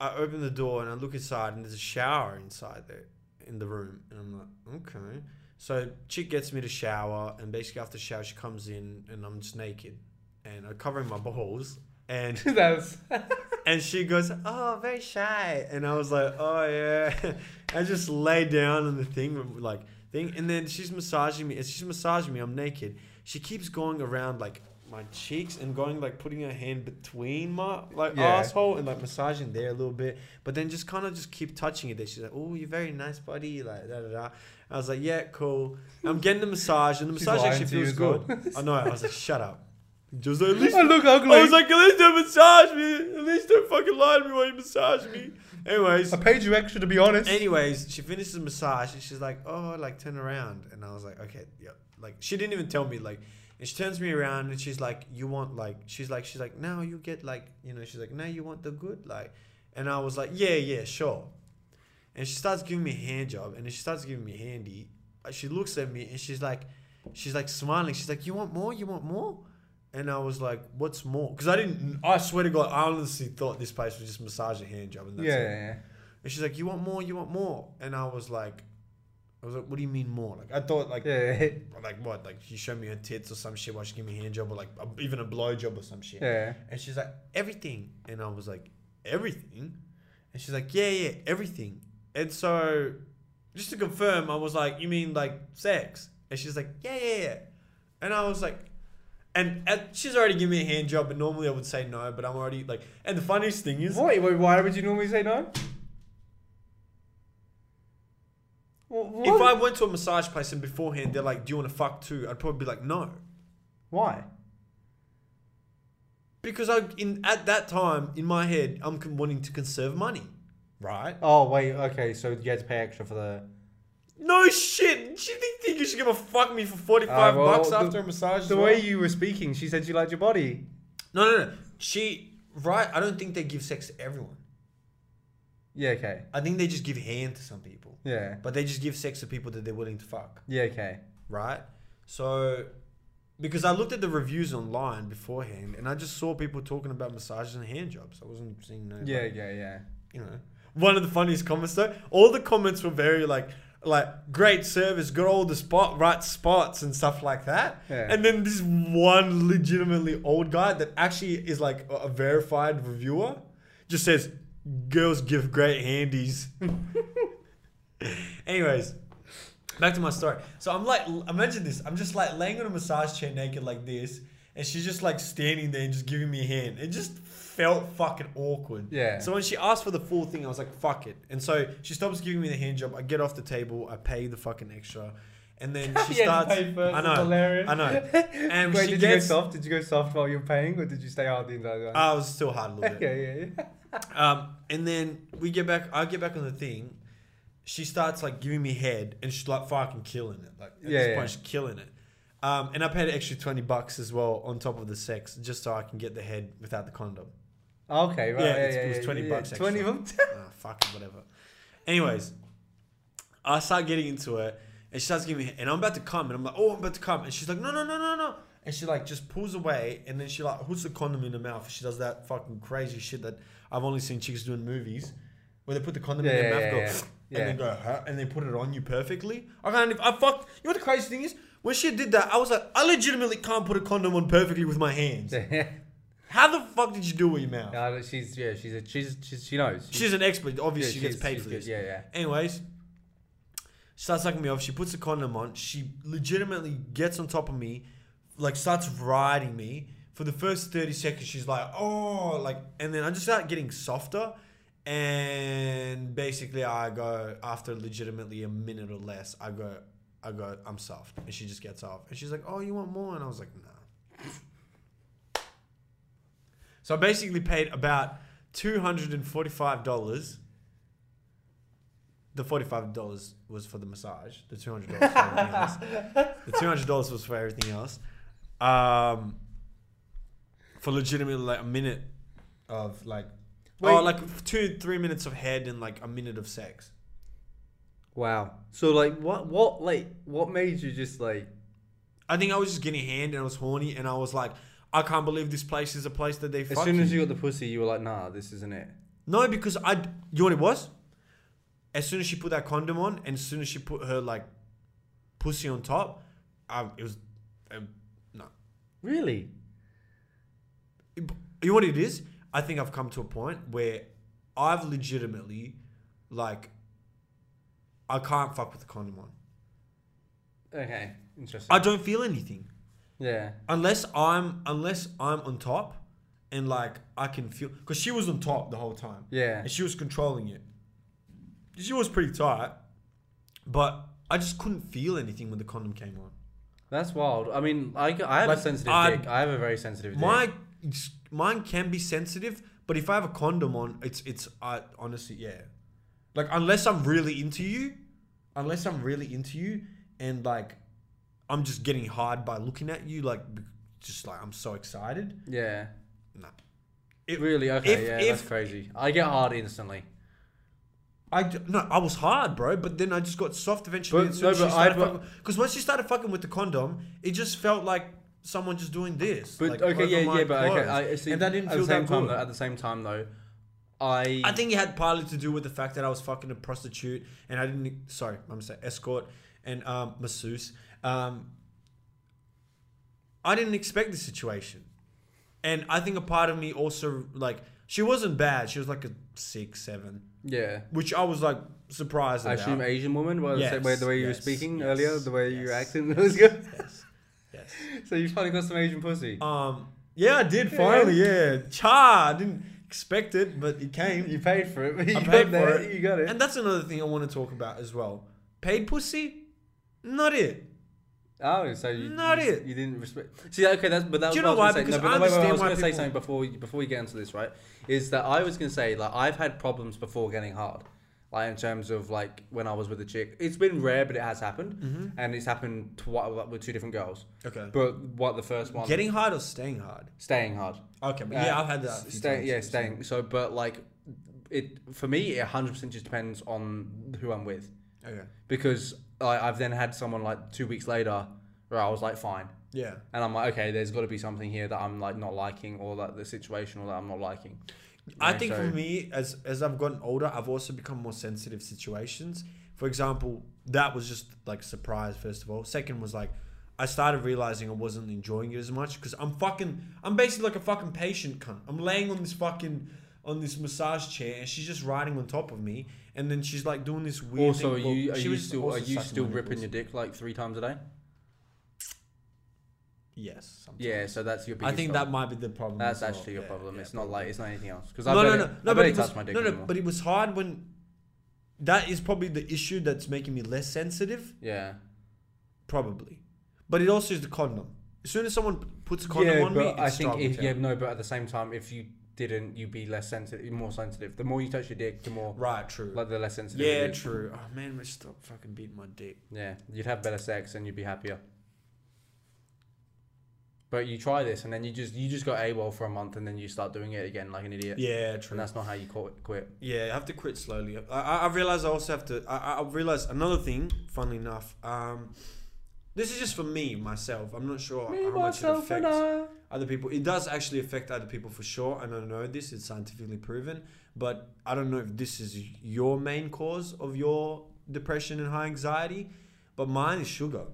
Speaker 1: I open the door and I look inside, and there's a shower inside there in the room. And I'm like, okay. So chick gets me to shower, and basically after the shower, she comes in, and I'm just naked, and I'm covering my balls, and
Speaker 2: That's.
Speaker 1: and she goes, "Oh, very shy," and I was like, "Oh yeah," I just lay down on the thing, like thing, and then she's massaging me. As she's massaging me, I'm naked. She keeps going around like my cheeks and going like putting her hand between my like
Speaker 2: Yeah.
Speaker 1: asshole and like massaging there a little bit, but then just kind of just keep touching it. There, she's like, "Oh, you're very nice, buddy," like da da da. I was like, "Yeah, cool." I'm getting the massage, and the
Speaker 2: She's
Speaker 1: massage
Speaker 2: lying
Speaker 1: actually
Speaker 2: to you
Speaker 1: feels
Speaker 2: as well.
Speaker 1: good. I know. I was like, "Shut up." Just like, at least
Speaker 2: I look ugly.
Speaker 1: I was like, at least don't massage me. At least don't fucking lie to me while you massage me. Anyways,
Speaker 2: I paid you extra to be honest.
Speaker 1: anyways, she finishes the massage and she's like, oh, like turn around, and I was like, okay, yeah, like she didn't even tell me like, and she turns me around and she's like, you want like, she's like, she's like, now you get like, you know, she's like, now you want the good like, and I was like, yeah, yeah, sure, and she starts giving me a hand job and then she starts giving me handy. Uh, She looks at me and she's like, she's like smiling. She's like, "You want more? You want more?" And I was like, "What's more?" Because I didn't. I swear to God, I honestly thought this place was just massage and hand job, and that's
Speaker 2: yeah,
Speaker 1: it.
Speaker 2: yeah,
Speaker 1: And she's like, "You want more? You want more?" And I was like, "I was like, what do you mean more? Like I thought like
Speaker 2: yeah, yeah,
Speaker 1: like what? Like she showed me her tits or some shit while she gave me a hand job or like a, even a blow job or some shit."
Speaker 2: yeah.
Speaker 1: And she's like, everything. And I was like, everything? And she's like, yeah, yeah, everything. And so, just to confirm, I was like, you mean like sex? And she's like, yeah, yeah, yeah. And I was like, and and she's already giving me a hand job, and normally I would say no, but I'm already like, and the funniest thing is,
Speaker 2: Wait, wait, why would you normally say no? Wh- What?
Speaker 1: if I went to a massage place and beforehand they're like, do you want to fuck too? I'd probably be like, no.
Speaker 2: why?
Speaker 1: Because I, in at that time in my head, I'm con- wanting to conserve money, right?
Speaker 2: Oh wait, okay, so you had to pay extra for the.
Speaker 1: No shit. She didn't think she's gonna fuck me for forty five
Speaker 2: Uh, well,
Speaker 1: bucks
Speaker 2: the-
Speaker 1: after a massage. as
Speaker 2: The
Speaker 1: well?
Speaker 2: way you were speaking, she said you liked your body.
Speaker 1: no, no, no. She right. I don't think they give sex to everyone.
Speaker 2: Yeah, okay.
Speaker 1: I think they just give hand to some people,
Speaker 2: Yeah,
Speaker 1: but they just give sex to people that they're willing to fuck.
Speaker 2: yeah, okay.
Speaker 1: Right. So, because I looked at the reviews online beforehand, and I just saw people talking about massages and hand jobs. I wasn't seeing no. like,
Speaker 2: Yeah, yeah, yeah.
Speaker 1: you know. One of the funniest comments though, all the comments were very like like great service, got all the spot right spots and stuff like that.
Speaker 2: Yeah.
Speaker 1: And then this one legitimately old guy that actually is like a, a verified reviewer just says girls give great handies. Anyways, back to my story. So I'm like imagine this. I'm just like laying on a massage chair naked like this and she's just like standing there and just giving me a hand. It just felt fucking awkward.
Speaker 2: Yeah.
Speaker 1: So when she asked for the full thing, I was like, fuck it. And so she stops giving me the hand job. I get off the table. I pay the fucking extra. And then she
Speaker 2: You had to
Speaker 1: starts.
Speaker 2: pay first,
Speaker 1: I
Speaker 2: it's
Speaker 1: know.
Speaker 2: hilarious.
Speaker 1: I know. And
Speaker 2: Wait,
Speaker 1: she
Speaker 2: did
Speaker 1: gets. Uh,
Speaker 2: you go soft? Did you go soft while you were paying, or did you stay hard the entire time?
Speaker 1: I was still hard a little bit.
Speaker 2: okay, yeah, yeah.
Speaker 1: Um, and then we get back. I get back on the thing. She starts like giving me head, and she's like fucking killing it. Like at
Speaker 2: Yeah,
Speaker 1: this
Speaker 2: yeah.
Speaker 1: point, she's killing it. Um, and I paid an extra twenty bucks as well on top of the sex, just so I can get the head without the condom.
Speaker 2: Okay, right.
Speaker 1: Yeah,
Speaker 2: Yeah,
Speaker 1: it's-
Speaker 2: yeah,
Speaker 1: it was
Speaker 2: yeah,
Speaker 1: 20
Speaker 2: yeah,
Speaker 1: bucks
Speaker 2: yeah. Twenty
Speaker 1: extra.
Speaker 2: bucks.
Speaker 1: ah, fuck it, whatever. Anyways, I start getting into it, and she starts giving me, and I'm about to come, and I'm like, oh, I'm about to come, and she's like, no, no, no, no, no, and she like just pulls away, and then she like hooks the condom in her mouth. She does that fucking crazy shit that I've only seen chicks do in movies, where they put the condom in
Speaker 2: Yeah,
Speaker 1: their
Speaker 2: yeah,
Speaker 1: mouth,
Speaker 2: yeah,
Speaker 1: go,
Speaker 2: yeah.
Speaker 1: and then go, huh? and they put it on you perfectly. I can't. even- I fucked. You know what the crazy thing is? When she did that, I was like, I legitimately can't put a condom on perfectly with my hands.
Speaker 2: yeah,
Speaker 1: How the fuck did you do it with your mouth?
Speaker 2: No, no, she's yeah, she's a she's, she's she knows.
Speaker 1: She's an expert.
Speaker 2: yeah,
Speaker 1: Obviously, she gets
Speaker 2: she's-
Speaker 1: paid
Speaker 2: she's
Speaker 1: for
Speaker 2: good.
Speaker 1: this.
Speaker 2: Yeah, yeah.
Speaker 1: Anyways, she starts sucking me off. She puts a condom on. She legitimately gets on top of me, like starts riding me. For the first 30 seconds, she's like, oh, like, and then I just start getting softer. And basically, I go, after legitimately a minute or less, I go, I go, I'm soft. And she just gets off. And she's like, oh, you want more? And I was like, nah. So I basically paid about $245. The forty-five dollars was for the massage. The two hundred dollars for everything else. The two hundred dollars was for everything else. Um, for legitimately like a minute of like, oh,
Speaker 2: Wait.
Speaker 1: like two three minutes of head and like a minute of sex.
Speaker 2: Wow. So like, what what like what made you just like?
Speaker 1: I think I was just getting a hand and I was horny and I was like, I can't believe this place is a place that they.
Speaker 2: As
Speaker 1: fuck
Speaker 2: soon
Speaker 1: you.
Speaker 2: as you got the pussy, you were like, nah, this isn't it.
Speaker 1: No, because I. You know what it was? As soon as she put that condom on, and as soon as she put her like pussy on top, I, it was. Um, no.
Speaker 2: Really?
Speaker 1: You know what it is? I think I've come to a point where I've legitimately, like, I can't fuck with the condom on.
Speaker 2: Okay. Interesting.
Speaker 1: I don't feel anything
Speaker 2: yeah.
Speaker 1: unless I'm unless I'm on top, and like I can feel because she was on top the whole time.
Speaker 2: Yeah.
Speaker 1: and she was controlling it. She was pretty tight, but I just couldn't feel anything when the condom came on.
Speaker 2: That's wild. I mean, I, g- I have
Speaker 1: Like,
Speaker 2: a sensitive
Speaker 1: I-
Speaker 2: dick. I have a very sensitive dick.
Speaker 1: My mine can be sensitive, but if I have a condom on, it's it's I honestly yeah, like unless I'm really into you, unless I'm really into you, and like I'm just getting hard by looking at you, like b- just like I'm so excited.
Speaker 2: Yeah.
Speaker 1: Nah.
Speaker 2: Really? Okay.
Speaker 1: if-
Speaker 2: yeah.
Speaker 1: if-
Speaker 2: that's crazy. I get hard instantly.
Speaker 1: I d- no, I was hard, bro, but then I just got soft eventually.
Speaker 2: But- no, but I- but-
Speaker 1: because once she started fucking with the condom, it just felt like someone just doing this.
Speaker 2: But
Speaker 1: like,
Speaker 2: okay,
Speaker 1: over
Speaker 2: yeah,
Speaker 1: my
Speaker 2: yeah, but okay.
Speaker 1: clothes.
Speaker 2: I, see,
Speaker 1: and that didn't
Speaker 2: at
Speaker 1: feel
Speaker 2: the same
Speaker 1: that
Speaker 2: time,
Speaker 1: good.
Speaker 2: Though, at the same time, though, I,
Speaker 1: I think it had partly to do with the fact that I was fucking a prostitute and I didn't. Sorry, I'm sorry, escort and um, masseuse. Um, I didn't expect the situation, and I think a part of me also like she wasn't bad. She was like a six, seven,
Speaker 2: yeah.
Speaker 1: which I was like surprised.
Speaker 2: I assume
Speaker 1: about.
Speaker 2: Asian woman. Well, the, same way,
Speaker 1: Yes,
Speaker 2: the way you were
Speaker 1: yes,
Speaker 2: speaking
Speaker 1: yes,
Speaker 2: earlier, the way you were
Speaker 1: yes,
Speaker 2: acting, was good.
Speaker 1: yes, yes.
Speaker 2: so you finally got some Asian pussy.
Speaker 1: Um. Yeah, I did finally. Yeah, cha. I didn't expect it, but it came.
Speaker 2: You paid for it. but You
Speaker 1: I
Speaker 2: got
Speaker 1: paid for
Speaker 2: there,
Speaker 1: it.
Speaker 2: You got it.
Speaker 1: And that's another thing I want to talk about as well. Paid pussy, not it.
Speaker 2: Oh, so you,
Speaker 1: Not
Speaker 2: you,
Speaker 1: it.
Speaker 2: you didn't respect. See, okay, that's but that
Speaker 1: Do you
Speaker 2: was
Speaker 1: know
Speaker 2: what
Speaker 1: why?
Speaker 2: I was gonna
Speaker 1: Because
Speaker 2: say.
Speaker 1: I
Speaker 2: No, but no, wait, wait, wait, I
Speaker 1: understand
Speaker 2: was
Speaker 1: why
Speaker 2: gonna say
Speaker 1: people-
Speaker 2: something before you, before you get into this, right? Is that I was gonna say like I've had problems before getting hard, like in terms of like when I was with a chick. It's been rare, but it has happened,
Speaker 1: Mm-hmm.
Speaker 2: and it's happened twi- like, with two different girls.
Speaker 1: Okay.
Speaker 2: But what the first one?
Speaker 1: Getting hard or staying hard?
Speaker 2: staying hard.
Speaker 1: Okay, but yeah,
Speaker 2: Uh,
Speaker 1: I've had that. a few
Speaker 2: Stay,
Speaker 1: times.
Speaker 2: yeah, staying. So, but like, it for me, it hundred percent just depends on who I'm with,
Speaker 1: Okay.
Speaker 2: because I, I've then had someone like two weeks later where I was like, fine,
Speaker 1: Yeah.
Speaker 2: and I'm like, okay, there's got to be something here that I'm like not liking, or that the situation, or that I'm not liking.
Speaker 1: I
Speaker 2: Right,
Speaker 1: think
Speaker 2: so-
Speaker 1: for me, as as I've gotten older, I've also become more sensitive to situations. For example, that was just like surprise. First of all, second was like, I started realizing I wasn't enjoying it as much because I'm fucking. I'm basically like a fucking patient cunt. I'm laying on this fucking on this massage chair and she's just riding on top of me and then she's like doing this weird.
Speaker 2: Also, are
Speaker 1: thing. Well,
Speaker 2: you are
Speaker 1: she
Speaker 2: you
Speaker 1: was
Speaker 2: still
Speaker 1: also
Speaker 2: are you
Speaker 1: sucking
Speaker 2: still
Speaker 1: my
Speaker 2: ripping your
Speaker 1: nipples.
Speaker 2: dick like three times a day?
Speaker 1: Yes. sometimes.
Speaker 2: Yeah, so that's your.
Speaker 1: I
Speaker 2: Biggest
Speaker 1: think that
Speaker 2: problem.
Speaker 1: might be the problem.
Speaker 2: that's
Speaker 1: as well.
Speaker 2: actually your
Speaker 1: Yeah,
Speaker 2: problem.
Speaker 1: yeah,
Speaker 2: it's not like it's not anything else. Because I
Speaker 1: no, no,
Speaker 2: barely,
Speaker 1: no, no,
Speaker 2: I
Speaker 1: but
Speaker 2: barely
Speaker 1: it was,
Speaker 2: touch my dick
Speaker 1: no, no,
Speaker 2: anymore.
Speaker 1: but it was hard when. That is probably the issue that's making me less sensitive,
Speaker 2: yeah.
Speaker 1: probably. But it also is the condom. As soon as someone puts a condom on me,
Speaker 2: but
Speaker 1: it's
Speaker 2: I think if,
Speaker 1: struggle
Speaker 2: yeah,
Speaker 1: town.
Speaker 2: no, but at the same time, if you didn't, you'd be less sensitive, more sensitive. The more you touch your dick, the more
Speaker 1: right, true.
Speaker 2: like the less sensitive.
Speaker 1: yeah,
Speaker 2: you'd be.
Speaker 1: true. Oh man, we stop fucking beating my dick.
Speaker 2: yeah, you'd have better sex and you'd be happier. But you try this and then you just you just go AWOL for a month and then you start doing it again like an idiot.
Speaker 1: Yeah, true.
Speaker 2: And that's not how you quit. quit.
Speaker 1: Yeah, I have to quit slowly. I, I, I realize I also have to. I, I- I realize another thing. Funnily enough, um, this is just for me myself. I'm not sure how much it affects.
Speaker 2: I.
Speaker 1: other people. It does actually affect other people for sure, and I know this. It's scientifically proven, but I don't know if this is your main cause of your depression and high anxiety. But mine is sugar.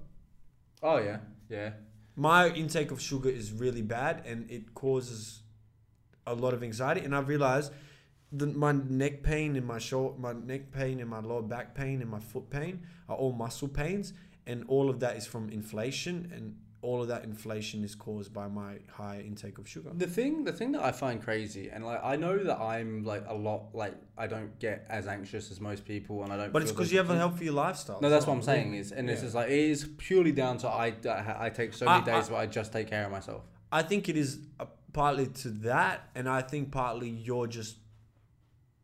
Speaker 2: Oh yeah, yeah.
Speaker 1: My intake of sugar is really bad, and it causes a lot of anxiety. And I realized that my neck pain and my short, my neck pain and my lower back pain and my foot pain are all muscle pains, and all of that is from inflation and. All of that inflation is caused by my high intake of sugar.
Speaker 2: The thing, the thing that I find crazy, and like I know that I'm like a lot, like I don't get as anxious as most people, and I don't.
Speaker 1: But it's
Speaker 2: feel
Speaker 1: because
Speaker 2: those
Speaker 1: you have a
Speaker 2: things.
Speaker 1: healthy lifestyle.
Speaker 2: No, that's what
Speaker 1: so-
Speaker 2: I'm saying is, and this
Speaker 1: Yeah.
Speaker 2: is like it is purely down to I I, I take so many
Speaker 1: I- I-
Speaker 2: days where I just take care of myself.
Speaker 1: I think it is uh, partly to that, and I think partly you're just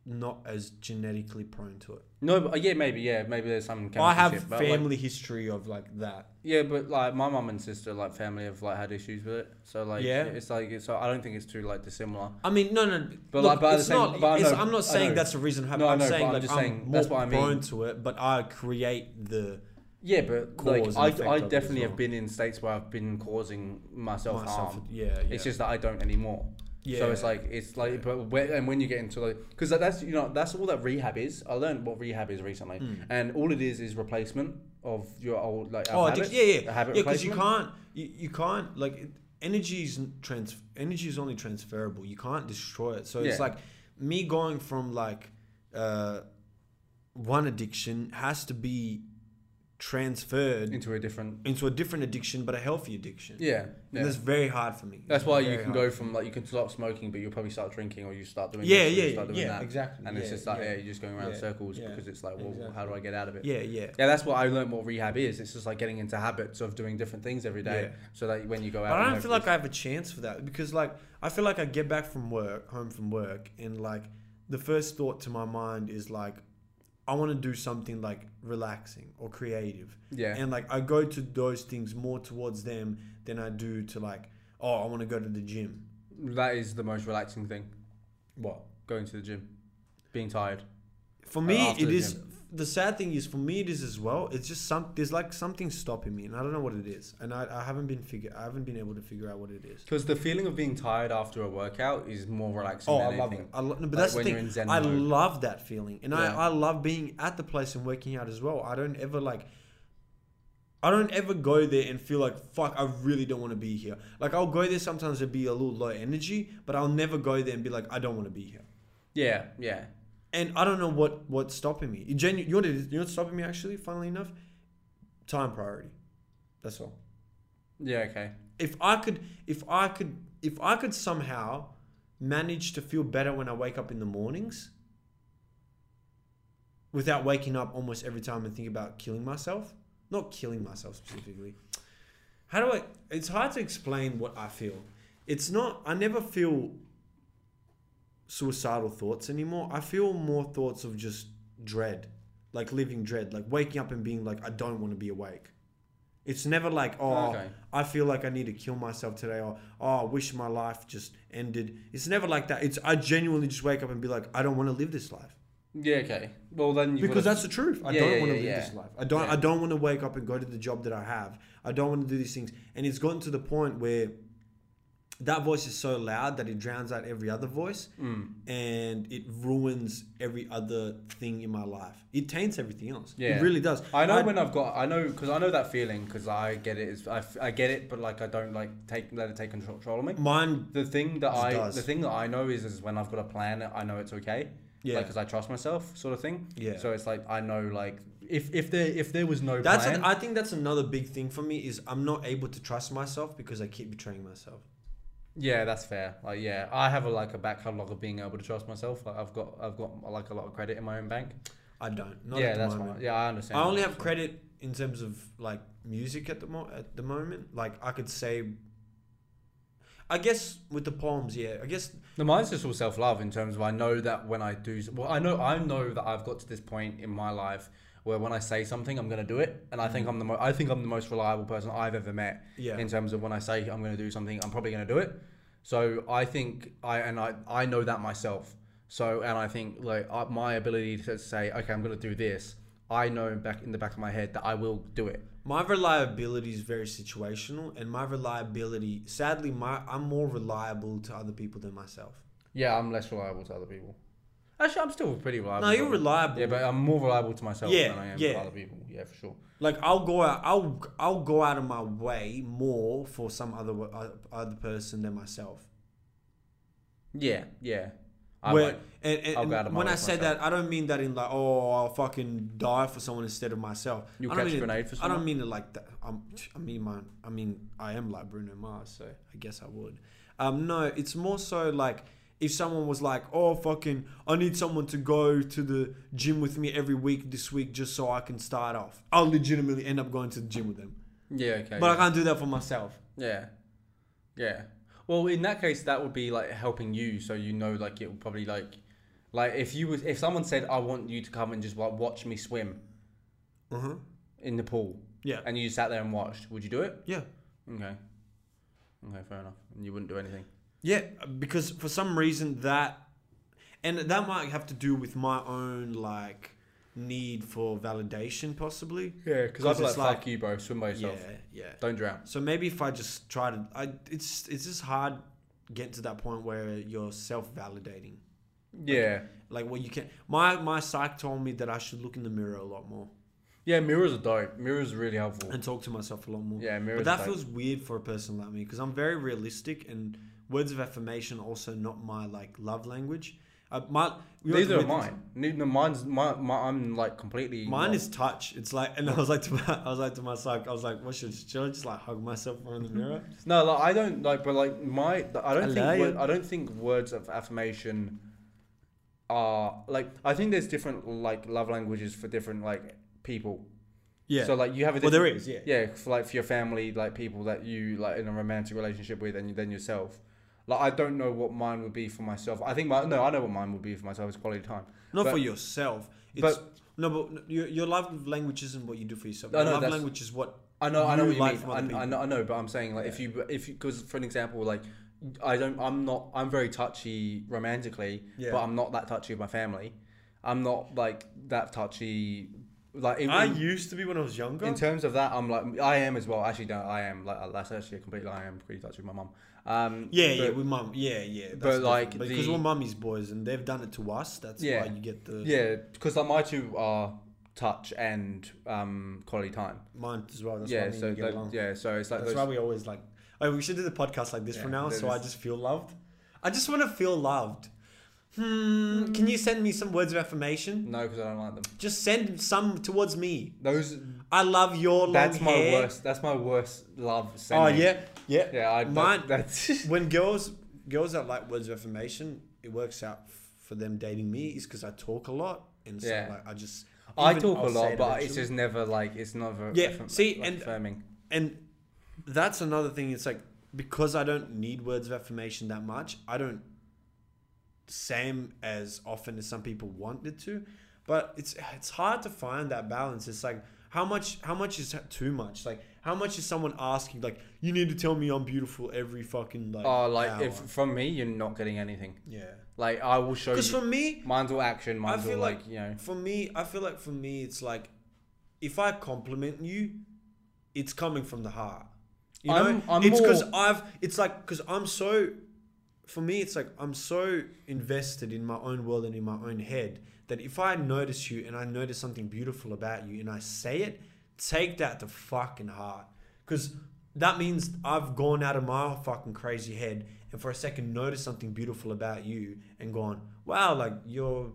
Speaker 1: not as genetically prone to it.
Speaker 2: No, but, uh, yeah, maybe yeah, maybe there's some.
Speaker 1: I
Speaker 2: chemical
Speaker 1: have
Speaker 2: shit, but, like-
Speaker 1: family history of like that.
Speaker 2: yeah, but like my mum and sister, like family, have like had issues with it. So like
Speaker 1: Yeah.
Speaker 2: it's like it's, so I don't think it's too like dissimilar.
Speaker 1: I mean, no, no,
Speaker 2: But,
Speaker 1: but
Speaker 2: like,
Speaker 1: look,
Speaker 2: but at the
Speaker 1: it's
Speaker 2: same-
Speaker 1: not.
Speaker 2: but I
Speaker 1: it's,
Speaker 2: know-
Speaker 1: I'm
Speaker 2: I
Speaker 1: not saying
Speaker 2: know.
Speaker 1: that's the reason. How,
Speaker 2: No, I
Speaker 1: I'm
Speaker 2: know, but
Speaker 1: saying
Speaker 2: I'm
Speaker 1: like
Speaker 2: just
Speaker 1: I'm
Speaker 2: saying,
Speaker 1: more
Speaker 2: that's what I mean.
Speaker 1: prone to it, but I create the
Speaker 2: Yeah, but
Speaker 1: Cause and
Speaker 2: like
Speaker 1: effect
Speaker 2: I, I
Speaker 1: of it as
Speaker 2: definitely
Speaker 1: well.
Speaker 2: have been in states where I've been causing myself,
Speaker 1: myself.
Speaker 2: harm.
Speaker 1: Yeah, yeah.
Speaker 2: It's just that I don't anymore.
Speaker 1: yeah.
Speaker 2: So it's like it's like but where, and when you get into like because that's you know that's all that rehab is. I learned what rehab is recently, and all it is is replacement of your old like
Speaker 1: Hmm. oh,
Speaker 2: habit,
Speaker 1: addiction. Yeah, yeah,
Speaker 2: a habit
Speaker 1: yeah. Because you
Speaker 2: replacement.
Speaker 1: can't, you, you can't like it- energy is n- trans. Energy is only transferable. You can't destroy it. So it's
Speaker 2: Yeah.
Speaker 1: like me going from like uh, one addiction has to be transferred
Speaker 2: into a different
Speaker 1: into a different addiction, but a healthy addiction.
Speaker 2: yeah. yeah.
Speaker 1: And that's very hard for me.
Speaker 2: That's
Speaker 1: It's
Speaker 2: why you
Speaker 1: very
Speaker 2: can
Speaker 1: hard.
Speaker 2: go from like you can stop smoking, but you'll probably start drinking or you start doing
Speaker 1: Yeah,
Speaker 2: this, or you
Speaker 1: yeah,
Speaker 2: start doing
Speaker 1: yeah,
Speaker 2: that.
Speaker 1: exactly.
Speaker 2: And it's
Speaker 1: Yeah,
Speaker 2: just like yeah,
Speaker 1: yeah.
Speaker 2: you're just going around
Speaker 1: Yeah,
Speaker 2: circles
Speaker 1: yeah,
Speaker 2: because it's like well how
Speaker 1: exactly.
Speaker 2: do I get out of it?
Speaker 1: Yeah, yeah.
Speaker 2: Yeah, that's what I learned what rehab is. It's just like getting into habits of doing different things every day,
Speaker 1: Yeah.
Speaker 2: so that when you go out,
Speaker 1: But
Speaker 2: you
Speaker 1: I
Speaker 2: know,
Speaker 1: don't feel
Speaker 2: it's-
Speaker 1: like I have a chance for that because, like, I feel like I get back from work, home from work, and like the first thought to my mind is like, I want to do something like relaxing or creative,
Speaker 2: yeah.
Speaker 1: and like I go to those things more towards them than I do to like, oh, I want to go to the gym.
Speaker 2: That is the most relaxing thing.
Speaker 1: What?
Speaker 2: Going to the gym, being tired.
Speaker 1: for me
Speaker 2: after
Speaker 1: it
Speaker 2: the
Speaker 1: is
Speaker 2: gym.
Speaker 1: the sad thing is for me it is as well it's just some there's like something stopping me and i don't know what it is and i, I haven't been figure i haven't been able to figure out what it is
Speaker 2: Because the feeling of being tired after a workout is more relaxing.
Speaker 1: oh
Speaker 2: than
Speaker 1: i love
Speaker 2: anything.
Speaker 1: it I lo- no, but
Speaker 2: Like
Speaker 1: that's the
Speaker 2: when you're in
Speaker 1: thing
Speaker 2: Zen
Speaker 1: i
Speaker 2: mode.
Speaker 1: love that feeling and
Speaker 2: Yeah.
Speaker 1: I, I love being at the place and working out as well i don't ever like I don't ever go there and feel like fuck. I really don't want to be here. Like I'll go there sometimes and be a little low energy, but I'll never go there and be like I don't want to be here.
Speaker 2: Yeah, yeah.
Speaker 1: and I don't know what what's stopping me. You genu- you know what it is- you know what's stopping me actually? Funnily enough, time priority. That's all.
Speaker 2: Yeah, okay.
Speaker 1: If I could, if I could, if I could somehow manage to feel better when I wake up in the mornings, without waking up almost every time and think about killing myself. Not killing myself specifically. How do I? It's hard to explain what I feel. It's not. I never feel suicidal thoughts anymore. I feel more thoughts of just dread, like living dread, like waking up and being like, I don't want to be awake. It's never like, oh,
Speaker 2: Okay.
Speaker 1: I feel like I need to kill myself today, or oh, I wish my life just ended. It's never like that. It's I genuinely just wake up and be like, I don't want to live this life
Speaker 2: Yeah, okay. Well, then you
Speaker 1: because
Speaker 2: gotta-
Speaker 1: that's the truth. I
Speaker 2: Yeah,
Speaker 1: don't
Speaker 2: yeah,
Speaker 1: want to
Speaker 2: yeah,
Speaker 1: live
Speaker 2: yeah.
Speaker 1: this life. I don't.
Speaker 2: Yeah.
Speaker 1: I don't want to wake up and go to the job that I have. I don't want to do these things. And it's gotten to the point where that voice is so loud that it drowns out every other voice,
Speaker 2: Mm.
Speaker 1: and it ruins every other thing in my life. It taints everything else.
Speaker 2: Yeah.
Speaker 1: It really does.
Speaker 2: I know
Speaker 1: And
Speaker 2: when I've got I know because I know that feeling because I get it. Is I, f- I get it, but like I don't like take let it take control, control of me.
Speaker 1: mine.
Speaker 2: The thing that
Speaker 1: Just
Speaker 2: I
Speaker 1: does.
Speaker 2: the thing that I know is is when I've got a plan, I know it's okay.
Speaker 1: Yeah.
Speaker 2: because I trust myself, sort of thing.
Speaker 1: Yeah.
Speaker 2: So it's like I know like if if there if there was no
Speaker 1: That's.
Speaker 2: plan,
Speaker 1: An, I think that's another big thing for me is I'm not able to trust myself because I keep betraying myself.
Speaker 2: yeah, that's fair. Like yeah, I have a, like a back catalog of being able to trust myself. Like I've got I've got like a lot of credit in my own bank.
Speaker 1: I don't. Not
Speaker 2: yeah,
Speaker 1: at the
Speaker 2: that's
Speaker 1: moment.
Speaker 2: fine. Yeah, I understand.
Speaker 1: I only
Speaker 2: that.
Speaker 1: have credit in terms of like music at the mo- at the moment. Like I could say, I guess with the poems, yeah. I guess
Speaker 2: No, mine's just all self love in terms of I know that when I do, well, I know I know that I've got to this point in my life where when I say something, I'm gonna do it, and I think I'm the mo- I think I'm the most reliable person I've ever met
Speaker 1: Mm-hmm. Yeah.
Speaker 2: in terms of when I say I'm gonna do something, I'm probably gonna do it. So I think I and I I know that myself. So and I think like uh, my ability to say okay, I'm gonna do this. I know back in the back of my head that I will do it.
Speaker 1: my reliability is very situational, and my reliability, sadly, my I'm more reliable to other people than myself.
Speaker 2: Yeah, I'm less reliable to other people. Actually, I'm still pretty reliable.
Speaker 1: No,
Speaker 2: to
Speaker 1: you're
Speaker 2: other-
Speaker 1: reliable.
Speaker 2: Yeah, but I'm more reliable to myself
Speaker 1: Yeah,
Speaker 2: than I am
Speaker 1: yeah.
Speaker 2: to other people. Yeah, for sure.
Speaker 1: Like I'll go out, I'll I'll go out of my way more for some other wo- oth- other person than myself.
Speaker 2: Yeah, yeah. I
Speaker 1: Where,
Speaker 2: like,
Speaker 1: and, and,
Speaker 2: I'll go out of
Speaker 1: and
Speaker 2: my
Speaker 1: when
Speaker 2: way
Speaker 1: I
Speaker 2: for
Speaker 1: say
Speaker 2: myself.
Speaker 1: that, I don't mean that in like, oh, I'll fucking die for someone instead of myself.
Speaker 2: You'll
Speaker 1: I don't
Speaker 2: catch a
Speaker 1: mean it-
Speaker 2: grenade for
Speaker 1: I
Speaker 2: someone?
Speaker 1: don't mean it like that. I'm, I mean, my, I mean, I am like Bruno Mars, so I guess I would. Um, no, it's more so like if someone was like, oh, fucking, I need someone to go to the gym with me every week this week just so I can start off. I'll legitimately end up going to the gym with them,
Speaker 2: yeah, okay.
Speaker 1: but I can't do that for myself.
Speaker 2: yeah, yeah. Well, in that case, that would be like helping you, so you know, like it would probably like, like if you was if someone said, "I want you to come and just like watch me swim
Speaker 1: Uh huh.
Speaker 2: in the pool,"
Speaker 1: Yeah.
Speaker 2: and you sat there and watched, would you do it?
Speaker 1: Yeah.
Speaker 2: Okay. Okay, fair enough. And you wouldn't do anything.
Speaker 1: Yeah, because for some reason that, and that might have to do with my own like need for validation, possibly.
Speaker 2: Yeah, because I'd be like,
Speaker 1: it's like-
Speaker 2: "Fuck you, bro. Swim by
Speaker 1: Yeah,
Speaker 2: yourself.
Speaker 1: yeah.
Speaker 2: Don't drown."
Speaker 1: So maybe if I just try to, I it's it's just hard getting to that point where you're self validating,
Speaker 2: Yeah.
Speaker 1: like what you can. My my psych told me that I should look in the mirror a lot more
Speaker 2: Yeah, mirrors are dope. Mirrors are really helpful.
Speaker 1: and talk to myself a lot more.
Speaker 2: Yeah, mirrors.
Speaker 1: But that
Speaker 2: are dope.
Speaker 1: feels weird for a person like me because I'm very realistic and words of affirmation are also not my like love language. Uh, my we
Speaker 2: Neither are
Speaker 1: went-
Speaker 2: mine. Neither mine's my, my I'm like completely
Speaker 1: Mine is touch. It's like, and I was like, to my, I was like to myself, I was like, what should, should I just like hug myself in the mirror?
Speaker 2: No, like I don't like, but like my, I don't
Speaker 1: Hello.
Speaker 2: think word, I don't think words of affirmation are like. I think there's different like love languages for different like people.
Speaker 1: Yeah.
Speaker 2: So like you have a
Speaker 1: well, there is.
Speaker 2: different-
Speaker 1: Yeah.
Speaker 2: Yeah, for like for your family, like people that you like in a romantic relationship with, and then yourself. Like I don't know what mine would be for myself. I think my no, I know what mine would be for myself. It's quality time.
Speaker 1: Not
Speaker 2: But-
Speaker 1: for yourself. It's,
Speaker 2: but-
Speaker 1: no, but your, your love language isn't what you do for yourself.
Speaker 2: I
Speaker 1: Your
Speaker 2: know,
Speaker 1: love
Speaker 2: that's-
Speaker 1: language is what
Speaker 2: I know, I know
Speaker 1: you
Speaker 2: what you
Speaker 1: like
Speaker 2: mean.
Speaker 1: from other
Speaker 2: I, I
Speaker 1: people.
Speaker 2: know, I know, but I'm saying like if you if you because for an example, like I don't, I'm not, I'm very touchy romantically,
Speaker 1: Yeah.
Speaker 2: but I'm not that touchy with my family. I'm not like that touchy. Like in,
Speaker 1: I
Speaker 2: in-
Speaker 1: used to be when I was younger.
Speaker 2: in terms of that, I'm like I am as well. Actually, no, I am like uh, that's actually a complete lie. I am pretty touchy with my mum. Um,
Speaker 1: yeah,
Speaker 2: but-
Speaker 1: yeah, with mum. Yeah, yeah. that's
Speaker 2: but,
Speaker 1: different.
Speaker 2: like,
Speaker 1: because
Speaker 2: the-
Speaker 1: we're mummies boys and they've done it to us. That's
Speaker 2: Yeah.
Speaker 1: why you get the
Speaker 2: yeah, because like my two are touch and um quality time.
Speaker 1: mine as well. That's why
Speaker 2: yeah,
Speaker 1: me and
Speaker 2: so
Speaker 1: you get
Speaker 2: tho-
Speaker 1: along.
Speaker 2: yeah, so it's like
Speaker 1: That's
Speaker 2: those,
Speaker 1: why we always like. Oh, we should do the podcast like this
Speaker 2: Yeah,
Speaker 1: for now,
Speaker 2: that
Speaker 1: so I
Speaker 2: is-
Speaker 1: just feel loved. I just want to feel loved. Hmm. Can you send me some words of affirmation?
Speaker 2: no, because I don't like them.
Speaker 1: Just send some towards me.
Speaker 2: Those
Speaker 1: I love your long
Speaker 2: that's my
Speaker 1: hair.
Speaker 2: worst. That's my worst love.
Speaker 1: Oh
Speaker 2: Sending.
Speaker 1: yeah, yeah.
Speaker 2: yeah. I,
Speaker 1: Mine-
Speaker 2: Mine. That's
Speaker 1: When girls girls that like words of affirmation, it works out f- for them dating me is because I talk a lot and so
Speaker 2: Yeah.
Speaker 1: like I just.
Speaker 2: I
Speaker 1: even
Speaker 2: talk a
Speaker 1: I'll say
Speaker 2: lot,
Speaker 1: it
Speaker 2: but it's
Speaker 1: eventually.
Speaker 2: just never like it's never
Speaker 1: Yeah,
Speaker 2: affirm-
Speaker 1: see,
Speaker 2: like,
Speaker 1: and-
Speaker 2: affirming.
Speaker 1: and that's another thing it's like because i don't need words of affirmation that much i don't same as often as some people wanted to but it's it's hard to find that balance it's like how much how much is too much like how much is someone asking like you need to tell me i'm beautiful every fucking like
Speaker 2: Oh, like if
Speaker 1: hour?
Speaker 2: from me, you're not getting anything.
Speaker 1: yeah
Speaker 2: Like I will show you.
Speaker 1: because for me
Speaker 2: mine's all action. Mine's all
Speaker 1: feel
Speaker 2: like,
Speaker 1: like-
Speaker 2: you know.
Speaker 1: For me, I feel like for me, it's like if I compliment you, it's coming from the heart. You know,
Speaker 2: I'm- I'm
Speaker 1: it's because
Speaker 2: more-
Speaker 1: I've. It's like because I'm so. For me, it's like I'm so invested in my own world and in my own head that if I notice you and I notice something beautiful about you and I say it, take that to fucking heart. Because that means I've gone out of my fucking crazy head and for a second noticed something beautiful about you and gone, wow, like your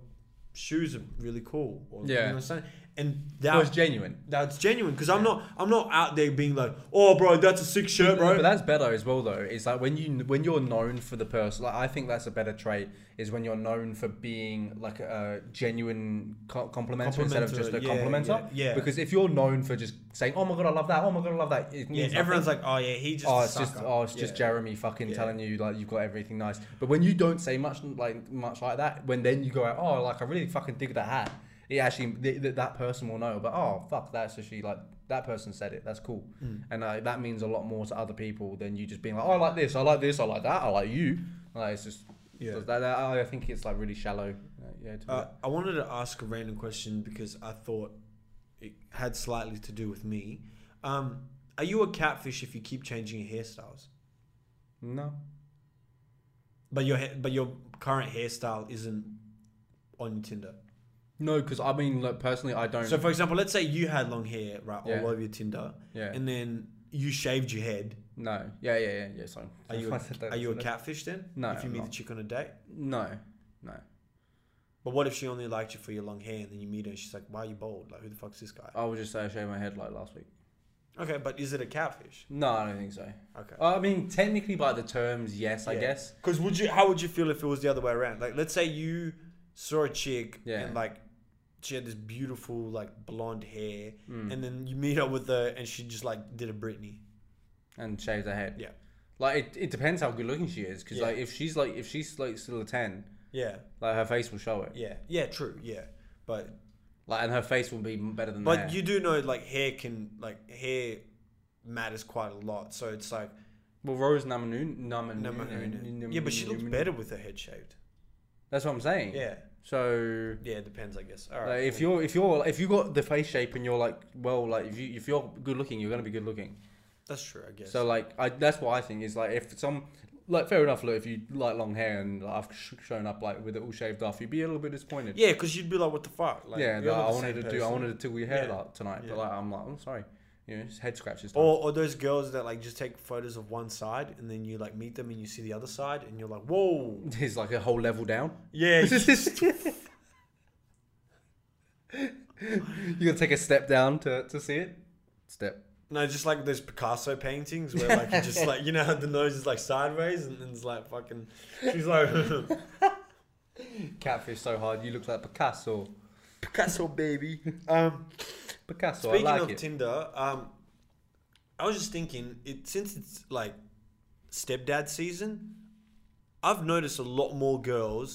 Speaker 1: shoes are really cool. Or, you know
Speaker 2: Yeah.
Speaker 1: what I'm saying? And
Speaker 2: That was
Speaker 1: that,
Speaker 2: genuine.
Speaker 1: that's genuine because I'm not I'm not out there being like, oh, bro, that's a sick shirt, bro.
Speaker 2: But that's better as well, though. It's like when you when you're known for the person. Like I think that's a better trait is when you're known for being like a genuine co- complimenter instead of
Speaker 1: Complimenter,
Speaker 2: just a
Speaker 1: yeah,
Speaker 2: complimenter.
Speaker 1: yeah, yeah.
Speaker 2: Because if you're known for just saying, "Oh my god, I love that. Oh my god, I love that," it
Speaker 1: yeah,
Speaker 2: means
Speaker 1: everyone's
Speaker 2: nothing.
Speaker 1: like, oh yeah, he just.
Speaker 2: oh,
Speaker 1: a
Speaker 2: it's just
Speaker 1: sucker."
Speaker 2: oh, it's just
Speaker 1: Yeah.
Speaker 2: Jeremy fucking
Speaker 1: Yeah.
Speaker 2: telling you like you've got everything nice. But when you don't say much like much like that, when then you go out, oh, like I really fucking dig that hat. It actually th- th- that person will know. But oh fuck, that's actually like that person said it. That's cool,
Speaker 1: Mm.
Speaker 2: and uh, that means a lot more to other people than you just being like, oh, I like this, I like this, I like that, I like you. Like it's just
Speaker 1: Yeah.
Speaker 2: so that, that- I think it's like really shallow. uh, yeah. To
Speaker 1: Uh, I wanted to ask a random question because I thought it had slightly to do with me. Um, are you a catfish if you keep changing your hairstyles?
Speaker 2: no.
Speaker 1: But your ha- but your current hairstyle isn't on Tinder.
Speaker 2: No, because I mean, like personally, I don't.
Speaker 1: So for example, let's say you had long hair right
Speaker 2: Yeah.
Speaker 1: all over your Tinder,
Speaker 2: yeah.
Speaker 1: and then you shaved your head.
Speaker 2: no. Yeah. Yeah. Yeah. Yeah. Sorry.
Speaker 1: Are you
Speaker 2: I
Speaker 1: a,
Speaker 2: said that-
Speaker 1: are you a
Speaker 2: that-
Speaker 1: catfish then?
Speaker 2: No,
Speaker 1: If you
Speaker 2: I'm
Speaker 1: meet
Speaker 2: not.
Speaker 1: the chick on a date,
Speaker 2: No. No.
Speaker 1: but what if she only liked you for your long hair, and then you meet her and she's like, "Why are you bald? Like, who the fuck's this guy?"
Speaker 2: I would just say I shaved my head like last week.
Speaker 1: Okay, but is it a catfish?
Speaker 2: No, I don't think so.
Speaker 1: Okay.
Speaker 2: I mean, technically by the terms, yes, I
Speaker 1: Yeah.
Speaker 2: guess.
Speaker 1: Because would you? How would you feel if it was the other way around? Like, let's say you saw a chick
Speaker 2: Yeah.
Speaker 1: and like she had this beautiful like blonde hair,
Speaker 2: Mm. And,
Speaker 1: and then you meet up with her and she just like did a Britney.
Speaker 2: shaved her head.
Speaker 1: Yeah.
Speaker 2: Like it, it depends how good looking she is, because
Speaker 1: Yeah.
Speaker 2: like if she's like if she's like still a ten,
Speaker 1: Yeah,
Speaker 2: like her face will show it.
Speaker 1: yeah, yeah. True. Yeah, but
Speaker 2: Like and her face will be better than
Speaker 1: but
Speaker 2: the hair.
Speaker 1: you do know like hair can like hair matters quite a lot. So it's like
Speaker 2: well, Rose Namanoon, Namanoon,
Speaker 1: no, no, no, no. yeah, but she looks better with her head shaved.
Speaker 2: That's what I'm saying.
Speaker 1: Yeah,
Speaker 2: So
Speaker 1: yeah. It depends, I guess. All right.
Speaker 2: like, if
Speaker 1: cool.
Speaker 2: you're if you're if you got the face shape and you're like well like if you if you're good looking, you're gonna be good looking.
Speaker 1: that's true, I guess.
Speaker 2: So like I, that's what I think is like if some like fair enough look if you like long hair and like, I've sh- shown up like with it all shaved off you'd be a little bit disappointed.
Speaker 1: yeah, because you'd be like, "What the fuck?" Like,
Speaker 2: yeah,
Speaker 1: you're
Speaker 2: like,
Speaker 1: not
Speaker 2: I
Speaker 1: the
Speaker 2: wanted to
Speaker 1: same
Speaker 2: do I
Speaker 1: person.
Speaker 2: wanted to do your hair
Speaker 1: Yeah.
Speaker 2: like tonight,
Speaker 1: Yeah.
Speaker 2: but like I'm like I'm sorry, you know, just head scratches.
Speaker 1: Or, or those girls that like just take photos of one side and then you like meet them and you see the other side and you're like, whoa.
Speaker 2: it's like a whole level down.
Speaker 1: Yeah.
Speaker 2: you gonna take a step down to to see it. Step.
Speaker 1: no, just like those Picasso paintings where like it's just like, you know, how the nose is like sideways and then it's like fucking. She's like,
Speaker 2: Catfish so hard. You look like Picasso.
Speaker 1: Picasso, baby. Um,
Speaker 2: Picasso.
Speaker 1: speaking
Speaker 2: I like
Speaker 1: of
Speaker 2: it.
Speaker 1: Tinder, um, I was just thinking, it since it's like stepdad season, I've noticed a lot more girls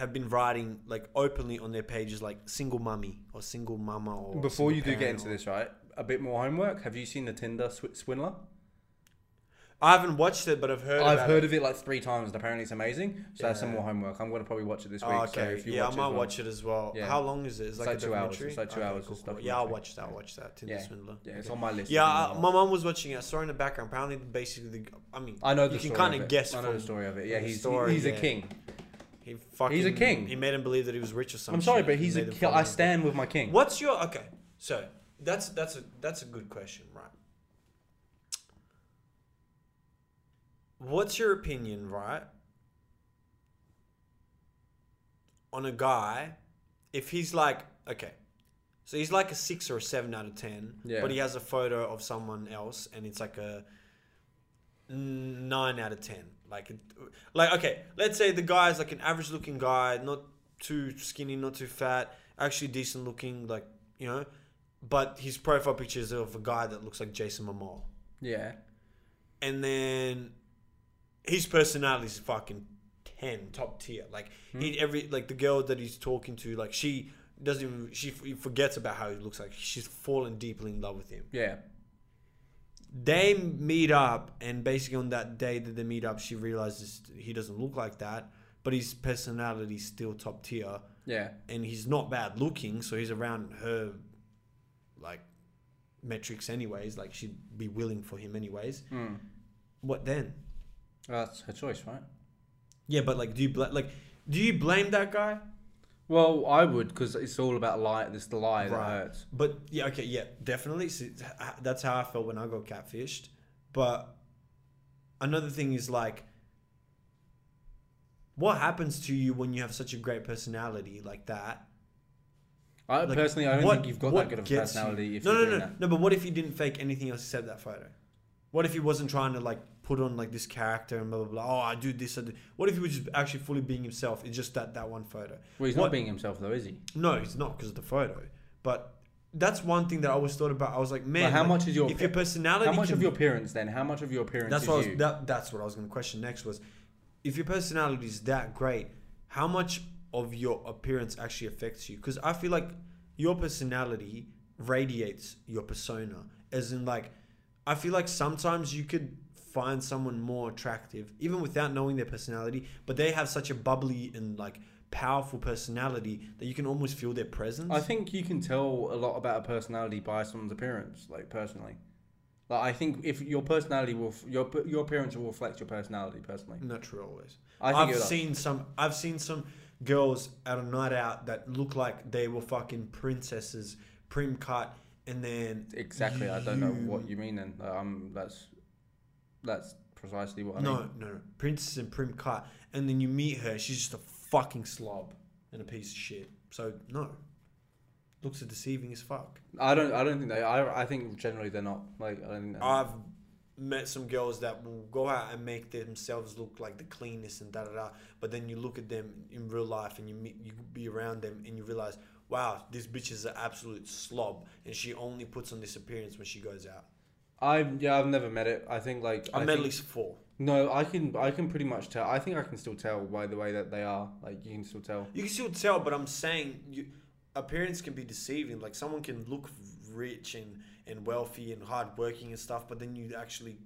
Speaker 1: have been writing like openly on their pages like single mummy or single mama or
Speaker 2: Before
Speaker 1: single
Speaker 2: you do get
Speaker 1: parent
Speaker 2: into
Speaker 1: or-
Speaker 2: this, right? A bit more homework. Have you seen the Tinder sw- swindler?
Speaker 1: I haven't watched it, but I've heard.
Speaker 2: I've
Speaker 1: about
Speaker 2: heard
Speaker 1: it.
Speaker 2: of it like three times, and apparently it's amazing. So that's some
Speaker 1: Yeah.
Speaker 2: more homework. I'm gonna probably watch it this week.
Speaker 1: Oh,
Speaker 2: So
Speaker 1: okay.
Speaker 2: if you
Speaker 1: yeah,
Speaker 2: watch
Speaker 1: I might
Speaker 2: as well.
Speaker 1: watch it as well.
Speaker 2: Yeah.
Speaker 1: How long is it? It's like,
Speaker 2: like
Speaker 1: a
Speaker 2: two hours.
Speaker 1: documentary?
Speaker 2: It's like two
Speaker 1: Okay,
Speaker 2: hours.
Speaker 1: cool,
Speaker 2: It's
Speaker 1: cool. Yeah, I'll
Speaker 2: documentary.
Speaker 1: watch that. I'll watch that. Tinder
Speaker 2: Yeah.
Speaker 1: Swindler.
Speaker 2: Yeah, it's on my list.
Speaker 1: Yeah,
Speaker 2: I'm
Speaker 1: uh,
Speaker 2: gonna
Speaker 1: my
Speaker 2: watch.
Speaker 1: mom was watching it. I saw in the background. Apparently, basically, the I mean,
Speaker 2: I know the
Speaker 1: you can
Speaker 2: story of
Speaker 1: kind of
Speaker 2: it.
Speaker 1: guess
Speaker 2: I know
Speaker 1: from
Speaker 2: the story of it. Yeah,
Speaker 1: the
Speaker 2: he's
Speaker 1: story,
Speaker 2: he's a
Speaker 1: yeah.
Speaker 2: king.
Speaker 1: He fucking
Speaker 2: He's a king.
Speaker 1: He made him believe that he was rich or something.
Speaker 2: I'm sorry, but he's a ki- I stand with my king.
Speaker 1: What's your okay? So that's that's a that's a good question, right? What's your opinion, right, on a guy if he's like okay, so he's like a six or a seven out of ten,
Speaker 2: Yeah.
Speaker 1: but he has a photo of someone else and it's like a nine out of ten. Like, it- like okay, let's say the guy is like an average-looking guy, not too skinny, not too fat, actually decent-looking, like you know. But his profile picture is of a guy that looks like Jason Momoa,
Speaker 2: Yeah.
Speaker 1: and then his personality is fucking ten, top tier. Like he, every like the girl that he's talking to, like she doesn't even she f- forgets about how he looks like. She's fallen deeply in love with him
Speaker 2: Yeah.
Speaker 1: they meet up and basically on that day that they meet up she realizes he doesn't look like that but his personality's still top tier
Speaker 2: Yeah.
Speaker 1: and he's not bad looking so he's around her like metrics anyways like she'd be willing for him anyways
Speaker 2: Mm.
Speaker 1: what then
Speaker 2: Well, that's her choice, right?
Speaker 1: yeah but like do you bl- like do you blame that guy
Speaker 2: Well, I would because it's all about lie. This the lie that
Speaker 1: Right.
Speaker 2: hurts.
Speaker 1: But yeah, okay, yeah, definitely. So, it's- that's how I felt when I got catfished. But another thing is like, what happens to you when you have such a great personality like that?
Speaker 2: I
Speaker 1: Like,
Speaker 2: personally, I don't
Speaker 1: what-
Speaker 2: think you've got
Speaker 1: what
Speaker 2: that good of a
Speaker 1: gets you-
Speaker 2: personality. If
Speaker 1: no,
Speaker 2: you're
Speaker 1: no,
Speaker 2: doing
Speaker 1: no,
Speaker 2: That.
Speaker 1: no. But what if he didn't fake anything else except that photo? What if he wasn't trying to like put on like this character and blah blah blah? Oh, I do this. I do. What if he was just actually fully being himself? It's just that that one photo.
Speaker 2: Well, he's
Speaker 1: What-
Speaker 2: not being himself though, is he?
Speaker 1: No, it's not because of the photo. But that's one thing that I always thought about. I was like, man,
Speaker 2: how
Speaker 1: like,
Speaker 2: much is your
Speaker 1: if your
Speaker 2: pe-
Speaker 1: personality?
Speaker 2: How much
Speaker 1: can
Speaker 2: of
Speaker 1: be-
Speaker 2: your appearance then? How much of your appearance
Speaker 1: That's
Speaker 2: is
Speaker 1: what I was,
Speaker 2: you?
Speaker 1: that, that's what I was going to question next was, if your personality is that great, how much of your appearance actually affects you? Because I feel like your personality radiates your persona, as in like, I feel like sometimes you could find someone more attractive even without knowing their personality, but they have such a bubbly and like powerful personality that you can almost feel their presence.
Speaker 2: I think you can tell a lot about a personality by someone's appearance, like personally. Like I think if your personality will, f- your p- your appearance will reflect your personality personally.
Speaker 1: Not true always.
Speaker 2: I
Speaker 1: I
Speaker 2: think
Speaker 1: have
Speaker 2: it does.
Speaker 1: seen some. I've seen some girls at a night out that look like they were fucking princesses, prim cut, and then
Speaker 2: Exactly. I don't know what you mean then. Like, um, that's that's precisely what I mean.
Speaker 1: no, no, no, princess and prim cut, and then you meet her. She's just a fucking slob and a piece of shit. So no, looks are deceiving as fuck.
Speaker 2: I don't. I don't think they. I. I think generally they're not. Like I don't. Think they're-
Speaker 1: I've met some girls that will go out and make themselves look like the cleanest and da da da, but then you look at them in real life and you meet, you be around them and you realize, wow, this bitch is an absolute slob, and she only puts on this appearance when she goes out.
Speaker 2: I yeah. I've never met it. I think like.
Speaker 1: I've
Speaker 2: I
Speaker 1: met at
Speaker 2: think-
Speaker 1: least four.
Speaker 2: No, I can. I can pretty much tell. I think I can still tell by the way that they are. Like you can still tell.
Speaker 1: You can still tell, but I'm saying you, appearance can be deceiving. Like someone can look rich and and wealthy and hardworking and stuff, but then you actually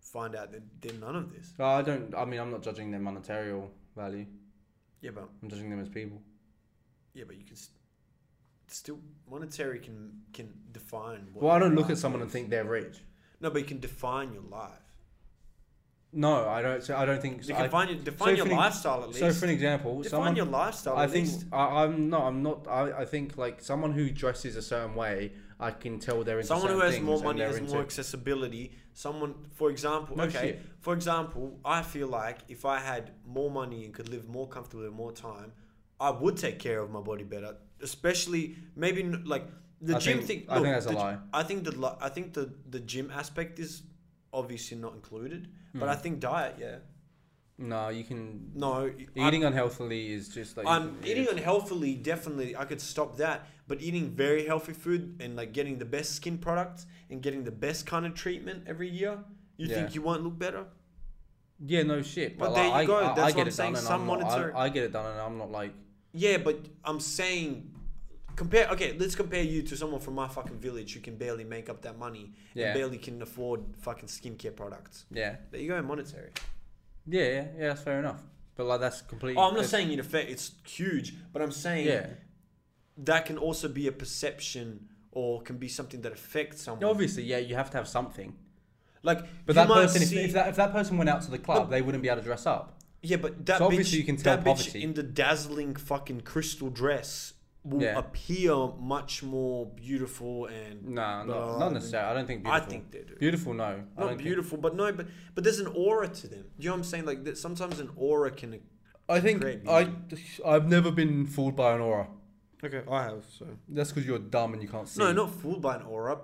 Speaker 1: find out that they're none of this.
Speaker 2: No, I don't. I mean, I'm not judging their monetary value.
Speaker 1: Yeah, but
Speaker 2: I'm judging them as people.
Speaker 1: Yeah, but you can st- still monetary can can define. What
Speaker 2: Well, I
Speaker 1: your
Speaker 2: don't look
Speaker 1: life
Speaker 2: at someone and
Speaker 1: is.
Speaker 2: think they're rich.
Speaker 1: No, but you can define your life.
Speaker 2: No, I don't. So I don't think.
Speaker 1: You
Speaker 2: So,
Speaker 1: can
Speaker 2: I,
Speaker 1: find your, define
Speaker 2: for
Speaker 1: your
Speaker 2: an ex-
Speaker 1: lifestyle at least.
Speaker 2: so for an example,
Speaker 1: define
Speaker 2: someone.
Speaker 1: your lifestyle.
Speaker 2: I
Speaker 1: at
Speaker 2: think
Speaker 1: least.
Speaker 2: I, I'm no, I'm not. I, I think like someone who dresses a certain way, I can tell they're into
Speaker 1: someone who
Speaker 2: certain
Speaker 1: has more
Speaker 2: things and
Speaker 1: money
Speaker 2: they're
Speaker 1: has
Speaker 2: into-
Speaker 1: more accessibility. Someone, for example,
Speaker 2: No
Speaker 1: okay,
Speaker 2: shit.
Speaker 1: for example, I feel like if I had more money and could live more comfortably and more time, I would take care of my body better. Especially maybe n- like the
Speaker 2: I
Speaker 1: gym thing.
Speaker 2: think- I think that's a
Speaker 1: the-
Speaker 2: lie.
Speaker 1: I think the li- I think the the gym aspect is obviously not included, but
Speaker 2: Hmm.
Speaker 1: I think diet, yeah,
Speaker 2: No, you can
Speaker 1: no, I-
Speaker 2: Eating unhealthily is just like
Speaker 1: I'm eating unhealthily. Definitely, I could stop that. But eating very healthy food and like getting the best skin products and getting the best kind of treatment every year, you
Speaker 2: Yeah.
Speaker 1: think you won't look better?
Speaker 2: Yeah, no shit. But,
Speaker 1: But
Speaker 2: like,
Speaker 1: there you
Speaker 2: I,
Speaker 1: go,
Speaker 2: I- I,
Speaker 1: that's what
Speaker 2: get
Speaker 1: I'm
Speaker 2: it
Speaker 1: saying,
Speaker 2: done, and
Speaker 1: some
Speaker 2: I'm not,
Speaker 1: monetary-
Speaker 2: I, I get it done, and I'm not like
Speaker 1: Yeah, but I'm saying compare. Okay, let's compare you to someone from my fucking village who can barely make up that money
Speaker 2: Yeah.
Speaker 1: and barely can afford fucking skincare products.
Speaker 2: Yeah.
Speaker 1: There you go, monetary.
Speaker 2: Yeah, yeah, yeah, that's fair enough. But like that's completely
Speaker 1: Oh, I'm not
Speaker 2: it's-
Speaker 1: saying in effect it's huge, but I'm saying
Speaker 2: Yeah.
Speaker 1: that can also be a perception or can be something that affects someone.
Speaker 2: Obviously, yeah, you have to have something.
Speaker 1: Like,
Speaker 2: But
Speaker 1: you
Speaker 2: that
Speaker 1: might
Speaker 2: person, if,
Speaker 1: see-
Speaker 2: if, that, if that person went out to the club, they wouldn't be able to dress up.
Speaker 1: yeah, but that
Speaker 2: So
Speaker 1: bitch,
Speaker 2: obviously you can tell
Speaker 1: that
Speaker 2: poverty.
Speaker 1: bitch in the dazzling fucking crystal dress will
Speaker 2: Yeah.
Speaker 1: appear much more beautiful and.
Speaker 2: No,
Speaker 1: Nah,
Speaker 2: not, not necessarily. I don't think beautiful.
Speaker 1: I think they do.
Speaker 2: beautiful. No, I
Speaker 1: Not
Speaker 2: don't
Speaker 1: beautiful, but no, but but there's an aura to them. You know what I'm saying? Like that sometimes an aura can.
Speaker 2: I think
Speaker 1: Great
Speaker 2: I I've never been fooled by an aura.
Speaker 1: Okay, I have so.
Speaker 2: That's because you're dumb and you can't see.
Speaker 1: No, not fooled by an aura,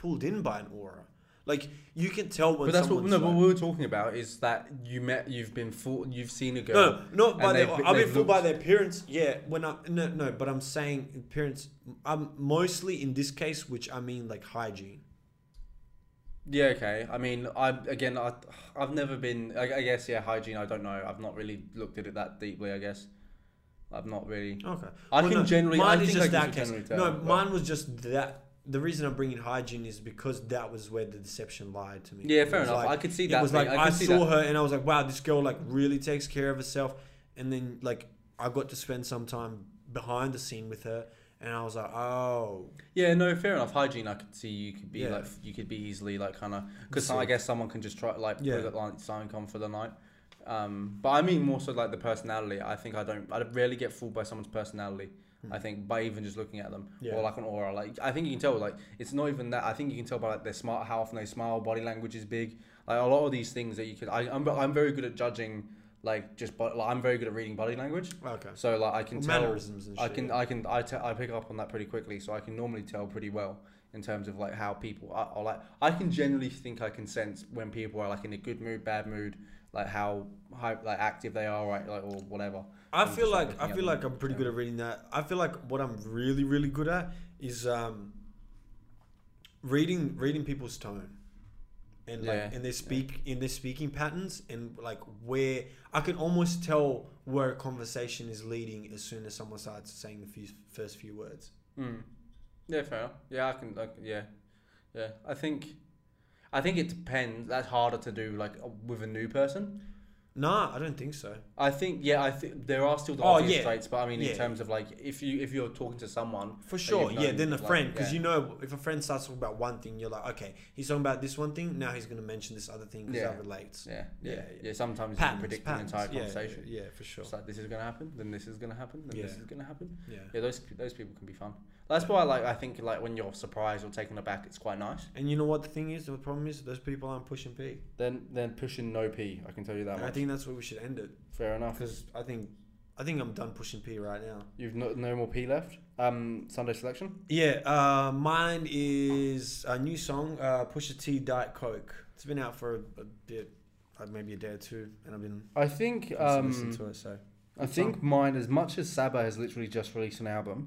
Speaker 1: pulled in by an aura. Like you can tell when.
Speaker 2: But that's what
Speaker 1: someone's
Speaker 2: no.
Speaker 1: like,
Speaker 2: what we were talking about is that you met, you've been fooled, you've seen a girl.
Speaker 1: No, no, not by their.
Speaker 2: and they've-
Speaker 1: I've been
Speaker 2: they've
Speaker 1: fooled by
Speaker 2: looked-
Speaker 1: their appearance. Yeah, when I no no, but I'm saying appearance. I'm mostly in this case, which I mean like hygiene.
Speaker 2: Yeah, okay. I mean, I again, I I've never been. I, I guess yeah, hygiene. I don't know. I've not really looked at it that deeply. I guess I've not really.
Speaker 1: Okay.
Speaker 2: I can generally-
Speaker 1: Mine
Speaker 2: I
Speaker 1: is
Speaker 2: think I
Speaker 1: just
Speaker 2: can
Speaker 1: that case.
Speaker 2: generally tell,
Speaker 1: No,
Speaker 2: but-
Speaker 1: mine was just that. The reason I'm bringing hygiene is because that was where the deception lied to me.
Speaker 2: Yeah,
Speaker 1: It
Speaker 2: fair
Speaker 1: was
Speaker 2: enough.
Speaker 1: like-
Speaker 2: I could see
Speaker 1: It
Speaker 2: that.
Speaker 1: was
Speaker 2: thing.
Speaker 1: like I,
Speaker 2: could see
Speaker 1: saw
Speaker 2: that.
Speaker 1: her and I was like, wow, this girl like really takes care of herself. And then like I got to spend some time behind the scene with her, and I was like, oh,
Speaker 2: Yeah, no, fair enough. Hygiene, I could see you could be
Speaker 1: Yeah.
Speaker 2: like you could be easily like kind of because I
Speaker 1: Deceived.
Speaker 2: guess someone can just try like
Speaker 1: Yeah.
Speaker 2: put it like sign on for the night. Um, but I mean more so like the personality. I think I don't. I rarely get fooled by someone's personality. I think by even just looking at them
Speaker 1: Hmm. Yeah.
Speaker 2: or like an aura. Like I think you can tell. Like it's not even that. I think you can tell by like their smart, how often they smile, body language is big. Like a lot of these things that you could. I, I'm I'm very good at judging. Like just, but like, I'm very good at reading body language.
Speaker 1: okay.
Speaker 2: So like I can
Speaker 1: Well,
Speaker 2: tell
Speaker 1: mannerisms and
Speaker 2: I
Speaker 1: shit,
Speaker 2: can
Speaker 1: yeah.
Speaker 2: I can I, te- I pick up on that pretty quickly, so I can normally tell pretty well in terms of like how people are, are like. I can generally think I can sense when people are like in a good mood, bad mood, like how how like active they are, right, like or whatever.
Speaker 1: I
Speaker 2: I'm
Speaker 1: feel
Speaker 2: just,
Speaker 1: like
Speaker 2: looking
Speaker 1: I
Speaker 2: at
Speaker 1: feel
Speaker 2: them.
Speaker 1: like I'm pretty good at reading that. I feel like what I'm really really good at is um, reading reading people's tone, and like
Speaker 2: Yeah,
Speaker 1: and their speak in their speaking patterns and like where I can almost tell where a conversation is leading as soon as someone starts saying the few, first few words.
Speaker 2: Mm. Yeah, fair enough. Yeah, I can. Like, yeah, yeah. I think, I think it depends. That's harder to do like uh, with a new person.
Speaker 1: Nah, I don't think so.
Speaker 2: I think yeah, I think there are still the
Speaker 1: Oh,
Speaker 2: obvious
Speaker 1: yeah.
Speaker 2: traits, but I mean
Speaker 1: Yeah.
Speaker 2: in terms of like if you if you're talking to someone
Speaker 1: For
Speaker 2: that
Speaker 1: sure,
Speaker 2: you've
Speaker 1: yeah.
Speaker 2: known,
Speaker 1: Then a
Speaker 2: like,
Speaker 1: friend, because
Speaker 2: yeah.
Speaker 1: you know, if a friend starts talking about one thing, you're like, okay, he's talking about this one thing. Now he's gonna mention this other thing because
Speaker 2: Yeah.
Speaker 1: that relates.
Speaker 2: yeah, yeah, yeah,
Speaker 1: Yeah, yeah.
Speaker 2: Sometimes you can
Speaker 1: Patterns,
Speaker 2: predict
Speaker 1: patterns.
Speaker 2: an entire
Speaker 1: Yeah,
Speaker 2: conversation.
Speaker 1: Yeah, yeah, for sure.
Speaker 2: It's like this is gonna happen, then this is gonna happen, then this
Speaker 1: Yeah.
Speaker 2: is gonna happen.
Speaker 1: Yeah.
Speaker 2: Yeah, those those people can be fun. That's why like I think like when you're surprised or taken aback, it's quite nice.
Speaker 1: And you know what the thing is? The problem is those people aren't pushing P.
Speaker 2: Then then pushing no p, I can tell you that.
Speaker 1: And I
Speaker 2: Much.
Speaker 1: think that's where we should end it
Speaker 2: Fair enough.
Speaker 1: because I think I think I'm done pushing P right now.
Speaker 2: You've no, no more p left. Um, Sunday selection.
Speaker 1: Yeah, uh, mine is a new song, uh, Pusha T Diet Coke. It's been out for a, a bit, like maybe a day or two, and I've been
Speaker 2: I think um,
Speaker 1: listening to it. So
Speaker 2: I think mine, as much as Saba has literally just released an album,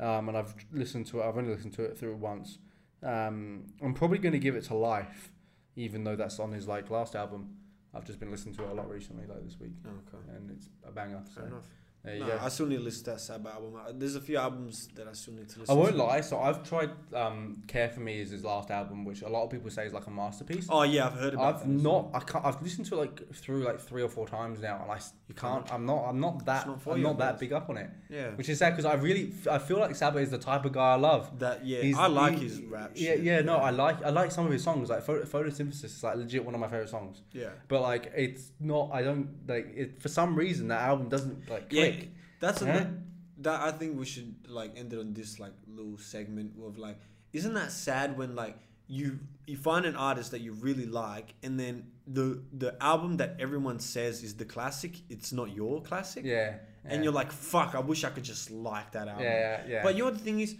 Speaker 2: um, and I've listened to it, I've only listened to it through once. Um, I'm probably going to give it to Life, even though that's on his like last album. I've just been listening to it a lot recently, like this week,
Speaker 1: Oh, okay,
Speaker 2: and it's a banger. So
Speaker 1: fair enough.
Speaker 2: there you
Speaker 1: No,
Speaker 2: go.
Speaker 1: I still need to listen to that Saba album. Uh, There's a few albums that I still need to
Speaker 2: I
Speaker 1: listen.
Speaker 2: won't
Speaker 1: to.
Speaker 2: lie. So I've tried. Um, Care for Me is his last album, which a lot of people say is like a masterpiece.
Speaker 1: Oh yeah, I've heard about.
Speaker 2: I've
Speaker 1: that as
Speaker 2: not.
Speaker 1: well.
Speaker 2: I can't. I've listened to it like through like three or four times now, and I s-
Speaker 1: You
Speaker 2: can't. I'm not. I'm not that.
Speaker 1: not for
Speaker 2: I'm
Speaker 1: you,
Speaker 2: not that
Speaker 1: guys.
Speaker 2: big up on it.
Speaker 1: Yeah,
Speaker 2: which is sad because I really I feel like Saba is the type of guy I love.
Speaker 1: that yeah.
Speaker 2: He's-
Speaker 1: I like
Speaker 2: he-
Speaker 1: his rap.
Speaker 2: Yeah,
Speaker 1: shit.
Speaker 2: yeah, no, I like I like some of his songs. Like photo, photosynthesis is like legit one of my favorite songs.
Speaker 1: yeah.
Speaker 2: But like it's not. I don't like it for some reason that album doesn't like click.
Speaker 1: Yeah, that's
Speaker 2: Huh?
Speaker 1: another that I think we should like end it on this like little segment of like, isn't that sad when like you you find an artist that you really like and then the the album that everyone says is the classic, it's not your classic,
Speaker 2: Yeah.
Speaker 1: and you're like, fuck, I wish I could just like that album.
Speaker 2: Yeah, yeah.
Speaker 1: But you know the thing is,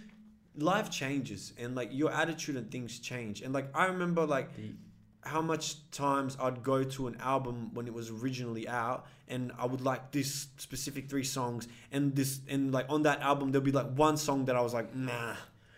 Speaker 1: life changes and like your attitude and things change. And like I remember like
Speaker 2: Deep.
Speaker 1: how much times I'd go to an album when it was originally out and I would like this specific three songs and this and like on that album there'll be like one song that I was like, nah.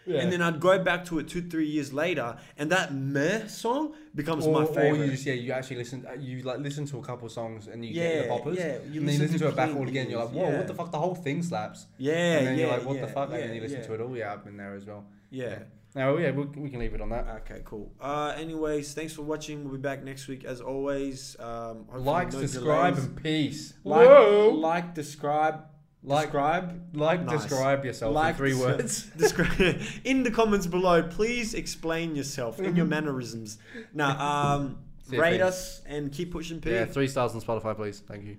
Speaker 2: Yeah.
Speaker 1: And then I'd go back to it two, three years later, and that meh song becomes
Speaker 2: or,
Speaker 1: my
Speaker 2: or
Speaker 1: favorite.
Speaker 2: you just yeah, you actually listen. uh, You like listen to a couple songs and you get
Speaker 1: yeah,
Speaker 2: the boppers.
Speaker 1: yeah.
Speaker 2: You and then you listen to it back all
Speaker 1: clean
Speaker 2: again. You're like,
Speaker 1: years,
Speaker 2: whoa,
Speaker 1: yeah.
Speaker 2: what the fuck? The whole thing slaps.
Speaker 1: Yeah,
Speaker 2: and then
Speaker 1: yeah,
Speaker 2: you're like, what
Speaker 1: yeah,
Speaker 2: the fuck?
Speaker 1: Yeah,
Speaker 2: and then you listen
Speaker 1: yeah,
Speaker 2: to it all. Yeah, I've been there as well.
Speaker 1: Yeah.
Speaker 2: No, yeah, we, we can leave it on that.
Speaker 1: Okay, cool. Uh, anyways, thanks for watching. We'll be back next week as always. Um, hopefully
Speaker 2: Like,
Speaker 1: no
Speaker 2: subscribe,
Speaker 1: delays.
Speaker 2: and peace.
Speaker 1: Like,
Speaker 2: Whoa!
Speaker 1: like, describe,
Speaker 2: Like-
Speaker 1: describe,
Speaker 2: Like,
Speaker 1: Nice.
Speaker 2: describe yourself in three words.
Speaker 1: Describe in the comments below. Please explain yourself in your mannerisms. Now, um,
Speaker 2: Mm-hmm. See you,
Speaker 1: rate
Speaker 2: peeps.
Speaker 1: us and keep pushing. P.
Speaker 2: Yeah, three stars on Spotify, please. Thank you.